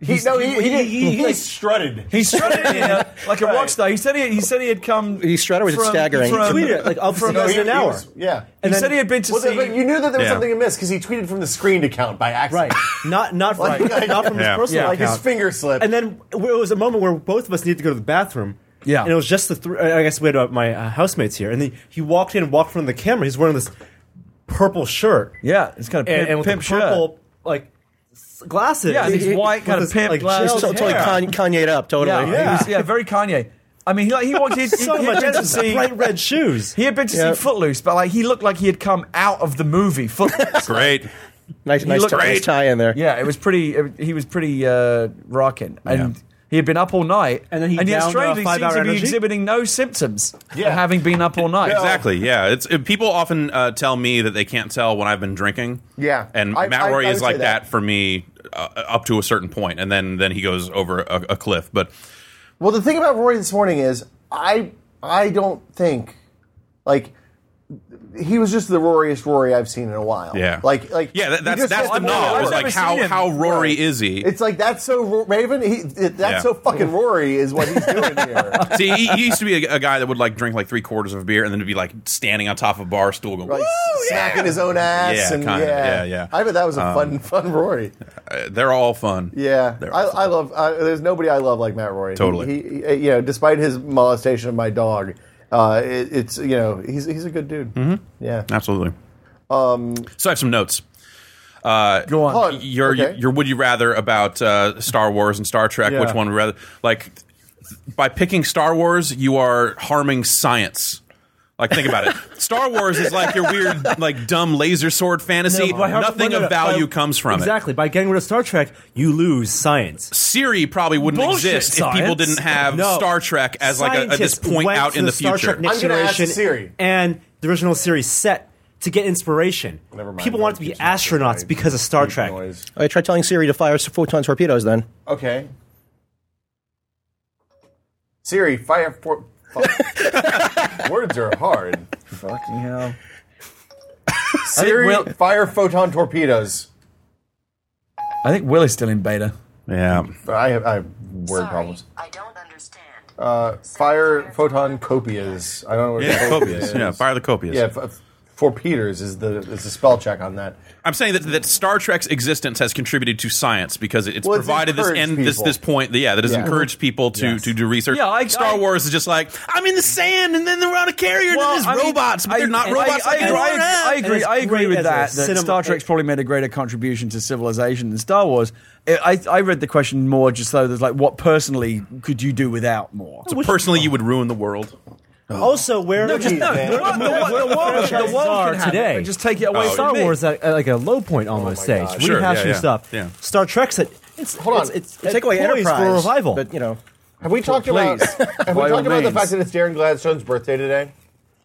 Speaker 1: He,
Speaker 4: He's-
Speaker 1: no, he, he, he,
Speaker 4: he- he-
Speaker 1: strutted.
Speaker 4: He strutted in here like a rock star. He said he, he said he had come. He strutted
Speaker 10: was staggering. He tweeted it, like, I'll see you guys in an hour.
Speaker 1: yeah,
Speaker 4: He said he had been to
Speaker 1: Well,
Speaker 4: see.
Speaker 1: but you knew that there was
Speaker 14: Yeah.
Speaker 1: something amiss because he tweeted from the screened account by accident.
Speaker 15: Right. Not not from, not from
Speaker 14: Yeah.
Speaker 15: his personal
Speaker 14: Yeah.
Speaker 1: Like his
Speaker 15: account.
Speaker 1: finger slipped.
Speaker 15: And then w- it was a moment where both of us needed to go to the bathroom.
Speaker 4: Yeah.
Speaker 15: And it was just the three. I guess we had uh, my uh, housemates here, and then he walked in and walked from the camera. He's wearing this purple shirt.
Speaker 4: Yeah, it's kind of
Speaker 15: and,
Speaker 4: pimp,
Speaker 15: and with
Speaker 4: pimp
Speaker 15: the
Speaker 4: shirt.
Speaker 15: purple like s- glasses.
Speaker 4: Yeah, these
Speaker 15: He- he-
Speaker 4: white kind
Speaker 15: with
Speaker 4: of
Speaker 15: this,
Speaker 4: pimp glasses.
Speaker 15: gel
Speaker 4: He's
Speaker 15: hair.
Speaker 10: Totally Kanye Kanye'd up, totally.
Speaker 4: Yeah, He was, yeah, very Kanye. I mean, he, like, he walked in
Speaker 15: So
Speaker 4: he,
Speaker 15: much
Speaker 4: had been to
Speaker 15: emphasis.
Speaker 4: see
Speaker 15: Bright red shoes.
Speaker 4: He had been to
Speaker 10: Yeah.
Speaker 4: see Footloose, but like he looked like he had come out of the movie Footloose.
Speaker 14: Great.
Speaker 10: Nice,
Speaker 4: He
Speaker 10: nice,
Speaker 4: looked
Speaker 10: tie, nice
Speaker 4: great.
Speaker 10: tie in there.
Speaker 4: yeah, it was pretty. It, he was pretty uh, rocking, and He had been up all night, and then
Speaker 2: he
Speaker 4: and yet
Speaker 2: downed, uh,
Speaker 4: strangely seems
Speaker 2: five-hour
Speaker 4: to be
Speaker 2: energy?
Speaker 4: exhibiting no symptoms of having been up all night.
Speaker 14: Exactly. Yeah. It's it, people often uh, tell me that they can't tell when I've been drinking.
Speaker 4: Yeah.
Speaker 14: And
Speaker 4: I-
Speaker 14: Matt
Speaker 4: I-
Speaker 14: Rory
Speaker 4: I
Speaker 14: is
Speaker 4: would
Speaker 14: like
Speaker 4: say
Speaker 14: that.
Speaker 4: that.
Speaker 14: for me uh, up to a certain point, and then then he goes over a, a cliff. But
Speaker 1: Well, the thing about Rory this morning is, I I don't think like he was just the roariest Rory I've seen in a while.
Speaker 14: Yeah.
Speaker 1: Like like
Speaker 14: yeah, that,
Speaker 1: he
Speaker 14: that's
Speaker 1: just
Speaker 14: that's the
Speaker 1: got more
Speaker 14: knob.
Speaker 1: Rory.
Speaker 14: Is like how how Rory is he?
Speaker 1: It's like that's so Ro- Raven. He, that's
Speaker 14: Yeah.
Speaker 1: so fucking Rory is what he's doing here.
Speaker 14: See, he, he used to be a, a guy that would like drink like three quarters of a beer and then be like standing on top of a bar stool going.
Speaker 1: Like smacking his own
Speaker 14: Oh,
Speaker 1: ass
Speaker 14: Yeah,
Speaker 1: and
Speaker 14: kinda, yeah,
Speaker 1: yeah,
Speaker 14: yeah.
Speaker 1: I bet that was a
Speaker 14: Um,
Speaker 1: fun, fun Rory.
Speaker 14: "Uh, They're all fun.
Speaker 1: Yeah,
Speaker 14: They're
Speaker 1: I, I love. Uh, there's nobody I love like Matt Rory. He-
Speaker 14: Totally.
Speaker 1: He, he- you know, despite his molestation of my dog, uh, it, it's you know he's he's a good dude. Yeah.
Speaker 14: Mm-hmm. Absolutely.
Speaker 1: Um,
Speaker 14: So I have some notes. Uh, Go
Speaker 1: on. Hold on.
Speaker 14: Your
Speaker 1: Okay.
Speaker 14: your would you rather about uh, Star Wars and Star Trek?
Speaker 1: Yeah.
Speaker 14: Which one would you rather? Like by picking Star Wars, you are harming science. Like think about it. Star Wars is like your weird, like dumb laser sword fantasy.
Speaker 2: No, by har-
Speaker 14: Nothing
Speaker 2: no, no,
Speaker 14: of
Speaker 2: no, by-
Speaker 14: value comes from it.
Speaker 2: Exactly. By getting rid of Star Trek, you lose science.
Speaker 14: Siri probably wouldn't
Speaker 2: Bullshit
Speaker 14: exist
Speaker 2: science.
Speaker 14: if people didn't have
Speaker 2: No.
Speaker 14: Star Trek as like a, a, this
Speaker 2: Scientists
Speaker 14: point
Speaker 2: went
Speaker 14: out
Speaker 2: to
Speaker 14: in the
Speaker 2: Star
Speaker 14: future.
Speaker 2: Trek Next Generation and the original series set to get inspiration. People wanted to be astronauts because of Star Trek.
Speaker 10: I tried telling Siri to fire photon torpedoes then.
Speaker 1: Okay. Siri, fire. For, fuck. Words are hard.
Speaker 3: Fucking hell.
Speaker 1: Siri,
Speaker 3: Will-
Speaker 1: fire photon torpedoes.
Speaker 4: I think Will is still in beta.
Speaker 14: Yeah.
Speaker 1: I have, I have word problems. I don't understand. Uh, fire photon copias. I don't know what
Speaker 14: Yeah,
Speaker 1: copia
Speaker 14: copias.
Speaker 1: is.
Speaker 14: Yeah, fire the copias.
Speaker 1: Yeah, f- f- for Peters is the is the spell check on that.
Speaker 14: I'm saying that, that Star Trek's existence has contributed to science because it's
Speaker 1: Well, it's
Speaker 14: provided this
Speaker 1: encouraged
Speaker 14: end this
Speaker 1: people.
Speaker 14: this point. Yeah, that has
Speaker 1: Yeah.
Speaker 14: encouraged people to to do research.
Speaker 4: Yeah, I-
Speaker 14: Star
Speaker 4: I-
Speaker 14: Wars is just like I'm in the sand, and then they're on a carrier, and then there's
Speaker 4: I mean,
Speaker 14: robots, but
Speaker 4: I-
Speaker 14: they're not
Speaker 4: I-
Speaker 14: robots.
Speaker 4: I,
Speaker 14: like
Speaker 4: I,
Speaker 14: they're on an
Speaker 4: I,
Speaker 14: app.
Speaker 4: I agree. I agree with that. That
Speaker 2: cinema-
Speaker 4: Star Trek's probably made a greater contribution to civilization than Star Wars. I, I, I read the question more just so there's like, what personally could you do without more?
Speaker 14: So personally, you would ruin the world.
Speaker 2: Also, where
Speaker 4: No, just- no, the world- the world- the world can
Speaker 2: are
Speaker 4: have it,
Speaker 2: today.
Speaker 4: but just take it away
Speaker 2: Star
Speaker 4: from me.
Speaker 2: Wars at, at like a low point almost stage.
Speaker 10: God.
Speaker 2: We
Speaker 10: Sure,
Speaker 2: have
Speaker 10: yeah,
Speaker 2: some
Speaker 10: yeah,
Speaker 2: stuff.
Speaker 10: yeah.
Speaker 2: Star Trek's at it's
Speaker 1: Hold on.
Speaker 2: it's, it's,
Speaker 1: Take
Speaker 2: it's
Speaker 1: away
Speaker 2: poised for
Speaker 1: Enterprise,
Speaker 2: revival.
Speaker 1: but, you know, Have we talked about Have we
Speaker 2: By all
Speaker 1: talked about the
Speaker 2: means.
Speaker 1: fact that it's Darren Gladstone's birthday today?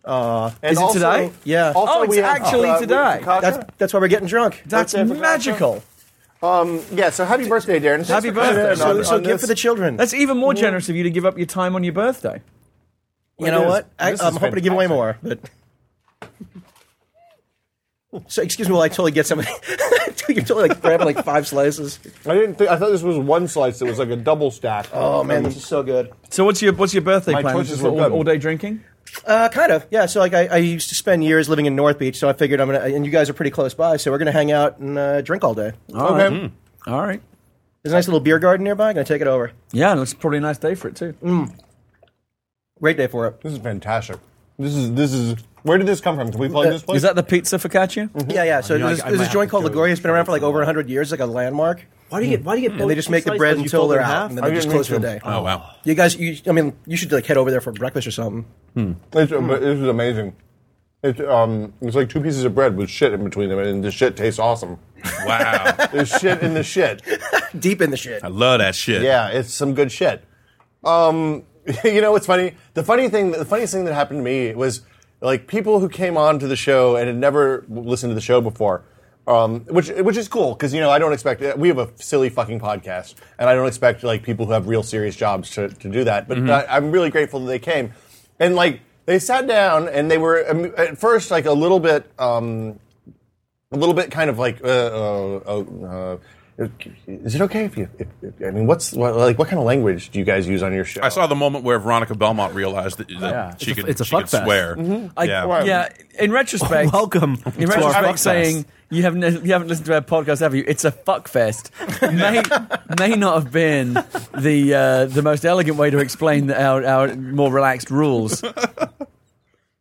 Speaker 1: Uh,
Speaker 10: is it today? Yeah.
Speaker 1: Also,
Speaker 10: Oh, it's
Speaker 1: we have,
Speaker 10: actually
Speaker 1: uh,
Speaker 10: today.
Speaker 1: Kakasha.
Speaker 10: That's- that's why we're getting drunk.
Speaker 1: That's Birthday for Kakasha. magical. Um, yeah. So happy birthday, Darren. Thanks
Speaker 4: Happy
Speaker 1: for coming
Speaker 4: birthday.
Speaker 1: in on- on this.
Speaker 10: children. Mm.
Speaker 4: That's even more generous of you to give up your time on your birthday.
Speaker 10: You know what? I, I'm hoping to give away more, but. So excuse me while I totally get somebody. You're totally like grabbing like five slices.
Speaker 1: I didn't. Think, I thought this was one slice. It was like a double stack.
Speaker 10: Oh man, this is so good.
Speaker 4: So what's your what's your birthday
Speaker 10: My
Speaker 4: plan?
Speaker 10: choices
Speaker 4: Just
Speaker 10: were
Speaker 4: all,
Speaker 10: good.
Speaker 4: all day drinking.
Speaker 10: Uh, kind of, yeah. So like I, I used to spend years living in North Beach, so I figured I'm gonna. And you guys are pretty close by, so we're gonna hang out and uh, drink all day.
Speaker 4: All right. Mm. All right.
Speaker 10: There's a nice little beer garden nearby. Mm. Gonna take it over.
Speaker 4: Yeah, and it's probably a nice day for it too.
Speaker 10: Great day for it.
Speaker 1: This is fantastic. This is this is. Where did this come from? Can we plug
Speaker 10: Uh,
Speaker 1: this place? Mm-hmm.
Speaker 10: is
Speaker 4: that the pizza focaccia?
Speaker 10: Yeah, yeah. So
Speaker 1: You know,
Speaker 10: there's,
Speaker 1: I- I
Speaker 10: there's
Speaker 1: might
Speaker 10: this
Speaker 1: have
Speaker 10: joint
Speaker 1: to
Speaker 10: called
Speaker 1: go
Speaker 10: Lagoria. It's been around for like over 100 years, like a landmark. Mm.
Speaker 2: Why do you get? Why do you get?
Speaker 10: And they just make the bread until they're out, and then they just close for the day.
Speaker 14: Oh wow.
Speaker 10: You guys, you, I mean, you should like head over there for breakfast or something.
Speaker 1: It's, but This is amazing. It's um, it's like two pieces of bread with shit in between them, and the shit tastes awesome.
Speaker 14: Wow.
Speaker 1: There's shit in the shit.
Speaker 10: Deep in the shit.
Speaker 14: I love that shit.
Speaker 1: Yeah, it's some good shit. Um, you know what's funny? The funny thing, the funniest thing that happened to me was like people who came on to the show and had never w- listened to the show before. Um, which which is cool because you know I don't expect uh, we have a silly fucking podcast and I don't expect like people who have real serious jobs to, to do that. But
Speaker 14: Mhm.
Speaker 1: I, I'm really grateful that they came and like they sat down and they were um, at first like a little bit um, a little bit kind of like, uh, uh, uh, uh, is it okay if you? If, if- I mean, what's what, like what kind of language do you guys use on your show?
Speaker 14: I saw the moment where Veronica Belmont realized that, that she could she could swear.
Speaker 2: Mm-hmm.
Speaker 4: I, yeah. In retrospect,
Speaker 2: welcome.
Speaker 4: In
Speaker 14: to our
Speaker 4: retrospect,
Speaker 14: fuckfest.
Speaker 4: saying you haven't you haven't listened to our podcast, have you? It's a fuck fest. may may not have been the uh, the most elegant way to explain our our more relaxed rules.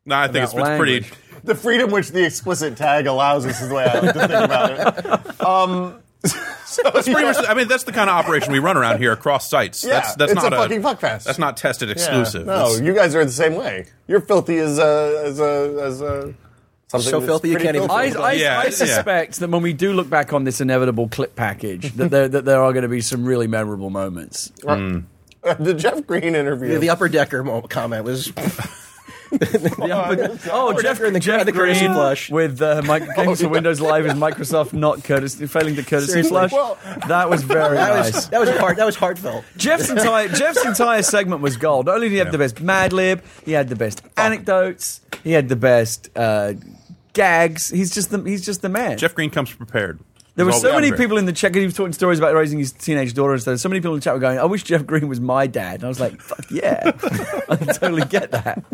Speaker 14: No, I think it's, it's pretty.
Speaker 1: The freedom which the explicit tag allows us is the way I like to think about it. Um, so,
Speaker 14: That's pretty much. I mean, that's the kind of operation we run around here across sites.
Speaker 1: Yeah,
Speaker 14: that's that's
Speaker 1: it's
Speaker 14: not
Speaker 1: a fucking fuckfest.
Speaker 14: That's not tested
Speaker 1: yeah.
Speaker 14: exclusive.
Speaker 1: No,
Speaker 14: It's-
Speaker 1: you guys are the same way. You're filthy as a as a as a something that's pretty
Speaker 4: I,
Speaker 1: filthy.
Speaker 4: I, I suspect that when we do look back on this inevitable clip package, that there, that there are going to be some really memorable moments.
Speaker 1: Are, the Jeff Green interview.
Speaker 10: The, the upper decker mo- comment was.
Speaker 4: Oh, Jeff,
Speaker 10: in the,
Speaker 4: Jeff
Speaker 10: the courtesy
Speaker 4: Green
Speaker 10: flush. Oh,
Speaker 4: with uh, Mike, games for Windows Live is Microsoft not courtesy, failing to courtesy
Speaker 10: Seriously.
Speaker 4: flush.
Speaker 10: Well-
Speaker 4: that was very
Speaker 10: that
Speaker 4: nice.
Speaker 10: was that was heart, that was heartfelt.
Speaker 4: Jeff's entire Jeff's entire segment was gold. Not only did he have the best Mad Lib, he had the best anecdotes, he had the best uh, gags. He's just the he's just the man.
Speaker 14: Jeff Green comes prepared.
Speaker 4: there were
Speaker 14: He's
Speaker 4: so
Speaker 14: always
Speaker 4: many
Speaker 14: prepared.
Speaker 4: people in the chat. He was talking stories about raising his teenage daughter and stuff. So many people in the chat were going, "I wish Jeff Green was my dad." And I was like, "Fuck yeah, I totally get that."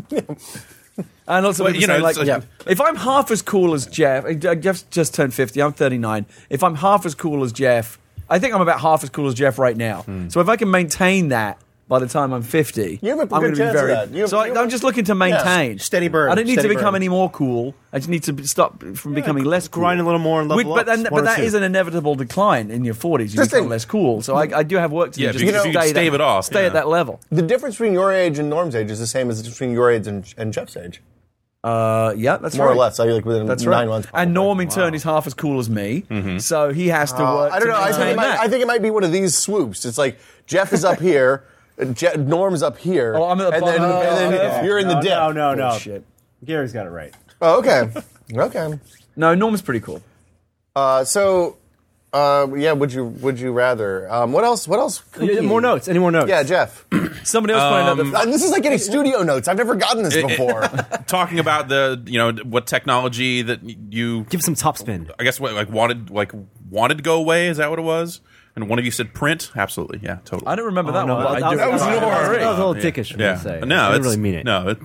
Speaker 4: And lots of
Speaker 14: Well,
Speaker 4: people
Speaker 14: you know,
Speaker 4: saying, like,
Speaker 14: it's
Speaker 4: yeah,
Speaker 14: like-
Speaker 4: if I'm half as cool as Jeff, and uh, Jeff's just turned 50, I'm 39. If I'm half as cool as Jeff, I think I'm about half as cool as Jeff right now.
Speaker 14: Hmm.
Speaker 4: So if I can maintain that by the time I'm 50,
Speaker 1: You have a
Speaker 4: I'm gonna
Speaker 1: good chance
Speaker 4: be
Speaker 1: of
Speaker 4: very.
Speaker 1: that. You have-
Speaker 4: so I,
Speaker 1: you
Speaker 4: I'm just looking to maintain.
Speaker 10: Yeah. Steady burn,
Speaker 4: I don't need to
Speaker 10: steady
Speaker 4: become
Speaker 10: burn.
Speaker 4: any more cool. I just need to be- stop from becoming less cool.
Speaker 15: grind a little more and
Speaker 4: We-
Speaker 15: level
Speaker 4: but
Speaker 15: up,
Speaker 4: then,
Speaker 15: one
Speaker 4: but
Speaker 15: or
Speaker 4: that
Speaker 15: two.
Speaker 4: is an inevitable decline in your 40s. You
Speaker 1: Just
Speaker 4: become
Speaker 1: think-
Speaker 4: less cool. So I, I do have work to do.
Speaker 14: Yeah,
Speaker 4: just
Speaker 14: if you
Speaker 4: to
Speaker 14: can- if you can
Speaker 4: stay that-
Speaker 14: stave it off,
Speaker 4: Stay
Speaker 14: yeah.
Speaker 4: at that level.
Speaker 1: The difference between your age and Norm's age is the same as the difference between your age and, and Jeff's age.
Speaker 4: Uh, yeah, that's
Speaker 1: More
Speaker 4: right.
Speaker 1: or less. So you're like within
Speaker 4: That's
Speaker 1: nine
Speaker 4: right.
Speaker 1: months.
Speaker 4: And Norm in turn is half as cool as me,
Speaker 14: Mm-hmm.
Speaker 4: so he has to
Speaker 1: Uh,
Speaker 4: work.
Speaker 1: I don't
Speaker 4: to
Speaker 1: know. I think,
Speaker 4: maintain
Speaker 1: it might,
Speaker 4: that.
Speaker 1: I think it might be one of these swoops. It's like Jeff is up here, Je- Norm's up here,
Speaker 4: Oh, I'm at the
Speaker 1: and then,
Speaker 4: bottom of the
Speaker 1: and then
Speaker 2: Oh,
Speaker 4: bell curve.
Speaker 1: you're in the
Speaker 15: no,
Speaker 1: dip.
Speaker 15: No, no, no.
Speaker 4: Bullshit.
Speaker 15: Gary's got it right.
Speaker 1: Oh, okay, okay.
Speaker 4: No, Norm's pretty cool.
Speaker 1: Uh, so, uh, yeah. Would you Would you rather? Um, what else? What else? could
Speaker 15: Yeah,
Speaker 1: be?
Speaker 15: more notes. Any more notes?
Speaker 1: Yeah, Jeff.
Speaker 4: Somebody else pointed out that
Speaker 1: Uh, this is like getting studio notes. I've never gotten this
Speaker 14: It- it-
Speaker 1: before.
Speaker 14: talking about the you know what technology that you
Speaker 2: Give some top spin.
Speaker 14: I guess what like wanted like wanted to go away is that what it was? And one of you said print. Absolutely, yeah, totally.
Speaker 4: I don't remember that one. but I do
Speaker 2: that was,
Speaker 4: remember
Speaker 2: that was
Speaker 4: three.
Speaker 2: a little
Speaker 14: Yeah.
Speaker 2: dickish.
Speaker 14: Yeah.
Speaker 2: Yeah. Say.
Speaker 14: No,
Speaker 2: I didn't
Speaker 14: it's-
Speaker 2: really mean it.
Speaker 14: No, it,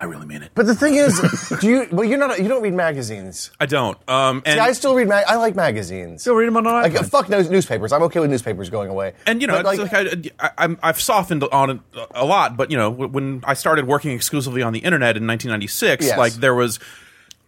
Speaker 14: I really mean it.
Speaker 1: but the thing is, do you? Well, you're not. You don't read magazines.
Speaker 14: I don't. Um, and
Speaker 1: See, I still read. Ma- I like magazines.
Speaker 4: Still reading them on
Speaker 1: Like,
Speaker 4: iPad.
Speaker 1: fuck those newspapers. I'm okay with newspapers going away.
Speaker 14: and you know,
Speaker 1: But,
Speaker 14: it's like, I, I, I'm, I've softened on it a lot, but you know, wh- when I started working exclusively on the internet in 1996,
Speaker 1: Yes.
Speaker 14: like there was.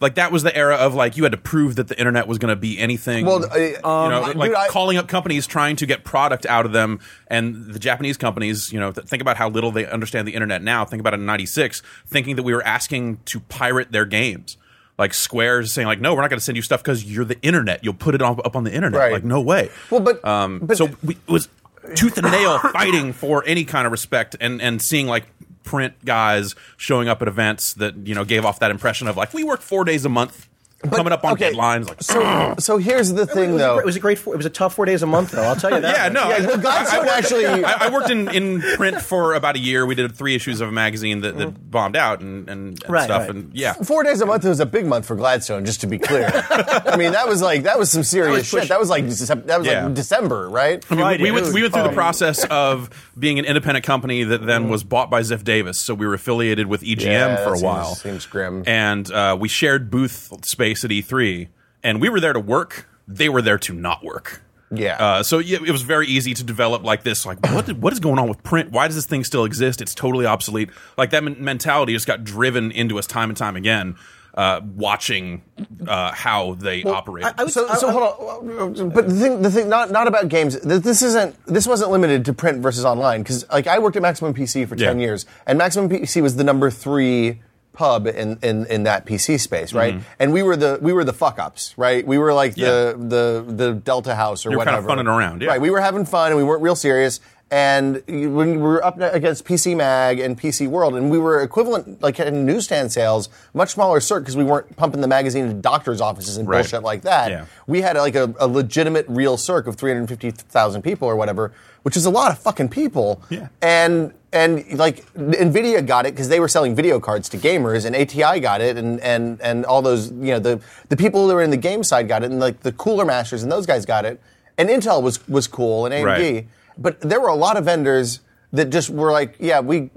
Speaker 14: Like that was the era of like you had to prove that the internet was going to be anything.
Speaker 1: Well, I-
Speaker 14: you know,
Speaker 1: um,
Speaker 14: like
Speaker 1: dude, I-
Speaker 14: calling up companies trying to get product out of them, and the Japanese companies, you know, th- think about how little they understand the internet now. Think about it in '96, thinking that we were asking to pirate their games. Like Square is saying, like, no, we're not going to send you stuff because you're the internet. You'll put it up, up on the internet.
Speaker 1: Right.
Speaker 14: Like, no way.
Speaker 1: Well, but-
Speaker 14: um,
Speaker 1: but-
Speaker 14: so we, it was tooth and nail fighting for any kind of respect and and seeing like print guys showing up at events that you know gave off that impression of like we work four days a month coming up on
Speaker 1: okay.
Speaker 14: deadlines like
Speaker 1: so, so here's the
Speaker 10: It
Speaker 1: thing,
Speaker 10: was, a,
Speaker 1: though.
Speaker 10: gr- it was a great. Four, it was a tough four days a month, though. I'll tell you that.
Speaker 14: yeah no
Speaker 1: Yeah,
Speaker 14: I-
Speaker 1: well, Godstone
Speaker 14: I, I,
Speaker 1: actually-
Speaker 14: I, I worked in, in print for about a year we did three issues of a magazine that, that bombed out and, and, and
Speaker 10: Right,
Speaker 14: stuff
Speaker 10: right.
Speaker 14: and yeah
Speaker 1: Four days a month was a big month for Gladstone, just to be clear. I mean, that was like that was some serious shit. That was like Decem- that was
Speaker 14: Yeah.
Speaker 1: like December, right?
Speaker 14: I mean, we- we,
Speaker 15: Friday.
Speaker 14: went, we went through the
Speaker 1: Um,
Speaker 14: process of being an independent company that then was bought by Ziff Davis. So we were affiliated with EGM
Speaker 1: Yeah,
Speaker 14: for a
Speaker 1: that seems-
Speaker 14: while.
Speaker 1: seems grim.
Speaker 14: And uh, we shared booth space at E3, and we were there to work. They were there to not work.
Speaker 1: Yeah.
Speaker 14: Uh, so yeah, it was very easy to develop like this. Like, what did- what is going on with print? Why does this thing still exist? It's totally obsolete. Like that men- mentality just got driven into us time and time again. Uh, watching uh, how they operate.
Speaker 10: I- I would-
Speaker 1: so, so hold on. uh, But the thing, the thing, not not about games. Th- This isn't. This wasn't limited to print versus online because, like, I worked at Maximum PC for ten
Speaker 14: Yeah.
Speaker 1: years, and Maximum PC was the number three pub in in, in that PC space, right?
Speaker 14: Mm-hmm.
Speaker 1: And we were the we were the fuck ups, right? We were like
Speaker 14: Yeah.
Speaker 1: the the the Delta House or
Speaker 14: You were kinda
Speaker 1: whatever.
Speaker 14: funning around, yeah.
Speaker 1: Right. We were having fun and we weren't real serious. And you- when we were up against PC Mag and PC World, and we were equivalent, like in newsstand sales, much smaller circ because we weren't pumping the magazine to doctors' offices and
Speaker 14: Right.
Speaker 1: bullshit like that.
Speaker 14: Yeah.
Speaker 1: We had like a, a legitimate real circ of 350,000 people or whatever, which is a lot of fucking people.
Speaker 14: Yeah.
Speaker 1: And and like Nvidia got it because they were selling video cards to gamers, and ATI got it, and and and all those you know the the people that were in the game side got it, and like the cooler masters and those guys got it, and Intel was was cool and AMD,
Speaker 14: Right.
Speaker 1: but there were a lot of vendors. That just were like, yeah, we,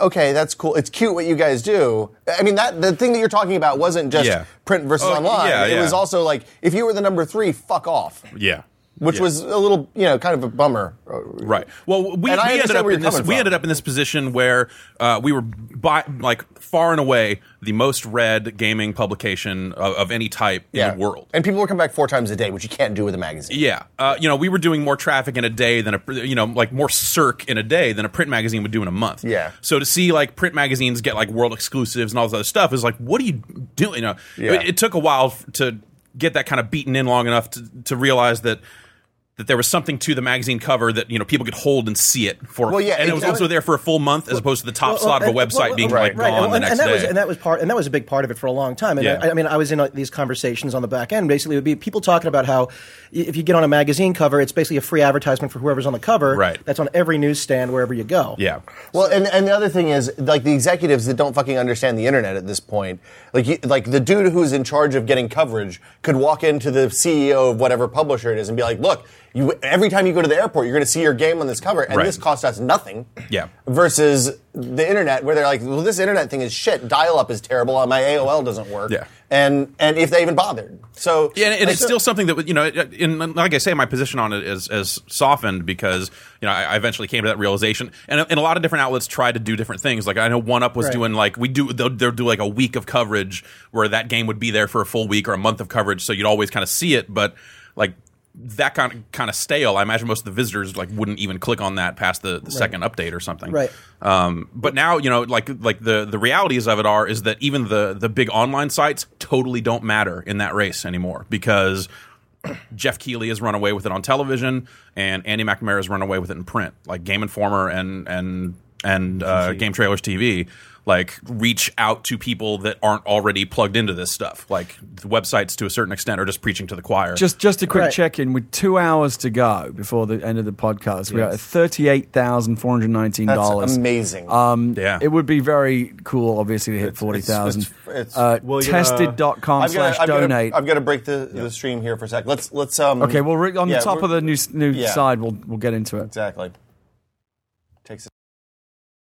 Speaker 1: okay, that's cool. It's cute what you guys do. I mean, that the thing that you're talking about wasn't just
Speaker 14: Yeah.
Speaker 1: print versus
Speaker 14: Oh,
Speaker 1: online.
Speaker 14: yeah,
Speaker 1: it
Speaker 14: yeah.
Speaker 1: was also like, if you were the number three, fuck off.
Speaker 14: yeah.
Speaker 1: Which
Speaker 14: Yeah.
Speaker 1: was a little, you know, kind of a bummer.
Speaker 14: Right. Well, we, we
Speaker 1: And I
Speaker 14: ended
Speaker 1: understand
Speaker 14: up
Speaker 1: where
Speaker 14: in
Speaker 1: you're
Speaker 14: this.
Speaker 1: coming
Speaker 14: We
Speaker 1: from.
Speaker 14: ended up in this position where uh, we were by, like far and away the most read gaming publication of, of any type
Speaker 1: Yeah.
Speaker 14: in the world.
Speaker 1: And people were coming back four times a day, which you can't do with a magazine.
Speaker 14: Yeah, uh, you know, we were doing more traffic in a day than a you know like more circ in a day than a print magazine would do in a month.
Speaker 1: Yeah.
Speaker 14: So to see like print magazines get like world exclusives and all this other stuff is like, what are you doing? You know,
Speaker 1: Yeah.
Speaker 14: it, it took a while f- to get that kind of beaten in long enough to to realize that that there was something to the magazine cover that you know people could hold and see it for.
Speaker 10: Well, yeah,
Speaker 14: and it was
Speaker 10: exactly.
Speaker 14: also there for a full month as opposed to the top
Speaker 10: Well,
Speaker 14: slot of a
Speaker 10: and- well,
Speaker 14: website being
Speaker 10: well,
Speaker 14: like gone
Speaker 10: and,
Speaker 14: the next
Speaker 10: and that
Speaker 14: day.
Speaker 10: Was, and that was part, and that was a big part of it for a long time. And
Speaker 14: Yeah.
Speaker 10: I, I mean, I was in uh, these conversations on the back end. Basically, it would be people talking about how y- if you get on a magazine cover, it's basically a free advertisement for whoever's on the cover.
Speaker 1: Right.
Speaker 10: That's on every newsstand wherever you go.
Speaker 14: yeah.
Speaker 1: Well, and, and the other thing is, like the executives that don't fucking understand the internet at this point, like you, like the dude who's in charge of getting coverage could walk into the CEO of whatever publisher it is and be like, "Look, you, every time you go to the airport, you're going to see your game on this cover, and
Speaker 14: Right.
Speaker 1: this costs us nothing."
Speaker 14: Yeah.
Speaker 1: Versus the internet, where they're like, "Well, this internet thing is shit. Dial up is terrible. My AOL doesn't work."
Speaker 14: Yeah.
Speaker 1: And and if they even bothered, so
Speaker 14: Yeah, and, and
Speaker 1: like,
Speaker 14: it's
Speaker 1: so-
Speaker 14: still something that you know. In like I say, my position on it is is softened because you know I, I eventually came to that realization. And, and a lot of different outlets tried to do different things. Like I know One Up was
Speaker 1: Right.
Speaker 14: doing like we do they'll, they'll do like a week of coverage where that game would be there for a full week or a month of coverage, so you'd always kind of see it. But like that kind of kind of stale. I imagine most of the visitors like wouldn't even click on that past the, the second update or something.
Speaker 10: Right.
Speaker 14: Um, but now you know, like like the the realities of it are is that even the the big online sites totally don't matter in that race anymore because Jeff Keighley has run away with it on television and Andy McNamara has run away with it in print, like Game Informer and and and uh, Game Trailers TV. Like reach out to people that aren't already plugged into this stuff. Like the websites, to a certain extent, are just preaching to the choir.
Speaker 4: Just just a quick
Speaker 14: Right.
Speaker 4: check in. With two hours to go before the end of the podcast, we are at thirty-eight thousand four hundred nineteen dollars.
Speaker 1: That's amazing.
Speaker 4: Um,
Speaker 14: yeah,
Speaker 4: it would be very cool, obviously, to hit forty thousand. Uh, tested.com
Speaker 1: I'm gonna-
Speaker 4: slash
Speaker 1: I'm gonna-
Speaker 4: donate.
Speaker 1: I'm going to break the, the stream here for a sec. Let's let's um.
Speaker 4: Okay, well, Rick, on
Speaker 1: yeah,
Speaker 4: the top
Speaker 1: we're-
Speaker 4: of the new s- new
Speaker 1: yeah.
Speaker 4: side, we'll we'll get into it.
Speaker 1: Exactly.